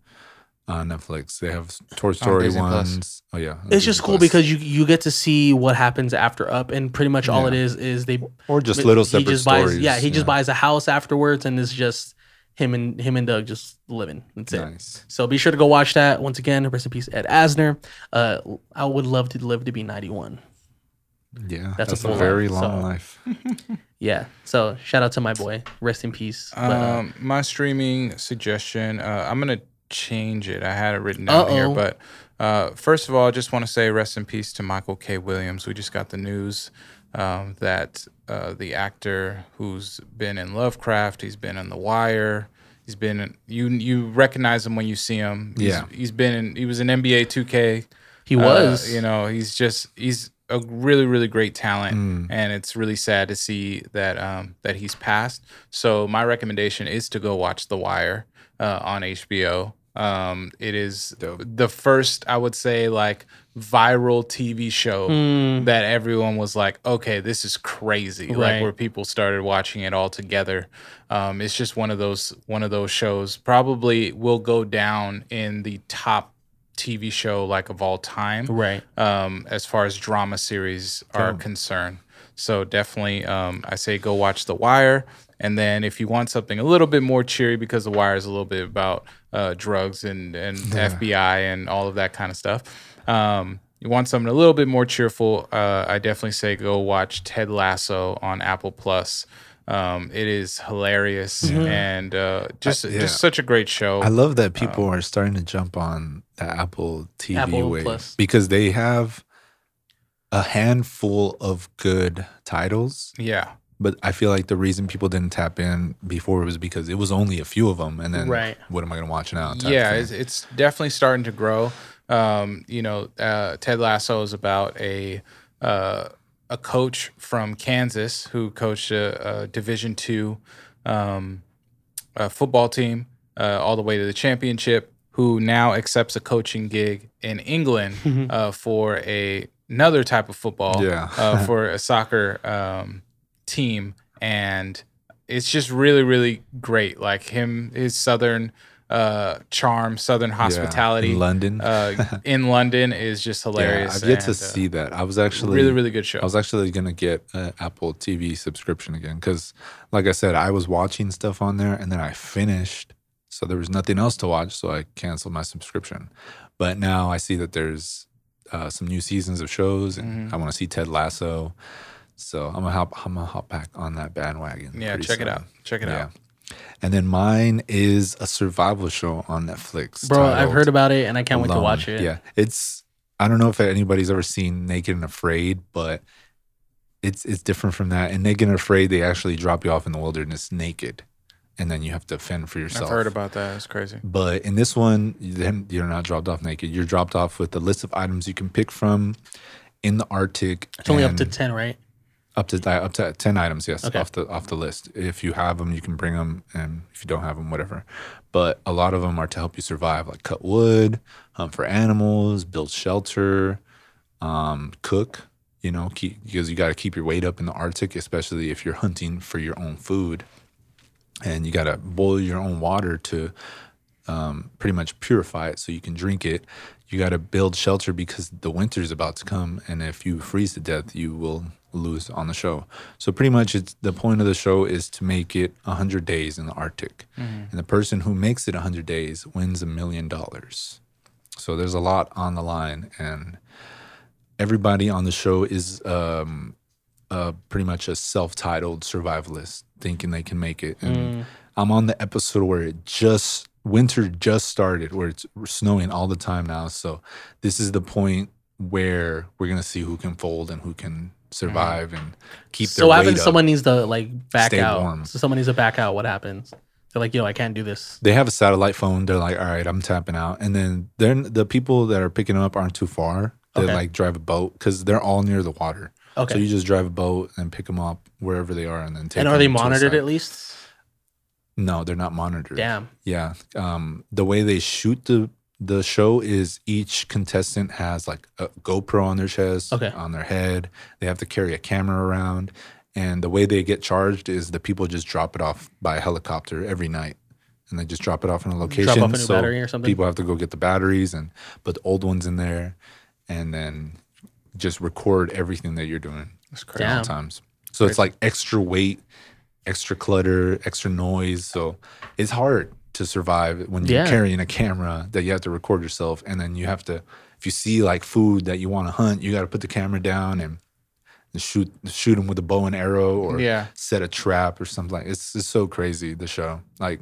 Speaker 1: on Netflix. They have Toy Story
Speaker 2: Disney Plus.
Speaker 1: ones. Oh yeah,
Speaker 3: It's just cool because you you get to see what happens after Up, and pretty much all
Speaker 1: Yeah.
Speaker 3: it is is they
Speaker 1: or just
Speaker 3: But
Speaker 1: little
Speaker 3: he
Speaker 1: separate
Speaker 3: just buys,
Speaker 1: stories.
Speaker 3: Yeah, he just buys a house afterwards and is just him and him and Doug just living. That's it.
Speaker 1: Nice.
Speaker 3: So be sure to go watch that once again. Rest in peace, Ed Asner. Uh, I would love to live to be 91.
Speaker 1: Yeah,
Speaker 3: That's
Speaker 1: that's,
Speaker 3: a
Speaker 1: a,
Speaker 3: full life,
Speaker 1: very long
Speaker 3: so-
Speaker 1: life.
Speaker 3: Yeah. So shout out to my boy. Rest in peace. But, uh,
Speaker 2: Um, my streaming suggestion. Uh, I'm gonna change it. I had it written down here,
Speaker 3: Uh-oh.
Speaker 2: but uh, first of all, I just want to say rest in peace to Michael K. Williams. We just got the news um, that uh, the actor who's been in Lovecraft, he's been in The Wire. He's been in, you you recognize him when you see him. He's-
Speaker 1: Yeah.
Speaker 2: he's been in, he was in NBA 2K.
Speaker 3: he
Speaker 2: Uh,
Speaker 3: was.
Speaker 2: you know, he's just he's a really really great talent,
Speaker 3: Mm.
Speaker 2: and it's really sad to see that um, that he's passed. So my recommendation is to go watch The Wire uh, on HBO. Um, it is
Speaker 1: Dope.
Speaker 2: the first I would say like viral TV show
Speaker 3: Mm.
Speaker 2: that everyone was like, okay, this is crazy.
Speaker 3: Right.
Speaker 2: Like where people started watching it all together. Um, it's just one of those one of those shows. Probably will go down in the top TV show like of all time,
Speaker 3: Right.
Speaker 2: um, as far as drama series are concerned. So definitely, um, I say go watch The Wire. And then if you want something a little bit more cheery, because The Wire is a little bit about uh, drugs and and FBI and all of that kind of stuff. Um, you want something a little bit more cheerful? Uh, I definitely say go watch Ted Lasso on Apple Plus. Um, it is hilarious and uh, just
Speaker 1: Mm-hmm. yeah.
Speaker 2: just such a great show.
Speaker 1: I love that
Speaker 2: Um,
Speaker 1: people are starting to jump on the Apple TV
Speaker 3: Apple
Speaker 1: wave
Speaker 3: Plus.
Speaker 1: because they have a handful of good titles.
Speaker 2: yeah,
Speaker 1: But I feel like the reason people didn't tap in before was because it was only a few of them, and then
Speaker 3: Right.
Speaker 1: what am I going to watch now? type
Speaker 2: yeah
Speaker 1: thing.
Speaker 2: it's, it's definitely starting to grow um, you know uh, ted lasso is about a uh, a coach from kansas who coached a, a division two um, uh football team uh, all the way to the championship who now accepts a coaching gig in england
Speaker 1: Mm-hmm.
Speaker 2: uh, for a, another type of football
Speaker 1: Yeah.
Speaker 2: uh, for a soccer um, team and it's just really really great like him his southern uh charm southern
Speaker 1: Yeah.
Speaker 2: hospitality
Speaker 1: in London.
Speaker 2: uh in london is just
Speaker 1: yeah,
Speaker 2: hilarious
Speaker 1: I've yet to
Speaker 2: and, uh,
Speaker 1: see that. I was actually
Speaker 2: really really good show
Speaker 1: I was actually gonna get an Apple TV subscription again because, like I said, I was watching stuff on there and then I finished, so there was nothing else to watch, so I canceled my subscription. But now I see that there's uh, some new seasons of shows, and
Speaker 2: Mm-hmm.
Speaker 1: I want to see Ted Lasso, so I'm gonna hop, I'm gonna hop back on that bandwagon.
Speaker 2: yeah
Speaker 1: pretty
Speaker 2: check it
Speaker 1: soon.
Speaker 2: out check it out
Speaker 1: And then mine is a survival show on Netflix.
Speaker 3: Bro, I've
Speaker 1: titled
Speaker 3: heard about it and I can't wait to
Speaker 1: Alone.
Speaker 3: watch it.
Speaker 1: Yeah, it's. I don't know if anybody's ever seen Naked and Afraid, but it's it's different from that. In Naked and Afraid, they actually drop you off in the wilderness naked, and then you have to fend for yourself.
Speaker 2: i've heard about that it's crazy
Speaker 1: But in this one, then you're not dropped off naked. You're dropped off with a list of items you can pick from in the Arctic.
Speaker 3: It's only up to
Speaker 1: and-
Speaker 3: 10, right?
Speaker 1: up to up to ten items. Yes,
Speaker 3: Okay.
Speaker 1: off the off the list. If you have them, you can bring them, and if you don't have them, whatever. But a lot of them are to help you survive, like cut wood, hunt for animals, build shelter, um, cook. You know, keep, because you got to keep your weight up in the Arctic, especially if you're hunting for your own food, and you got to boil your own water to um, pretty much purify it so you can drink it. You got to build shelter because the winter is about to come, and if you freeze to death, you will lose on the show. So pretty much, it's the point of the show is to make it hundred days in the Arctic, and the person who makes it hundred days wins a million dollars. So there's a lot on the line, and everybody on the show is um, uh, pretty much a self-titled survivalist, thinking they can make it.
Speaker 3: Mm.
Speaker 1: And I'm on the episode where it just winter just started, where it's snowing all the time now. So this is the point where we're gonna see who can fold and who can survive and keep their
Speaker 3: Mm-hmm. So what
Speaker 1: weight
Speaker 3: happens if
Speaker 1: up.
Speaker 3: someone needs to like back
Speaker 1: Stay
Speaker 3: out?
Speaker 1: warm.
Speaker 3: So someone needs to back out. What happens? They're like, yo, I can't do this.
Speaker 1: they have a satellite phone. They're like, all right, I'm tapping out. And then then the people that are picking up aren't too far. They
Speaker 3: Okay.
Speaker 1: like drive a boat because they're all near the water.
Speaker 3: Okay.
Speaker 1: So you just drive a boat and pick them up wherever they are, and then take.
Speaker 3: and are
Speaker 1: them
Speaker 3: they
Speaker 1: to a
Speaker 3: monitored
Speaker 1: site.
Speaker 3: at least?
Speaker 1: No, they're not monitored.
Speaker 3: Damn.
Speaker 1: Yeah. Um, the way they shoot the the show is each contestant has like a GoPro on their chest,
Speaker 3: Okay.
Speaker 1: on their head. They have to carry a camera around, and the way they get charged is the people just drop it off by helicopter every night, and they just drop it off in a location.
Speaker 3: Drop off a new battery or something.
Speaker 1: people have to go get the batteries and put the old ones in there, and then just record everything that you're doing
Speaker 2: it's
Speaker 1: at
Speaker 2: crazy
Speaker 1: all
Speaker 3: Damn.
Speaker 1: times. So it's like extra weight, extra clutter, extra noise. So it's hard to survive when you're
Speaker 3: Yeah.
Speaker 1: carrying a camera that you have to record yourself. And then you have to, if you see like food that you want to hunt, you got to put the camera down and, and shoot shoot them with a bow and arrow or
Speaker 2: Yeah.
Speaker 1: set a trap or something. Like it's it's so crazy the show. Like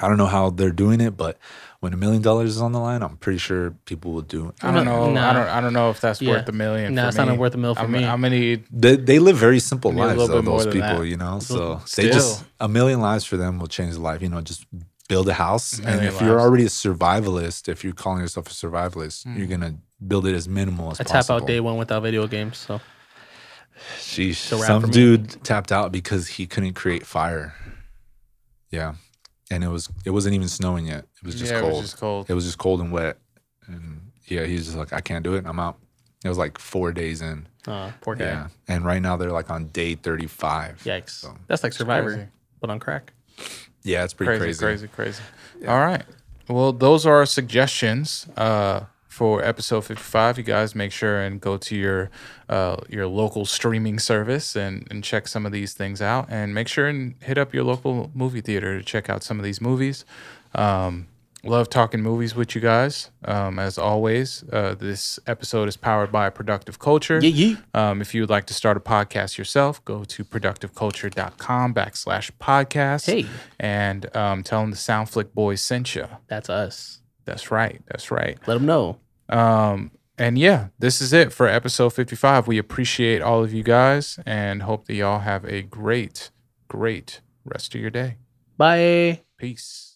Speaker 1: I don't know how they're doing it, but when a million dollars is on the line, I'm pretty sure people will do.
Speaker 2: I don't know.
Speaker 3: Nah.
Speaker 2: I don't. I don't know if that's
Speaker 3: Yeah.
Speaker 2: worth a million.
Speaker 3: Nah,
Speaker 2: for
Speaker 3: it's not
Speaker 2: me.
Speaker 3: worth a mil for
Speaker 2: I'm,
Speaker 3: me.
Speaker 2: I'm gonna need.
Speaker 1: They, they live very simple
Speaker 2: Need a
Speaker 1: lives
Speaker 2: little
Speaker 1: though.
Speaker 2: bit more
Speaker 1: Those
Speaker 2: than
Speaker 1: people,
Speaker 2: that.
Speaker 1: you know, so
Speaker 2: Still.
Speaker 1: they just a million lives for them will change the life. You know, just build a house, and
Speaker 2: Million
Speaker 1: if you're
Speaker 2: lives.
Speaker 1: already a survivalist, if you're calling yourself a survivalist,
Speaker 2: Mm.
Speaker 1: you're gonna build it as minimal as
Speaker 3: I tap
Speaker 1: possible.
Speaker 3: out day one without video games. So
Speaker 1: Sheesh.
Speaker 3: a wrap for
Speaker 1: Some
Speaker 3: me.
Speaker 1: dude tapped out because he couldn't create fire. Yeah, and it was it wasn't even snowing yet. It was just
Speaker 2: yeah,
Speaker 1: cold.
Speaker 2: it was just cold.
Speaker 1: cold and wet, and yeah, he's just like, I can't do it. I'm out. It was like four days in.
Speaker 3: uh, poor guy.
Speaker 1: Yeah, and right now they're like on day 35.
Speaker 3: Yikes. That's like
Speaker 2: crazy.
Speaker 3: Survivor, but on crack.
Speaker 1: Yeah, it's pretty
Speaker 2: crazy, crazy, crazy. All right. Well, those are our suggestions uh, for episode fifty-five. You guys make sure and go to your uh, your local streaming service and and check some of these things out, and make sure and hit up your local movie theater to check out some of these movies. Um, love talking movies with you guys. Um, as always, uh, this episode is powered by Productive Culture.
Speaker 3: Yeah,
Speaker 2: Um, if you would like to start a podcast yourself, go to productiveculture.com backslash podcast.
Speaker 3: Hey.
Speaker 2: And um, tell them the Soundflick Boys sent you.
Speaker 3: That's us.
Speaker 2: That's right. That's right.
Speaker 3: Let them know.
Speaker 2: Um, and yeah, this is it for episode 55. We appreciate all of you guys and hope that y'all have a great, great rest of your day.
Speaker 3: Bye.
Speaker 2: Peace.